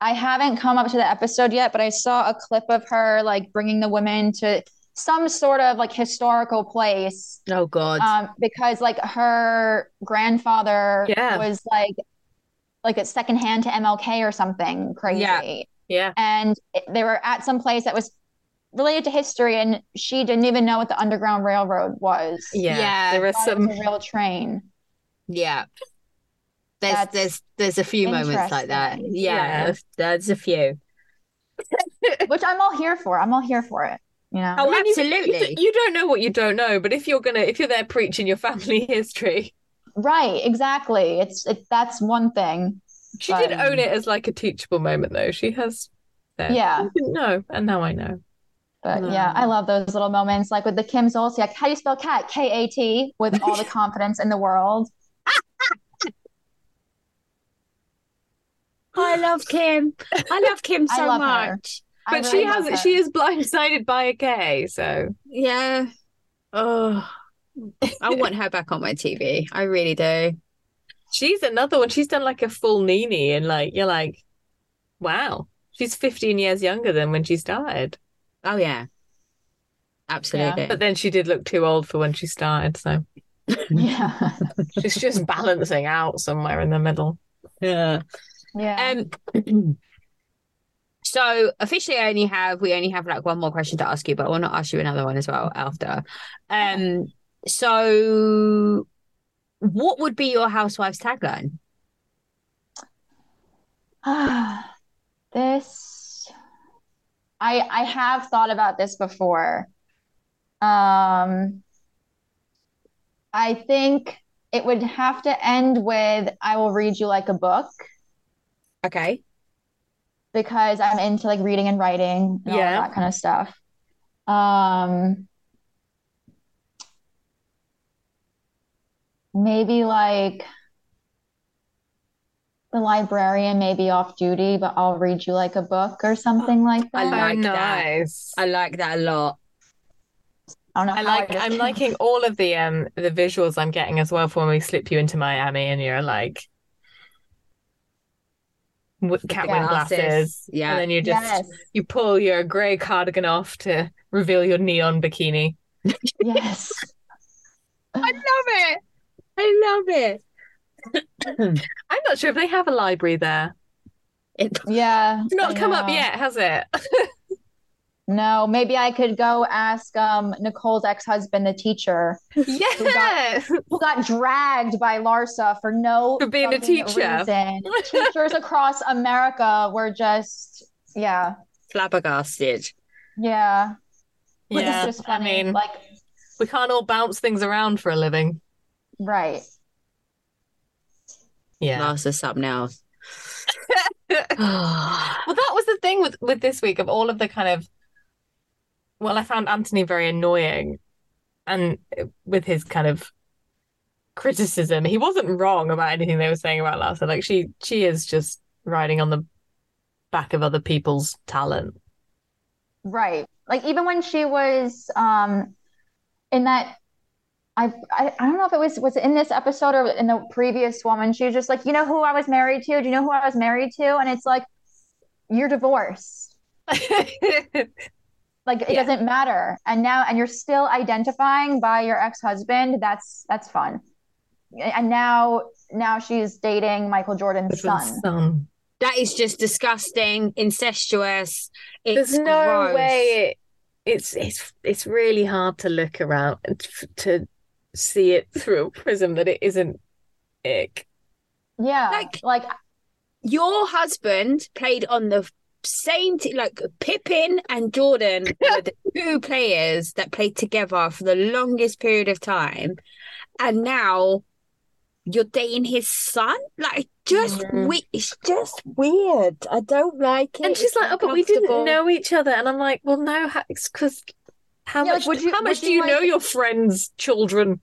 Speaker 2: I haven't come up to the episode yet, but I saw a clip of her like bringing the women to some sort of like historical place
Speaker 1: oh god
Speaker 2: um, because like her grandfather
Speaker 3: Yeah.
Speaker 2: was like like a secondhand to MLK or something crazy,
Speaker 3: Yeah.
Speaker 2: and it- they were at some place that was related to history, and she didn't even know what the Underground Railroad was.
Speaker 3: Yeah.
Speaker 1: Yeah.
Speaker 3: There are
Speaker 2: Thought it was
Speaker 3: some
Speaker 2: a real train.
Speaker 1: Yeah. There's
Speaker 2: That's
Speaker 1: there's there's a few moments like that.
Speaker 2: interesting.
Speaker 1: Yeah,
Speaker 3: Yeah.
Speaker 1: there's- there's a few.
Speaker 2: which I'm all here for. I'm all here for it. You know,
Speaker 1: Oh,
Speaker 3: I mean, you- you d-
Speaker 1: absolutely.
Speaker 3: You, don't know what you don't know, but if you're gonna if you're there preaching your family history,
Speaker 2: right? Exactly. It's it, that's one thing.
Speaker 3: she did
Speaker 2: Um,
Speaker 3: own it as like a teachable moment though. She has said,
Speaker 2: Yeah.
Speaker 3: I didn't know, and now I know.
Speaker 2: But
Speaker 3: Mm.
Speaker 2: yeah, I love those little moments, like with the Kim Zolciak. How do you spell cat? K A T, with all the confidence in the world.
Speaker 1: I love Kim. I love Kim
Speaker 2: I
Speaker 1: so
Speaker 2: love her.
Speaker 1: much.
Speaker 2: I
Speaker 3: But
Speaker 2: really
Speaker 3: she
Speaker 2: love
Speaker 3: has
Speaker 2: her.
Speaker 3: she is blindsided by a gay, so
Speaker 1: Yeah.
Speaker 3: oh
Speaker 1: I want her back on my TV. I really do.
Speaker 3: she's another one. She's done like a full Nini and like you're like, wow. She's 15 years younger than when she started.
Speaker 1: Oh yeah. Absolutely.
Speaker 3: But then she did look too old for when she started, so
Speaker 2: Yeah,
Speaker 3: she's just balancing out somewhere in the middle. uh,
Speaker 1: Yeah.
Speaker 2: yeah.
Speaker 1: Um so officially I only have we only have like one more question to ask you, but I want to ask you another one as well after. Um so what would be your housewife's tagline?
Speaker 2: Ah, this, I I have thought about this before. Um, I think it would have to end with "I will read you like a book"
Speaker 1: Okay.
Speaker 2: because I'm into like reading and writing and all
Speaker 3: Yeah.
Speaker 2: that kind of stuff. Um, maybe like the librarian may be off duty, but I'll read you like a book or something like
Speaker 1: I
Speaker 2: that.
Speaker 1: like- that.
Speaker 3: nice.
Speaker 1: I like that a lot.
Speaker 2: I don't know
Speaker 3: I
Speaker 2: how
Speaker 3: like
Speaker 2: just
Speaker 3: I'm
Speaker 2: came up
Speaker 3: liking all of the um the visuals I'm getting as well for when we slip you into Miami and you're like with cat with
Speaker 1: Glasses.
Speaker 3: glasses.
Speaker 1: Yeah.
Speaker 3: And then you
Speaker 2: with-
Speaker 3: just
Speaker 2: Yes,
Speaker 3: you pull your grey cardigan off to reveal your neon bikini.
Speaker 2: yes.
Speaker 1: I love it. I love it.
Speaker 3: I'm not sure if they have a library there.
Speaker 1: It-
Speaker 2: Yeah,
Speaker 3: It's not
Speaker 2: I
Speaker 3: come up
Speaker 2: know.
Speaker 3: yet, has it?
Speaker 2: No, maybe I could go ask um Nicole's ex-husband, the teacher.
Speaker 3: yes.
Speaker 2: who got dragged by Larsa for no
Speaker 3: For being a
Speaker 2: fucking
Speaker 3: teacher.
Speaker 2: reason. Teachers across America were just, yeah,
Speaker 1: Flabbergasted.
Speaker 2: yeah. Which is
Speaker 3: Yeah.
Speaker 2: just
Speaker 3: I
Speaker 2: funny.
Speaker 3: mean
Speaker 2: like,
Speaker 3: we can't all bounce things around for a living.
Speaker 2: right.
Speaker 3: Yeah.
Speaker 1: Last is something else.
Speaker 3: Well, that was the thing with with this week of all of the kind of. Well, I found Anthony very annoying, and uh, with his kind of criticism, he wasn't wrong about anything they were saying about Larsa. Like she, she is just riding on the back of other people's talent.
Speaker 2: Right. Like even when she was um in that I, I I don't know if it was was it in this episode or in the previous one when she was just like, you know who I was married to? Do you know who I was married to? And it's like, you're divorced. Like it
Speaker 1: Yeah.
Speaker 2: doesn't matter. And now and you're still identifying by your ex-husband. That's that's fun. And now now she's dating Michael Jordan's son.
Speaker 3: Son.
Speaker 1: That is just disgusting, incestuous. It's
Speaker 3: There's no
Speaker 1: gross.
Speaker 3: way. It's it's it's really hard to look around and f- to see it through a prism that it isn't ick.
Speaker 2: Yeah.
Speaker 1: Like-
Speaker 2: Like
Speaker 1: Your husband played on the same t- like Pippin and Jordan were the two players that played together for the longest period of time, and now you're dating his son. Like, just
Speaker 3: Mhm.
Speaker 1: we- it's just weird. I don't like it.
Speaker 3: And she's
Speaker 1: It's
Speaker 3: like, "Oh, but we
Speaker 1: uncomfortable."
Speaker 3: didn't know each other." And I'm like, "Well, no, ha- it's because how
Speaker 2: Yeah, like,
Speaker 3: much?
Speaker 2: would you-
Speaker 3: how much
Speaker 2: would
Speaker 3: do
Speaker 2: you
Speaker 3: you know
Speaker 2: like-
Speaker 3: your friends' children,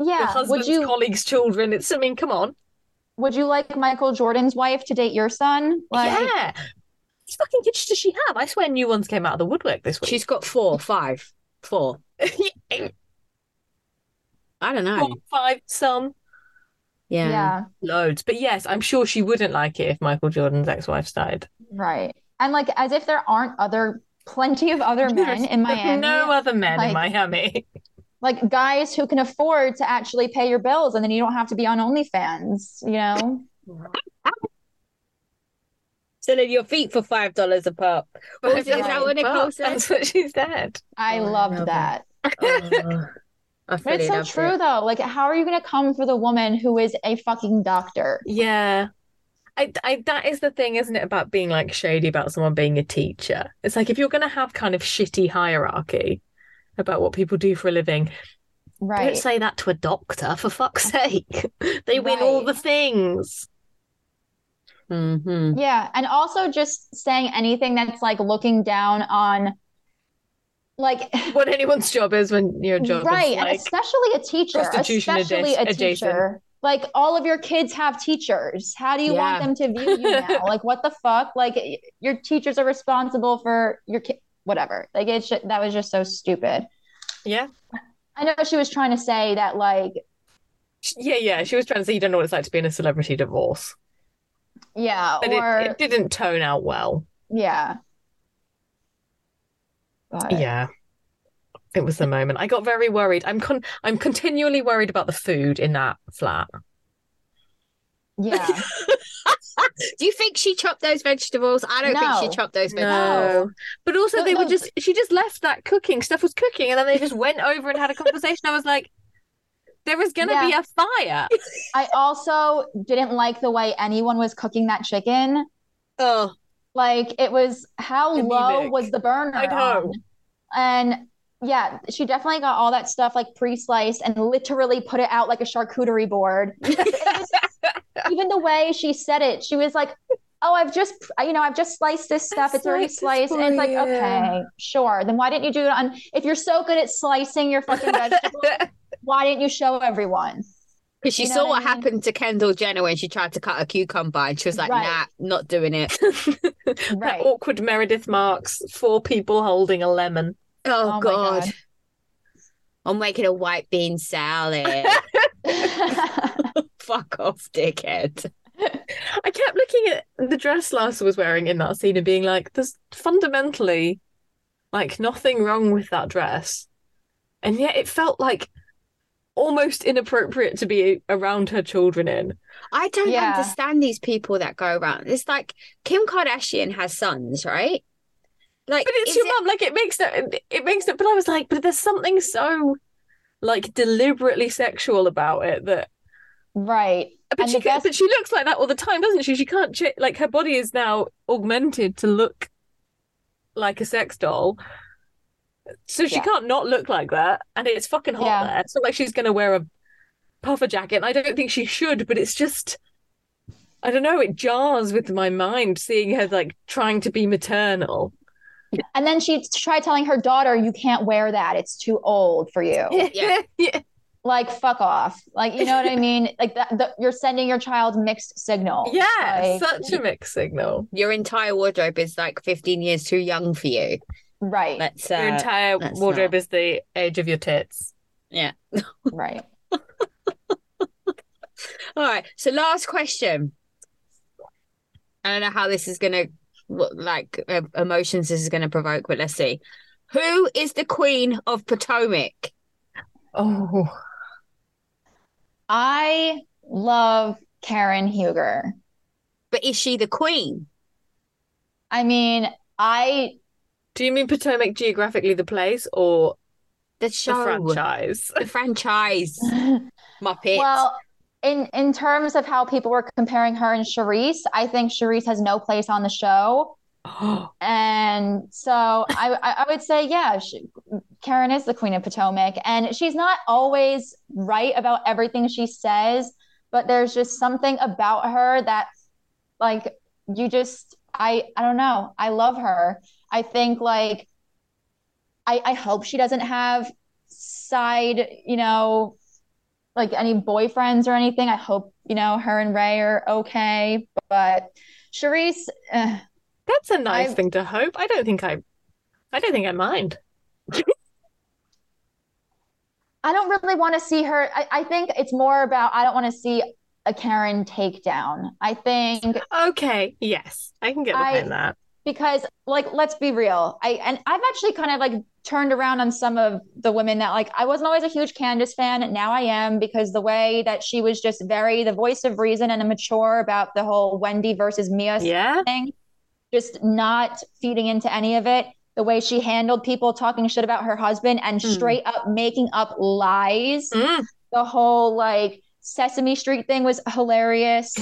Speaker 3: your
Speaker 2: Yeah. Would
Speaker 3: husband's
Speaker 2: you
Speaker 3: colleagues' children? It's I mean, come on,
Speaker 2: would you like Michael Jordan's wife to date your son? Like
Speaker 3: yeah." How many fucking kids does she have? I swear, new ones came out of the woodwork this week.
Speaker 1: She's got four, five, four. I don't know.
Speaker 3: Four, five, some
Speaker 1: Yeah.
Speaker 2: yeah.
Speaker 3: loads, but yes, I'm sure she wouldn't like it if Michael Jordan's ex-wife died.
Speaker 2: Right. And like as if there aren't other plenty of other men in
Speaker 3: There's
Speaker 2: Miami.
Speaker 3: no other men in
Speaker 2: like-
Speaker 3: Miami.
Speaker 2: like guys who can afford to actually pay your bills and then you don't have to be on OnlyFans, you know?
Speaker 1: Selling your feet for five dollars a pop. Well, is
Speaker 2: that
Speaker 1: what Nicole said?
Speaker 3: That's what she said.
Speaker 2: I
Speaker 1: Oh, I
Speaker 2: loved
Speaker 1: love it.
Speaker 2: that.
Speaker 1: Oh, I
Speaker 2: But it's so true though. Like how are you going to come for the woman who is a fucking doctor?
Speaker 3: Yeah. I, I, that is the thing, isn't it, about being like shady about someone being a teacher? It's like if you're going to have kind of shitty hierarchy about what people do for a living,
Speaker 2: Right.
Speaker 3: don't say that to a doctor, for fuck's sake. They win all
Speaker 2: Right.
Speaker 3: the things.
Speaker 1: Mm-hmm.
Speaker 2: Yeah, and also just saying anything that's like looking down on like
Speaker 3: What anyone's job is when your job
Speaker 2: right,
Speaker 3: is
Speaker 2: and
Speaker 3: like,
Speaker 2: especially a teacher,
Speaker 3: prostitution
Speaker 2: especially
Speaker 3: adja-
Speaker 2: a
Speaker 3: adjacent.
Speaker 2: teacher. Like all of your kids have teachers. How do you
Speaker 1: Yeah.
Speaker 2: want them to view you now? like what the fuck? Like y- your teachers are responsible for your kid whatever. Like it's ju- that was just so stupid.
Speaker 3: yeah,
Speaker 2: I know she was trying to say that like
Speaker 3: yeah, yeah. She was trying to say you don't know what it's like to be in a celebrity divorce,
Speaker 2: yeah
Speaker 3: but
Speaker 2: or
Speaker 3: it, it didn't tone out well.
Speaker 2: yeah. But,
Speaker 3: Yeah. It was the moment. I got very worried. I'm con- I'm continually worried about the food in that flat.
Speaker 2: yeah.
Speaker 1: Do you think she chopped those vegetables? I don't think
Speaker 2: No.
Speaker 1: she chopped those vegetables.
Speaker 3: No. But also
Speaker 2: No,
Speaker 3: they were
Speaker 2: no.
Speaker 3: just she just left that cooking stuff was cooking and then they just went over and had a conversation. I was like there is gonna be a fire.
Speaker 2: I also didn't like the way anyone was cooking that chicken.
Speaker 1: Oh,
Speaker 2: Like it was how low
Speaker 3: Anemic.
Speaker 2: was the burner?
Speaker 3: I know.
Speaker 2: on? And yeah, she definitely got all that stuff like pre-sliced and literally put it out like a charcuterie board. It was- even the way she said it, she was like, "Oh, I've just you know I've just sliced this stuff. It's already
Speaker 3: sliced this
Speaker 2: sliced." And it's
Speaker 3: for
Speaker 2: like,
Speaker 3: you.
Speaker 2: okay, sure. Then why didn't you do it on? If you're so good at slicing your fucking vegetables, why didn't you show everyone?
Speaker 1: because she
Speaker 2: You know
Speaker 1: saw
Speaker 2: what
Speaker 1: what
Speaker 2: I mean?
Speaker 1: happened to Kendall Jenner when she tried to cut a cucumber, and she was like,
Speaker 2: Right.
Speaker 1: "Nah, not doing it."
Speaker 3: That
Speaker 2: Right.
Speaker 3: awkward Meredith Marks, four people holding a lemon.
Speaker 1: Oh,
Speaker 2: Oh my
Speaker 1: god.
Speaker 2: God.
Speaker 1: I'm making a white bean salad. Fuck off, dickhead.
Speaker 3: I kept looking at the dress Larsa was wearing in that scene and being like, there's fundamentally like nothing wrong with that dress. And yet it felt like almost inappropriate to be around her children in.
Speaker 1: I don't
Speaker 2: Yeah.
Speaker 1: understand these people that go around. It's like Kim Kardashian has sons, right? Like,
Speaker 3: But it's
Speaker 1: is
Speaker 3: your
Speaker 1: it-
Speaker 3: mum, like it makes no it makes no but I was like, but there's something so like deliberately sexual about it that
Speaker 2: right.
Speaker 3: but
Speaker 2: And
Speaker 3: she
Speaker 2: I
Speaker 3: ca-
Speaker 2: guess-
Speaker 3: but she looks like that all the time, doesn't she? She can't ch- like her body is now augmented to look like a sex doll, so she
Speaker 2: Yeah.
Speaker 3: can't not look like that. And it's fucking hot
Speaker 2: Yeah.
Speaker 3: there. It's not like she's gonna wear a puffer jacket. And I don't think she should, but it's just. I don't know. It jars with my mind seeing her like trying to be maternal.
Speaker 2: And then she tried telling her daughter, "You can't wear that. It's too old for you."
Speaker 1: Yeah.
Speaker 3: yeah.
Speaker 2: like, fuck off. Like, you know what I mean? Like that, the, you're sending your child mixed signals.
Speaker 3: Yeah,
Speaker 2: Like,
Speaker 3: such a mixed signal.
Speaker 1: your entire wardrobe is like 15 years too young for you.
Speaker 2: right,
Speaker 1: Let's, uh,
Speaker 3: Your entire
Speaker 1: that's
Speaker 3: wardrobe
Speaker 1: not-
Speaker 3: is the age of your tits.
Speaker 2: right.
Speaker 1: all right. So, last question. I don't know how this is going to, what like, uh, emotions this is going to provoke, but let's see. Who is the queen of Potomac?
Speaker 3: Oh,
Speaker 2: I love Karen Huger.
Speaker 1: But is she the queen?
Speaker 2: I mean, I
Speaker 3: Do you mean Potomac geographically the place or
Speaker 1: The
Speaker 3: the
Speaker 1: show,
Speaker 3: franchise?
Speaker 1: the franchise, Muppets.
Speaker 2: well, in in terms of how people were comparing her and Charisse, I think Charisse has no place on the show. And so I, I I would say, yeah, she, Karen is the queen of Potomac. And she's not always right about everything she says, but there's just something about her that, like, you just, I, I don't know. I love her. I think, like, I, I hope she doesn't have side, you know, like any boyfriends or anything. I hope, you know, her and Ray are okay. But Charisse, eh,
Speaker 3: That's a nice
Speaker 2: I-
Speaker 3: thing to hope. I don't think I, I don't think I mind.
Speaker 2: I don't really want to see her. I, I think it's more about I don't want to see a Karen takedown. I think
Speaker 3: Okay, yes, I can get
Speaker 2: I-
Speaker 3: behind that.
Speaker 2: because like let's be real. I and I've actually kind of like turned around on some of the women that like I wasn't always a huge Candace fan. Now I am because the way that she was just very the voice of reason and immature about the whole Wendy versus Mia
Speaker 3: Yeah,
Speaker 2: thing, just not feeding into any of it. The way she handled people talking shit about her husband and
Speaker 3: Mm.
Speaker 2: straight up making up lies.
Speaker 3: Mm.
Speaker 2: the whole like Sesame Street thing was hilarious.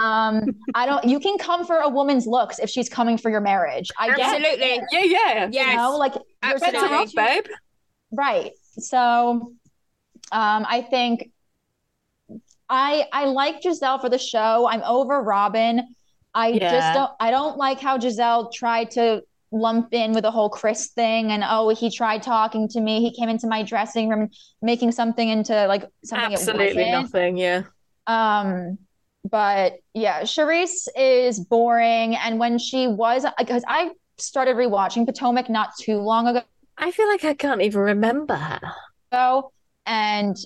Speaker 2: um, I don't. You can come for a woman's looks if she's coming for your marriage. I get. it,
Speaker 1: Absolutely.
Speaker 3: yeah, yeah.
Speaker 2: You
Speaker 1: Yes.
Speaker 2: know, like you're
Speaker 1: Absolutely.
Speaker 3: Better
Speaker 1: Sorry.
Speaker 3: off,
Speaker 2: sorry.
Speaker 3: babe.
Speaker 2: right. So, um, I think I I like Giselle for the show. I'm over Robin. I
Speaker 3: Yeah.
Speaker 2: just don't. I don't like how Giselle tried to lump in with the whole Chris thing and oh he tried talking to me. He came into my dressing room making something into like something it
Speaker 3: Absolutely
Speaker 2: wasn't.
Speaker 3: nothing. Yeah.
Speaker 2: Um, but yeah, Charisse is boring. And when she was, because I started rewatching Potomac not too long
Speaker 3: I feel like I can't even remember her.
Speaker 2: ago, and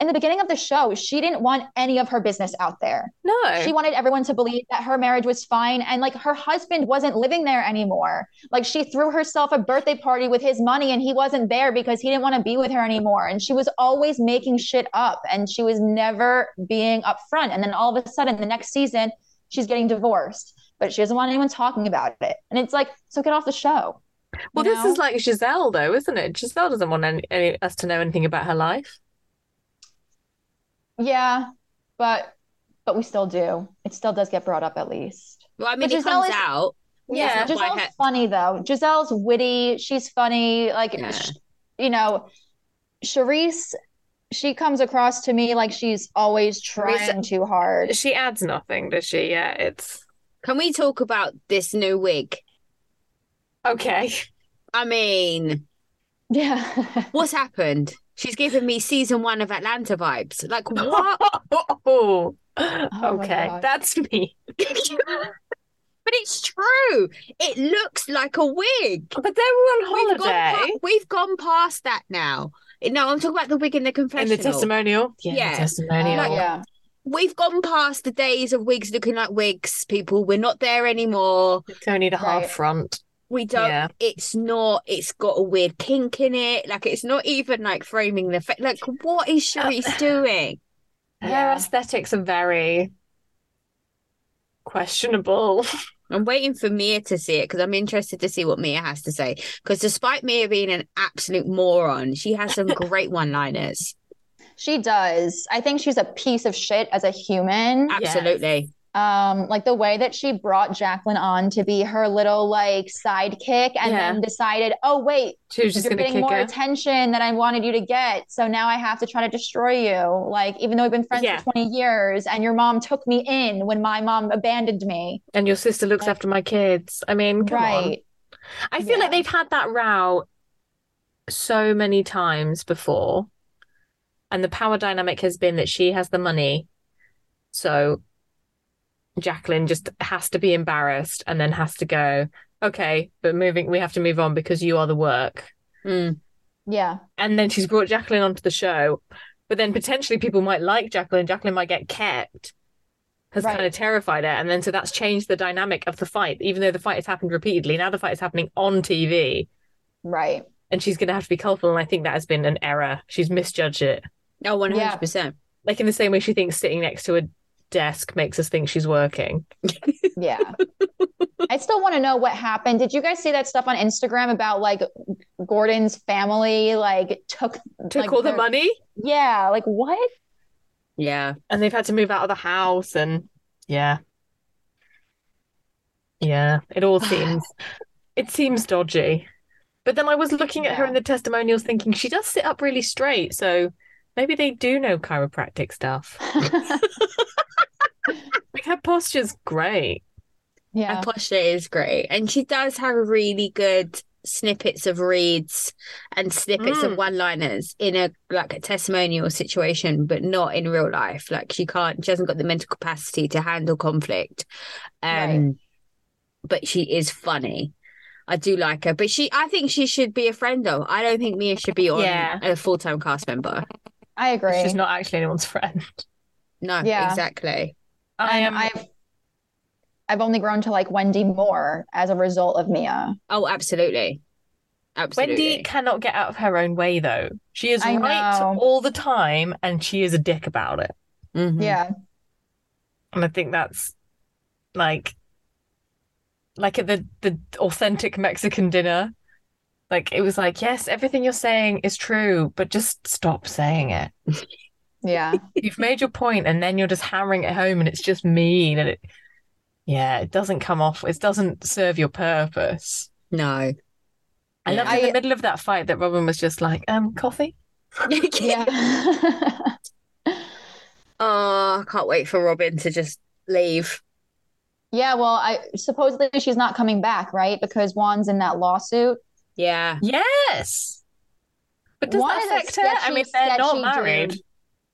Speaker 2: in the beginning of the show, she didn't want any of her business out there.
Speaker 3: No.
Speaker 2: She wanted everyone to believe that her marriage was fine and like her husband wasn't living there anymore. Like she threw herself a birthday party with his money and he wasn't there because he didn't want to be with her anymore. And she was always making shit up and she was never being upfront. And then all of a sudden, the next season, she's getting divorced, but she doesn't want anyone talking about it. And it's like, so get off the show.
Speaker 3: well,
Speaker 2: you
Speaker 3: this
Speaker 2: know?
Speaker 3: is like Giselle, though, isn't it? Giselle doesn't want any, any us to know anything about her life.
Speaker 2: yeah, but but we still do. It still does get brought up at least.
Speaker 1: Well, I mean,
Speaker 2: But
Speaker 1: it
Speaker 2: Giselle
Speaker 1: comes
Speaker 2: is-
Speaker 1: out.
Speaker 3: Yeah.
Speaker 1: That's not why
Speaker 2: Giselle's
Speaker 1: her-
Speaker 2: funny though. Giselle's witty. She's funny. Like,
Speaker 1: Yeah.
Speaker 2: sh- you know, Charisse, she comes across to me like she's always trying too hard.
Speaker 3: She adds nothing, does she? Yeah, it's
Speaker 1: Can we talk about this new wig?
Speaker 3: okay.
Speaker 1: I mean,
Speaker 2: Yeah.
Speaker 1: what's happened? She's giving me season one of Atlanta vibes. Like, what?
Speaker 3: Oh,
Speaker 2: my
Speaker 3: okay,
Speaker 2: God.
Speaker 3: that's me.
Speaker 1: but it's true. It looks like a wig.
Speaker 3: But they were on
Speaker 1: We've gone, pa-
Speaker 3: holiday
Speaker 1: we've gone past that now. No, I'm talking about the wig in the
Speaker 3: in
Speaker 1: confessional.
Speaker 3: the testimonial. Yeah, in the
Speaker 1: Yeah.
Speaker 3: testimonial.
Speaker 1: like-
Speaker 2: Oh, yeah.
Speaker 1: We've gone past the days of wigs looking like wigs, people. We're not there anymore.
Speaker 3: It's only the half
Speaker 2: Right.
Speaker 3: front.
Speaker 1: We don't.
Speaker 3: Yeah.
Speaker 1: It's not. It's got a weird kink in it. Like it's not even like framing the fa- like. What is Charisse doing?
Speaker 3: Her
Speaker 2: Yeah.
Speaker 3: aesthetics are very questionable.
Speaker 1: I'm waiting for Mia to see it because I'm interested to see what Mia has to say. Because despite Mia being an absolute moron, she has some great one-liners.
Speaker 2: She does. I think she's a piece of shit as a human.
Speaker 1: Absolutely.
Speaker 2: Um, like the way that she brought Jacqueline on to be her little like sidekick and
Speaker 3: Yeah.
Speaker 2: then decided, oh wait,
Speaker 3: She was just
Speaker 2: you're
Speaker 3: going to
Speaker 2: getting
Speaker 3: kick
Speaker 2: more
Speaker 3: her.
Speaker 2: attention than I wanted you to get. So now I have to try to destroy you. Like, even though we've been friends
Speaker 3: Yeah.
Speaker 2: for 20 years and your mom took me in when my mom abandoned me.
Speaker 3: and your sister looks after my kids. I mean, come on.
Speaker 2: right.
Speaker 3: I feel
Speaker 2: Yeah.
Speaker 3: like they've had that row so many times before. And the power dynamic has been that she has the money. So Jacqueline just has to be embarrassed and then has to go, okay, but moving, we have to move on because you are the work.
Speaker 1: Mm.
Speaker 2: Yeah.
Speaker 3: And then she's brought Jacqueline onto the show. But then potentially people might like Jacqueline. Jacqueline might get kept. Has
Speaker 2: Right.
Speaker 3: kind of terrified her. And then so that's changed the dynamic of the fight, even though the fight has happened repeatedly. Now the fight is happening on TV
Speaker 2: Right.
Speaker 3: and she's going to have to be culpable. And I think that has been an error. She's misjudged it.
Speaker 1: No, Oh, one hundred percent.
Speaker 3: Like in the same way she thinks sitting next to a desk makes us think she's working.
Speaker 2: Yeah. I still want to know what happened. Did you guys see that stuff on Instagram about like Gordon's family like took
Speaker 3: Took
Speaker 2: Like
Speaker 3: all the
Speaker 2: they're-
Speaker 3: money
Speaker 2: yeah, like what?
Speaker 1: Yeah.
Speaker 3: and they've had to move out of the house. And yeah, Yeah, it all seems it seems dodgy. But then I was looking at her
Speaker 2: Yeah.
Speaker 3: in the testimonials thinking she does sit up really straight, so maybe they do know chiropractic stuff. Like her posture's great.
Speaker 1: Her
Speaker 2: yeah.
Speaker 1: posture is great. And she does have really good snippets of reads and snippets
Speaker 3: Mm.
Speaker 1: of one liners in a like a testimonial situation, but not in real life. Like she can't she hasn't got the mental capacity to handle conflict. Um but she is funny. I do like her. But she I think she should be a friend though. I don't think Mia should be on
Speaker 3: Yeah.
Speaker 1: a full time cast member.
Speaker 2: I agree.
Speaker 3: She's not actually anyone's friend.
Speaker 1: No,
Speaker 2: Yeah.
Speaker 1: exactly.
Speaker 3: I
Speaker 2: And
Speaker 3: am
Speaker 2: I've I've only grown to like Wendy more as a result of Mia.
Speaker 1: Oh, absolutely. Absolutely.
Speaker 3: Wendy cannot get out of her own way though. She is
Speaker 2: I
Speaker 3: right
Speaker 2: know.
Speaker 3: all the time and she is a dick about it.
Speaker 1: Mhm.
Speaker 3: Mm-hmm.
Speaker 2: Yeah.
Speaker 3: And I think that's like like at the the authentic Mexican dinner. Like it was like, yes, everything you're saying is true, but just stop saying it.
Speaker 2: Yeah.
Speaker 3: You've made your point and then you're just hammering it home and it's just mean and it yeah, it doesn't come off. It doesn't serve your purpose.
Speaker 1: No.
Speaker 3: I
Speaker 1: Yeah.
Speaker 3: loved in
Speaker 2: I-
Speaker 3: the middle of that fight that Robin was just like, um, coffee?
Speaker 2: yeah.
Speaker 1: Oh, I can't wait for Robin to just leave.
Speaker 2: yeah, well, I supposedly she's not coming back, right? Because Juan's in that lawsuit.
Speaker 1: Yeah.
Speaker 3: Yes. But does
Speaker 2: Juan
Speaker 3: that
Speaker 2: is a
Speaker 3: affect her? I
Speaker 2: sketchy,
Speaker 3: mean, they're not
Speaker 2: sketchy
Speaker 3: married.
Speaker 2: dude.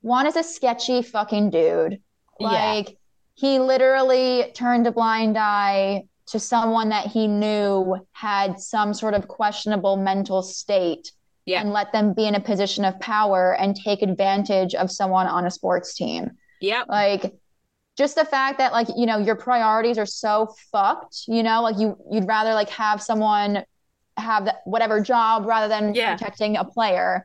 Speaker 2: Juan is a sketchy fucking dude.
Speaker 3: Yeah.
Speaker 2: Like he literally turned a blind eye to someone that he knew had some sort of questionable mental state
Speaker 1: Yeah.
Speaker 2: and let them be in a position of power and take advantage of someone on a sports team.
Speaker 1: Yep.
Speaker 2: Like just the fact that like you know your priorities are so fucked, you know, like you you'd rather like have someone have that, whatever job rather than
Speaker 3: Yeah.
Speaker 2: protecting a player.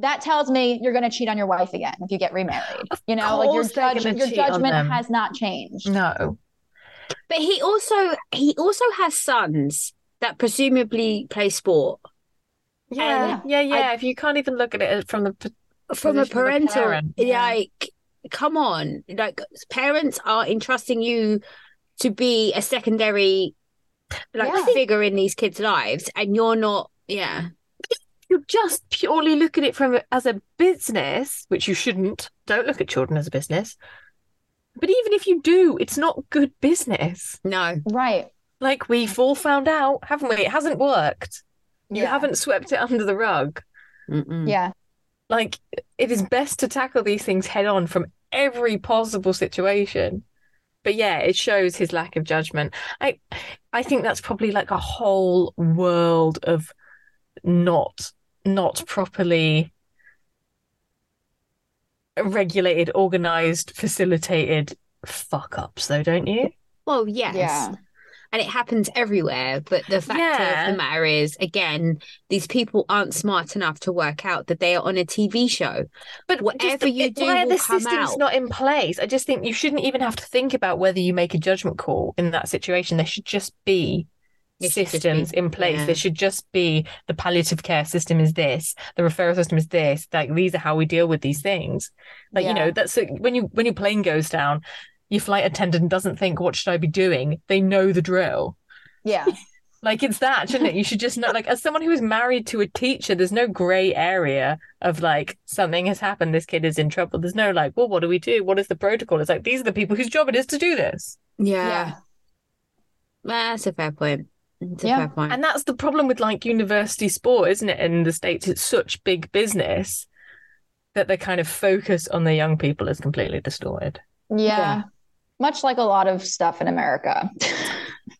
Speaker 2: That tells me you're going to cheat on your wife again if you get remarried. You know, like your
Speaker 3: course they're
Speaker 2: judge,
Speaker 3: gonna
Speaker 2: your
Speaker 3: cheat on
Speaker 2: judgment
Speaker 3: them.
Speaker 2: has not changed.
Speaker 3: No.
Speaker 1: But he also he also has sons that presumably play sport
Speaker 3: Yeah, yeah, yeah. If you can't even look at it from the p-
Speaker 1: from a
Speaker 3: Position of a
Speaker 1: parental
Speaker 3: parent, yeah.
Speaker 1: like come on like parents are entrusting you to be a secondary like
Speaker 2: Yeah.
Speaker 1: figure in these kids' lives and you're not yeah
Speaker 3: you just purely look at it from a- as a business, which you shouldn't. Don't look at children as a business. But even if you do, it's not good business.
Speaker 1: no
Speaker 2: Right.
Speaker 3: Like we've all found out, haven't we? It hasn't worked. You
Speaker 2: yeah.
Speaker 3: haven't swept it under the rug. Mm.
Speaker 1: Mm-mm.
Speaker 2: Yeah.
Speaker 3: Like it is best to tackle these things head on from every possible situation. But yeah, it shows his lack of judgment. I I think that's probably like a whole world of not not properly regulated, organized, facilitated fuck ups though, don't you?
Speaker 1: well yes
Speaker 2: Yeah.
Speaker 1: and it happens everywhere. But the fact
Speaker 3: Yeah.
Speaker 1: of the matter is, again, these people aren't smart enough to work out that they are on a TV show.
Speaker 3: But just
Speaker 1: Whatever you
Speaker 3: it-
Speaker 1: do
Speaker 3: why are
Speaker 1: will
Speaker 3: the
Speaker 1: come
Speaker 3: systems
Speaker 1: out.
Speaker 3: not in place? I just think you shouldn't even have to think about whether you make a judgment call in that situation. There should just be
Speaker 1: There should just be-
Speaker 3: systems in place.
Speaker 1: yeah.
Speaker 3: There should just be the palliative care system is this, the referral system is this. Like these are how we deal with these things. Like you
Speaker 2: Yeah.
Speaker 3: know, that's when you when your plane goes down, your flight attendant doesn't think, "What should I be doing?" They know the drill.
Speaker 2: Yeah.
Speaker 3: Like it's that, shouldn't it? You should just know. Like as someone who is married to a teacher, there's no grey area of like something has happened. This kid is in trouble. There's no like, well, what do we do? What is the protocol? It's like these are the people whose job it is to do this,
Speaker 1: Yeah, that's a fair point. That's a
Speaker 2: Yeah.
Speaker 1: fair point.
Speaker 3: and that's the problem with like university sport, isn't it? In the states, it's such big business that the kind of focus on the young people is completely distorted.
Speaker 2: Yeah.
Speaker 1: Yeah.
Speaker 2: Much like a lot of stuff in America.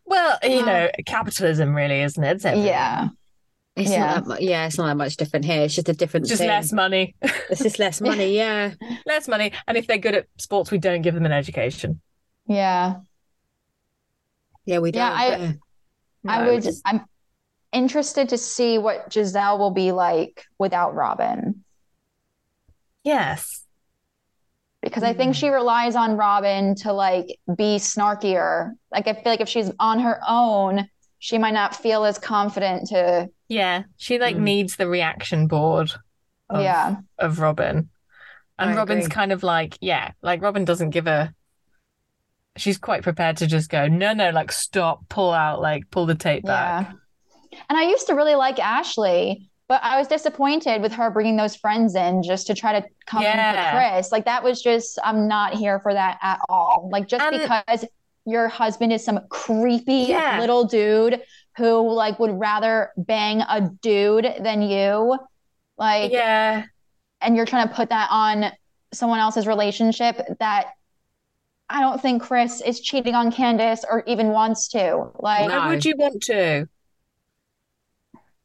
Speaker 3: Well, you
Speaker 1: Well-
Speaker 3: know, capitalism really, isn't it? It's everywhere.
Speaker 2: yeah.
Speaker 1: it's
Speaker 2: yeah.
Speaker 1: not that much, yeah, it's not that much different here. It's just a different
Speaker 3: Just
Speaker 1: thing.
Speaker 3: less money,
Speaker 1: It's just less money. Yeah,
Speaker 3: less money. And if they're good at sports, we don't give them an education.
Speaker 2: Yeah.
Speaker 1: yeah, we don't.
Speaker 2: Yeah, I-
Speaker 1: yeah.
Speaker 2: I
Speaker 3: No,
Speaker 2: would
Speaker 3: just-
Speaker 2: I'm interested to see what Giselle will be like without Robin.
Speaker 3: Yes.
Speaker 2: because I think she relies on Robin to like be snarkier. Like I feel like if she's on her own, she might not feel as confident to
Speaker 3: Yeah, she like
Speaker 1: Mm.
Speaker 3: needs the reaction board of
Speaker 2: yeah.
Speaker 3: of Robin. And
Speaker 1: I
Speaker 3: Robin's
Speaker 1: agree.
Speaker 3: kind of like, yeah, like Robin doesn't give a she's quite prepared to just go, no, no, like stop, pull out, like pull the tape back.
Speaker 2: Yeah. And I used to really like Ashley, but I was disappointed with her bringing those friends in just to try to come for
Speaker 3: Yeah.
Speaker 2: Chris. Like that was just I'm not here for that at all. Like just
Speaker 3: And-
Speaker 2: because your husband is some creepy
Speaker 3: Yeah.
Speaker 2: little dude who like would rather bang a dude than you. Like
Speaker 3: yeah.
Speaker 2: and you're trying to put that on someone else's relationship that I don't think Chris is cheating on Candace or even wants to. Like
Speaker 1: No.
Speaker 3: Why would you want to?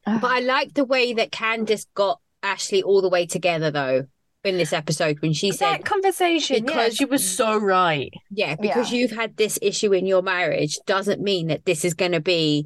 Speaker 2: ugh,
Speaker 1: But I like the way that Candace got Ashley all the way together, though, in this episode when she said,
Speaker 3: that conversation, yeah,
Speaker 1: because-
Speaker 3: she was so right.
Speaker 1: Yeah, because you've had this issue in your marriage doesn't mean that this is going to be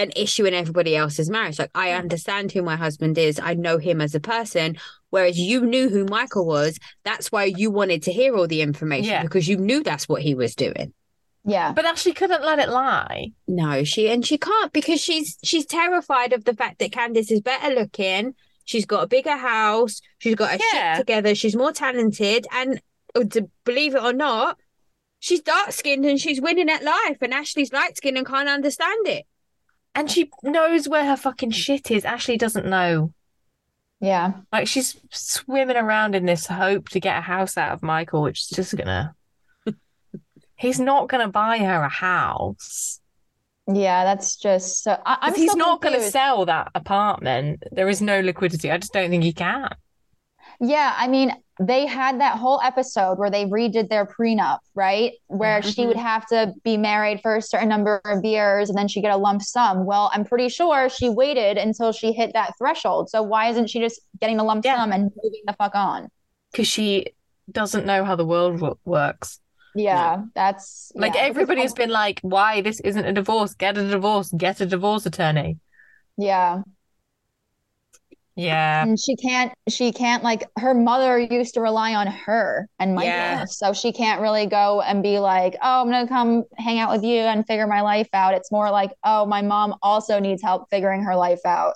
Speaker 1: an issue in everybody else's marriage. Like, I understand who my husband is, I know him as a person. Whereas you knew who Michael was, that's why you wanted to hear all the information
Speaker 3: Yeah.
Speaker 1: because you knew that's what he was doing.
Speaker 2: yeah.
Speaker 3: But Ashley couldn't let it lie.
Speaker 1: No, she and she can't because she's she's terrified of the fact that Candace is better looking. She's got a bigger house. She's got her
Speaker 3: Yeah.
Speaker 1: shit together. She's more talented, and uh, to believe it or not, she's dark skinned and she's winning at life. And Ashley's light skinned and can't understand it.
Speaker 3: And she knows where her fucking shit is. Ashley doesn't know.
Speaker 2: Yeah.
Speaker 3: Like she's swimming around in this hope to get a house out of Michael, which is just gonna. He's not gonna buy her a house.
Speaker 2: Yeah, that's just so I, I'm
Speaker 3: 'Cause he's
Speaker 2: still
Speaker 3: not gonna
Speaker 2: confused.
Speaker 3: sell that apartment. There is no liquidity. I just don't think he can.
Speaker 2: Yeah, I mean, they had that whole episode where they redid their prenup, right? Where
Speaker 1: Yeah.
Speaker 2: she
Speaker 3: Mm-hmm.
Speaker 2: would have to be married for a certain number of years and then she get a lump sum. Well, I'm pretty sure she waited until she hit that threshold. So why isn't she just getting the lump
Speaker 3: Yeah.
Speaker 2: sum and moving the fuck on?
Speaker 3: Because she doesn't know how the world wo- works.
Speaker 2: Yeah, that's
Speaker 3: Like
Speaker 2: yeah, because
Speaker 3: everybody
Speaker 2: I-
Speaker 3: has been like, why this isn't a divorce? Get a divorce. Get a divorce attorney.
Speaker 2: yeah.
Speaker 3: Yeah.
Speaker 2: And she can't she can't like her mother used to rely on her and Michael.
Speaker 1: Yeah.
Speaker 2: So she can't really go and be like, Oh, I'm gonna come hang out with you and figure my life out. It's more like, oh, my mom also needs help figuring her life out.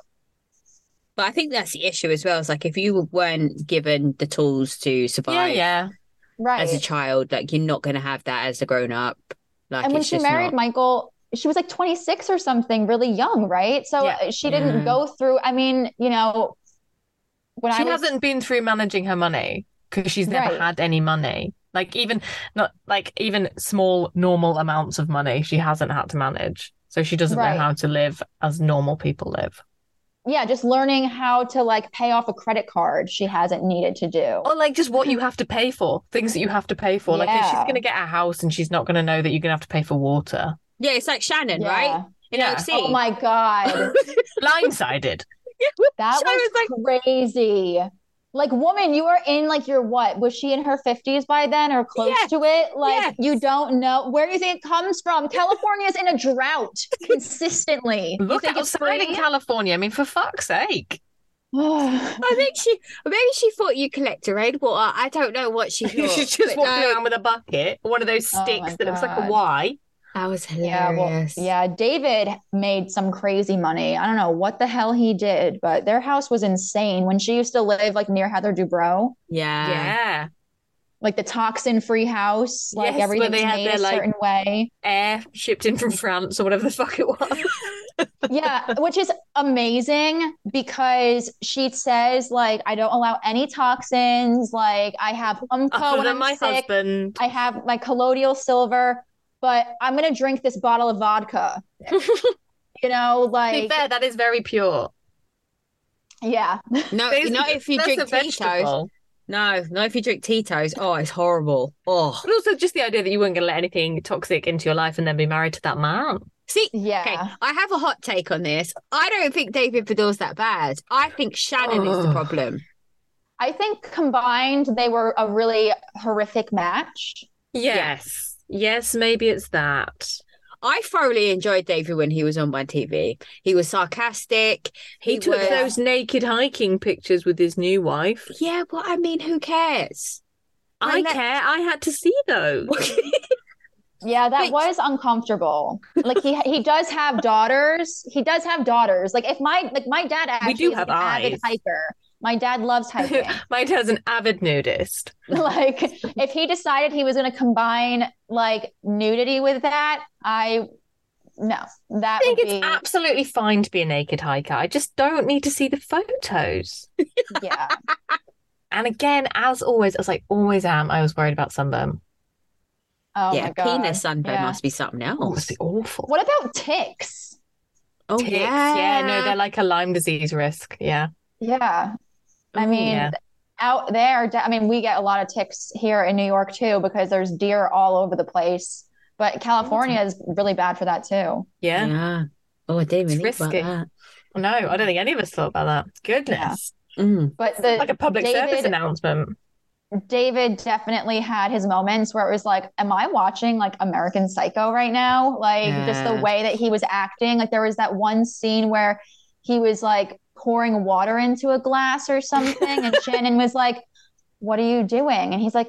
Speaker 1: But I think that's the issue as well. It's like if you weren't given the tools to
Speaker 3: Yeah,
Speaker 1: survive
Speaker 3: yeah.
Speaker 2: Right.
Speaker 1: as a child, like you're not going to have that as a grown up. Like
Speaker 2: and when
Speaker 1: it's
Speaker 2: she
Speaker 1: just
Speaker 2: married
Speaker 1: not-
Speaker 2: Michael, she was like 26 or something, really young, right? So uh,
Speaker 3: Yeah.
Speaker 2: she didn't
Speaker 1: Yeah.
Speaker 2: go through I mean, you know, when
Speaker 3: She
Speaker 2: I was
Speaker 3: hasn't been through managing her money because she's never
Speaker 2: Right.
Speaker 3: had any money. Like even not like even small normal amounts of money she hasn't had to manage. So she doesn't
Speaker 2: Right.
Speaker 3: know how to live as normal people live.
Speaker 2: yeah, just learning how to like pay off a credit card she hasn't needed to do.
Speaker 3: Or like just what you have to pay for, things that you have to pay for. Like if she's
Speaker 2: Yeah.
Speaker 3: going to get a house and she's not going to know that you're going to have to pay for water.
Speaker 1: yeah, it's like Shannon,
Speaker 2: Yeah.
Speaker 1: right? In
Speaker 3: Yeah.
Speaker 1: OC.
Speaker 2: Oh my god.
Speaker 3: Blindsided.
Speaker 2: That
Speaker 1: So I
Speaker 2: was, crazy. Like, woman, you are in like your what? Was she in her 50s by then or close
Speaker 1: Yes.
Speaker 2: to it? Like,
Speaker 1: Yes.
Speaker 2: you don't know. Where do you think it comes from? California's in a drought consistently. You
Speaker 3: Look
Speaker 2: think it's
Speaker 3: outside in
Speaker 2: free?
Speaker 3: California. I mean, for fuck's sake.
Speaker 1: I think she maybe she thought you collected rainwater. I don't know what she thought.
Speaker 3: She's just
Speaker 1: but
Speaker 3: walking
Speaker 1: no,
Speaker 3: around with a bucket, one of those
Speaker 2: Oh
Speaker 3: sticks
Speaker 2: my
Speaker 3: that looks like a
Speaker 2: God.
Speaker 3: Y.
Speaker 1: That was
Speaker 2: yeah, well,
Speaker 1: hilarious.
Speaker 2: yeah. David made some crazy money. I don't know what the hell he did, but their house was insane. When she used to live like near Heather Dubrow,
Speaker 1: yeah,
Speaker 3: yeah.
Speaker 2: like the toxin free house, like
Speaker 3: Yes, where
Speaker 2: everything's
Speaker 3: they had
Speaker 2: made
Speaker 3: their,
Speaker 2: a
Speaker 3: like-
Speaker 2: certain way.
Speaker 3: Air shipped in from France or whatever the fuck it was.
Speaker 2: yeah, which is amazing because she says like I don't allow any toxins. Like I have
Speaker 3: Oh,
Speaker 2: Umco when
Speaker 3: and
Speaker 2: I'm
Speaker 3: my
Speaker 2: sick.
Speaker 3: husband.
Speaker 2: I have my colloidal silver, but I'm gonna drink this bottle of vodka. you know,
Speaker 3: to be
Speaker 2: like
Speaker 3: fair, that is very pure.
Speaker 2: yeah,
Speaker 1: No,
Speaker 3: Those-
Speaker 1: not if you
Speaker 3: that's
Speaker 1: drink
Speaker 3: a
Speaker 1: Tito's.
Speaker 3: vegetable.
Speaker 1: No, not if you drink Tito's. Oh, it's horrible. Oh,
Speaker 3: But also just the idea that you weren't going to let anything toxic into your life and then be married to that man.
Speaker 1: see. Okay,
Speaker 2: yeah.
Speaker 1: I have a hot take on this. I don't think David Bador's that bad. I think Shannon is
Speaker 3: Ugh.
Speaker 1: the problem.
Speaker 2: I think combined they were a really horrific match.
Speaker 3: Yes. Yes, maybe it's that.
Speaker 1: I thoroughly enjoyed David when he was on my TV. He was sarcastic. He,
Speaker 3: He took
Speaker 1: was-
Speaker 3: those naked hiking pictures with his new wife.
Speaker 1: Yeah, well, I mean, who cares?
Speaker 3: I
Speaker 1: let-
Speaker 3: care. I had to see those.
Speaker 2: Yeah, that
Speaker 1: Wait.
Speaker 2: was uncomfortable. Like he he does have daughters. He does have daughters. Like if my like my dad actually
Speaker 3: do
Speaker 2: is
Speaker 3: have
Speaker 2: an avid
Speaker 3: eyes.
Speaker 2: hiker. My dad loves hiking.
Speaker 3: My dad's an avid nudist.
Speaker 2: like if he decided he was going to combine like nudity with that, I no, that
Speaker 3: I think
Speaker 2: would
Speaker 3: it's
Speaker 2: be
Speaker 3: absolutely fine to be a naked hiker. I just don't need to see the photos.
Speaker 2: yeah.
Speaker 3: And again, as always, as I always am, I was worried about sunburn.
Speaker 2: Oh
Speaker 1: yeah,
Speaker 2: my god.
Speaker 1: penis sunburn
Speaker 2: Yeah.
Speaker 1: must be something
Speaker 3: Oh, it must
Speaker 1: else.
Speaker 3: be awful.
Speaker 2: What about ticks?
Speaker 1: Oh
Speaker 3: Ticks.
Speaker 1: yeah,
Speaker 3: yeah, no, they're like a Lyme disease risk. Yeah.
Speaker 2: Yeah. I
Speaker 1: Ooh,
Speaker 2: mean,
Speaker 3: yeah.
Speaker 2: out there, de- I mean, we get a lot of ticks here in New York too because there's deer all over the place. But California is really bad for that too.
Speaker 3: Yeah.
Speaker 1: yeah. Oh, I didn't
Speaker 3: It's
Speaker 1: even think about
Speaker 3: risky.
Speaker 1: that.
Speaker 3: Mm. No, I don't think any of us thought about that. Goodness.
Speaker 1: Mm.
Speaker 2: But the
Speaker 3: Like a public service
Speaker 2: David-
Speaker 3: announcement.
Speaker 2: David definitely had his moments where it was like, Am I watching like American Psycho right now? Like, just the
Speaker 1: Yeah.
Speaker 2: way that he was acting. Like, there was that one scene where he was like pouring water into a glass or something. And Shannon was like, What are you doing? And he's like,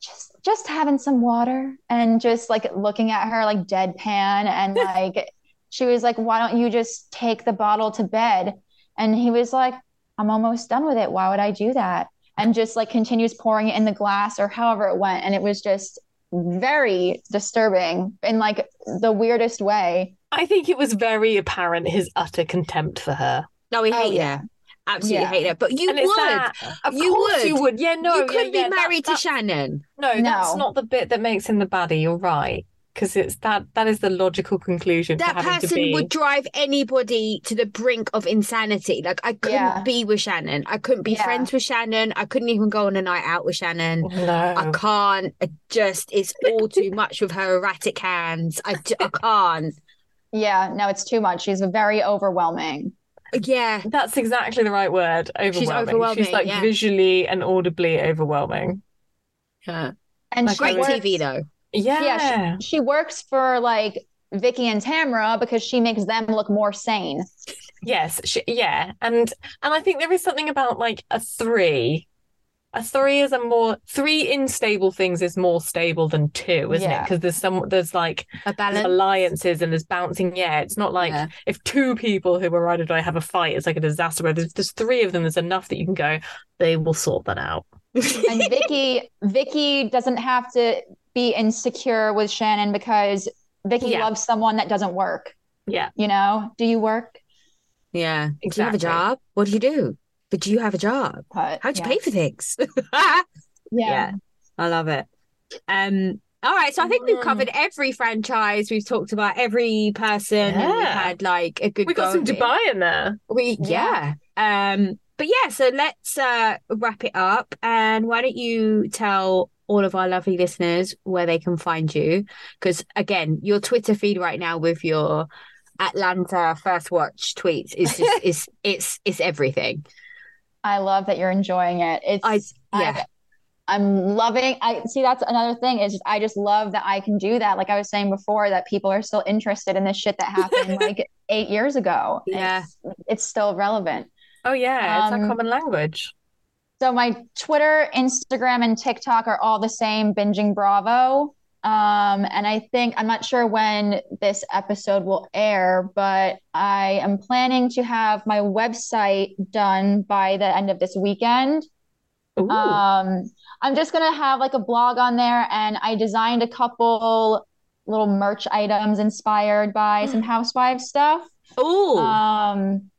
Speaker 2: just, just having some water and just like looking at her like deadpan. And like, she was like, Why don't you just take the bottle to bed? And he was like, I'm almost done with it. Why would I do that? And just like continues pouring it in the glass or however it went. And it was just very disturbing in like the weirdest way.
Speaker 3: I think it was very apparent his utter contempt for her.
Speaker 1: No, we
Speaker 2: Oh,
Speaker 1: hate
Speaker 2: yeah.
Speaker 1: that. Absolutely
Speaker 2: Yeah.
Speaker 1: hate that. But you
Speaker 3: and it's
Speaker 1: would.
Speaker 3: that. Of
Speaker 1: You
Speaker 3: course
Speaker 1: would.
Speaker 3: you would. Yeah, no.
Speaker 1: you could
Speaker 3: yeah, yeah,
Speaker 1: be
Speaker 3: that-
Speaker 1: married
Speaker 3: that-
Speaker 1: to Shannon.
Speaker 3: No, that's
Speaker 2: No.
Speaker 3: not the bit that makes him the baddie. You're right. Because it's that that is the logical conclusion to
Speaker 1: That
Speaker 3: having to
Speaker 1: person
Speaker 3: be.
Speaker 1: would drive anybody to the brink of insanity. Like I couldn't
Speaker 2: Yeah.
Speaker 1: be with Shannon. I couldn't be
Speaker 2: Yeah.
Speaker 1: friends with Shannon. I couldn't even go on a night out with Shannon. I
Speaker 3: Oh, No.
Speaker 1: can't. I just it's all too much with her erratic hands. I, ju- I can't.
Speaker 2: Yeah, no, it's too much. She's very overwhelming.
Speaker 1: Yeah,
Speaker 3: That's exactly the right word. Overwhelming. She's,
Speaker 1: overwhelming,
Speaker 3: like
Speaker 1: yeah.
Speaker 3: visually and audibly overwhelming.
Speaker 1: Yeah.
Speaker 2: And
Speaker 3: Like
Speaker 2: she
Speaker 1: great
Speaker 2: works,
Speaker 1: TV though.
Speaker 3: Yeah.
Speaker 2: Yeah, she, she works for like Vicky and Tamara because she makes them look more sane.
Speaker 3: Yes, sh yeah, and and I think there is something about like a three. A three is a more three instable things is more stable than two, isn't it?
Speaker 2: Yeah.
Speaker 3: Because there's some there's like
Speaker 1: A
Speaker 3: there's
Speaker 1: balance.
Speaker 3: alliances and there's bouncing. Yeah, it's not like
Speaker 1: Yeah.
Speaker 3: if two people who were right or die have a fight, it's like a disaster. Where there's, there's three of them, there's enough that you can go. They will sort that out.
Speaker 2: and Vicky Vicky doesn't have to be insecure with Shannon because Vicky
Speaker 3: Yeah.
Speaker 2: loves someone that doesn't work.
Speaker 3: Yeah.
Speaker 2: You know, do you work?
Speaker 1: Yeah. Do you have a
Speaker 3: Exactly.
Speaker 1: job? What do you do? But do you have a job?
Speaker 2: But
Speaker 1: How do you
Speaker 2: yeah.
Speaker 1: pay for things?
Speaker 2: Yeah.
Speaker 1: Yeah. I love it. Um, all right, so I think we've covered every franchise. We've talked about every person. and we've
Speaker 3: Yeah.
Speaker 1: had like a good.
Speaker 3: We got
Speaker 1: go
Speaker 3: some
Speaker 1: of it.
Speaker 3: Dubai in there.
Speaker 1: We yeah.
Speaker 2: Yeah.
Speaker 1: Um, but yeah, so let's uh wrap it up. And why don't you tell all of our lovely listeners where they can find you? Because again, your Twitter feed right now with your Atlanta first watch tweets is just is it's it's everything.
Speaker 2: I love that you're enjoying it. It's
Speaker 1: I yeah.
Speaker 2: I, I'm loving. I see. That's another thing is just, I just love that I can do that. Like I was saying before, that people are still interested in this shit that happened like eight years ago. And
Speaker 1: Yeah.
Speaker 2: it's, it's still relevant.
Speaker 3: Oh yeah, it's our
Speaker 2: Um,
Speaker 3: common language.
Speaker 2: So my Twitter, Instagram, and TikTok are all the same. Binging Bravo. Um, and I think I'm not sure when this episode will air, but I am planning to have my website done by the end of this weekend.
Speaker 3: Ooh.
Speaker 2: Um, I'm just gonna have like a blog on there, and I designed a couple little merch items inspired by some housewives stuff.
Speaker 1: Oh,
Speaker 2: Um,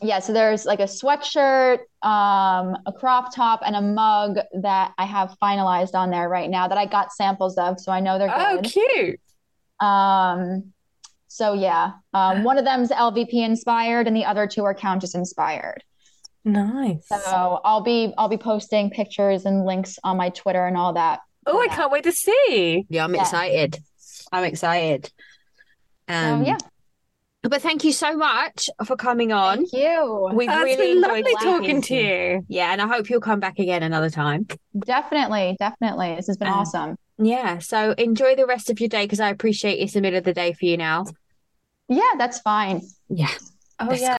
Speaker 2: yeah, so there's like a sweatshirt, um, a crop top, and a mug that I have finalized on there right now that I got samples of, so I know they're
Speaker 3: oh,
Speaker 2: good.
Speaker 3: cute.
Speaker 2: Um, so yeah, um, one of them's LVP inspired, and the other two are Countess inspired.
Speaker 3: Nice.
Speaker 2: So I'll be I'll be posting pictures and links on my Twitter and all that.
Speaker 3: Oh, I
Speaker 2: Yeah.
Speaker 3: can't wait to see.
Speaker 1: yeah, I'm
Speaker 2: yeah.
Speaker 1: excited. I'm excited.
Speaker 2: So
Speaker 1: Um,
Speaker 2: yeah,
Speaker 1: but thank you so much for coming on.
Speaker 2: thank you.
Speaker 1: We've
Speaker 3: Oh, it's
Speaker 1: really
Speaker 3: been
Speaker 1: enjoyed
Speaker 3: lovely
Speaker 2: speaking
Speaker 3: talking to
Speaker 1: you.
Speaker 3: you.
Speaker 1: Yeah, and I hope you'll come back again another time.
Speaker 2: definitely, definitely. This has been
Speaker 1: Um,
Speaker 2: awesome.
Speaker 1: Yeah, so enjoy the rest of your day because I appreciate it's the middle of the day for you now.
Speaker 2: Yeah, that's fine.
Speaker 1: Yeah.
Speaker 3: Oh
Speaker 1: Let's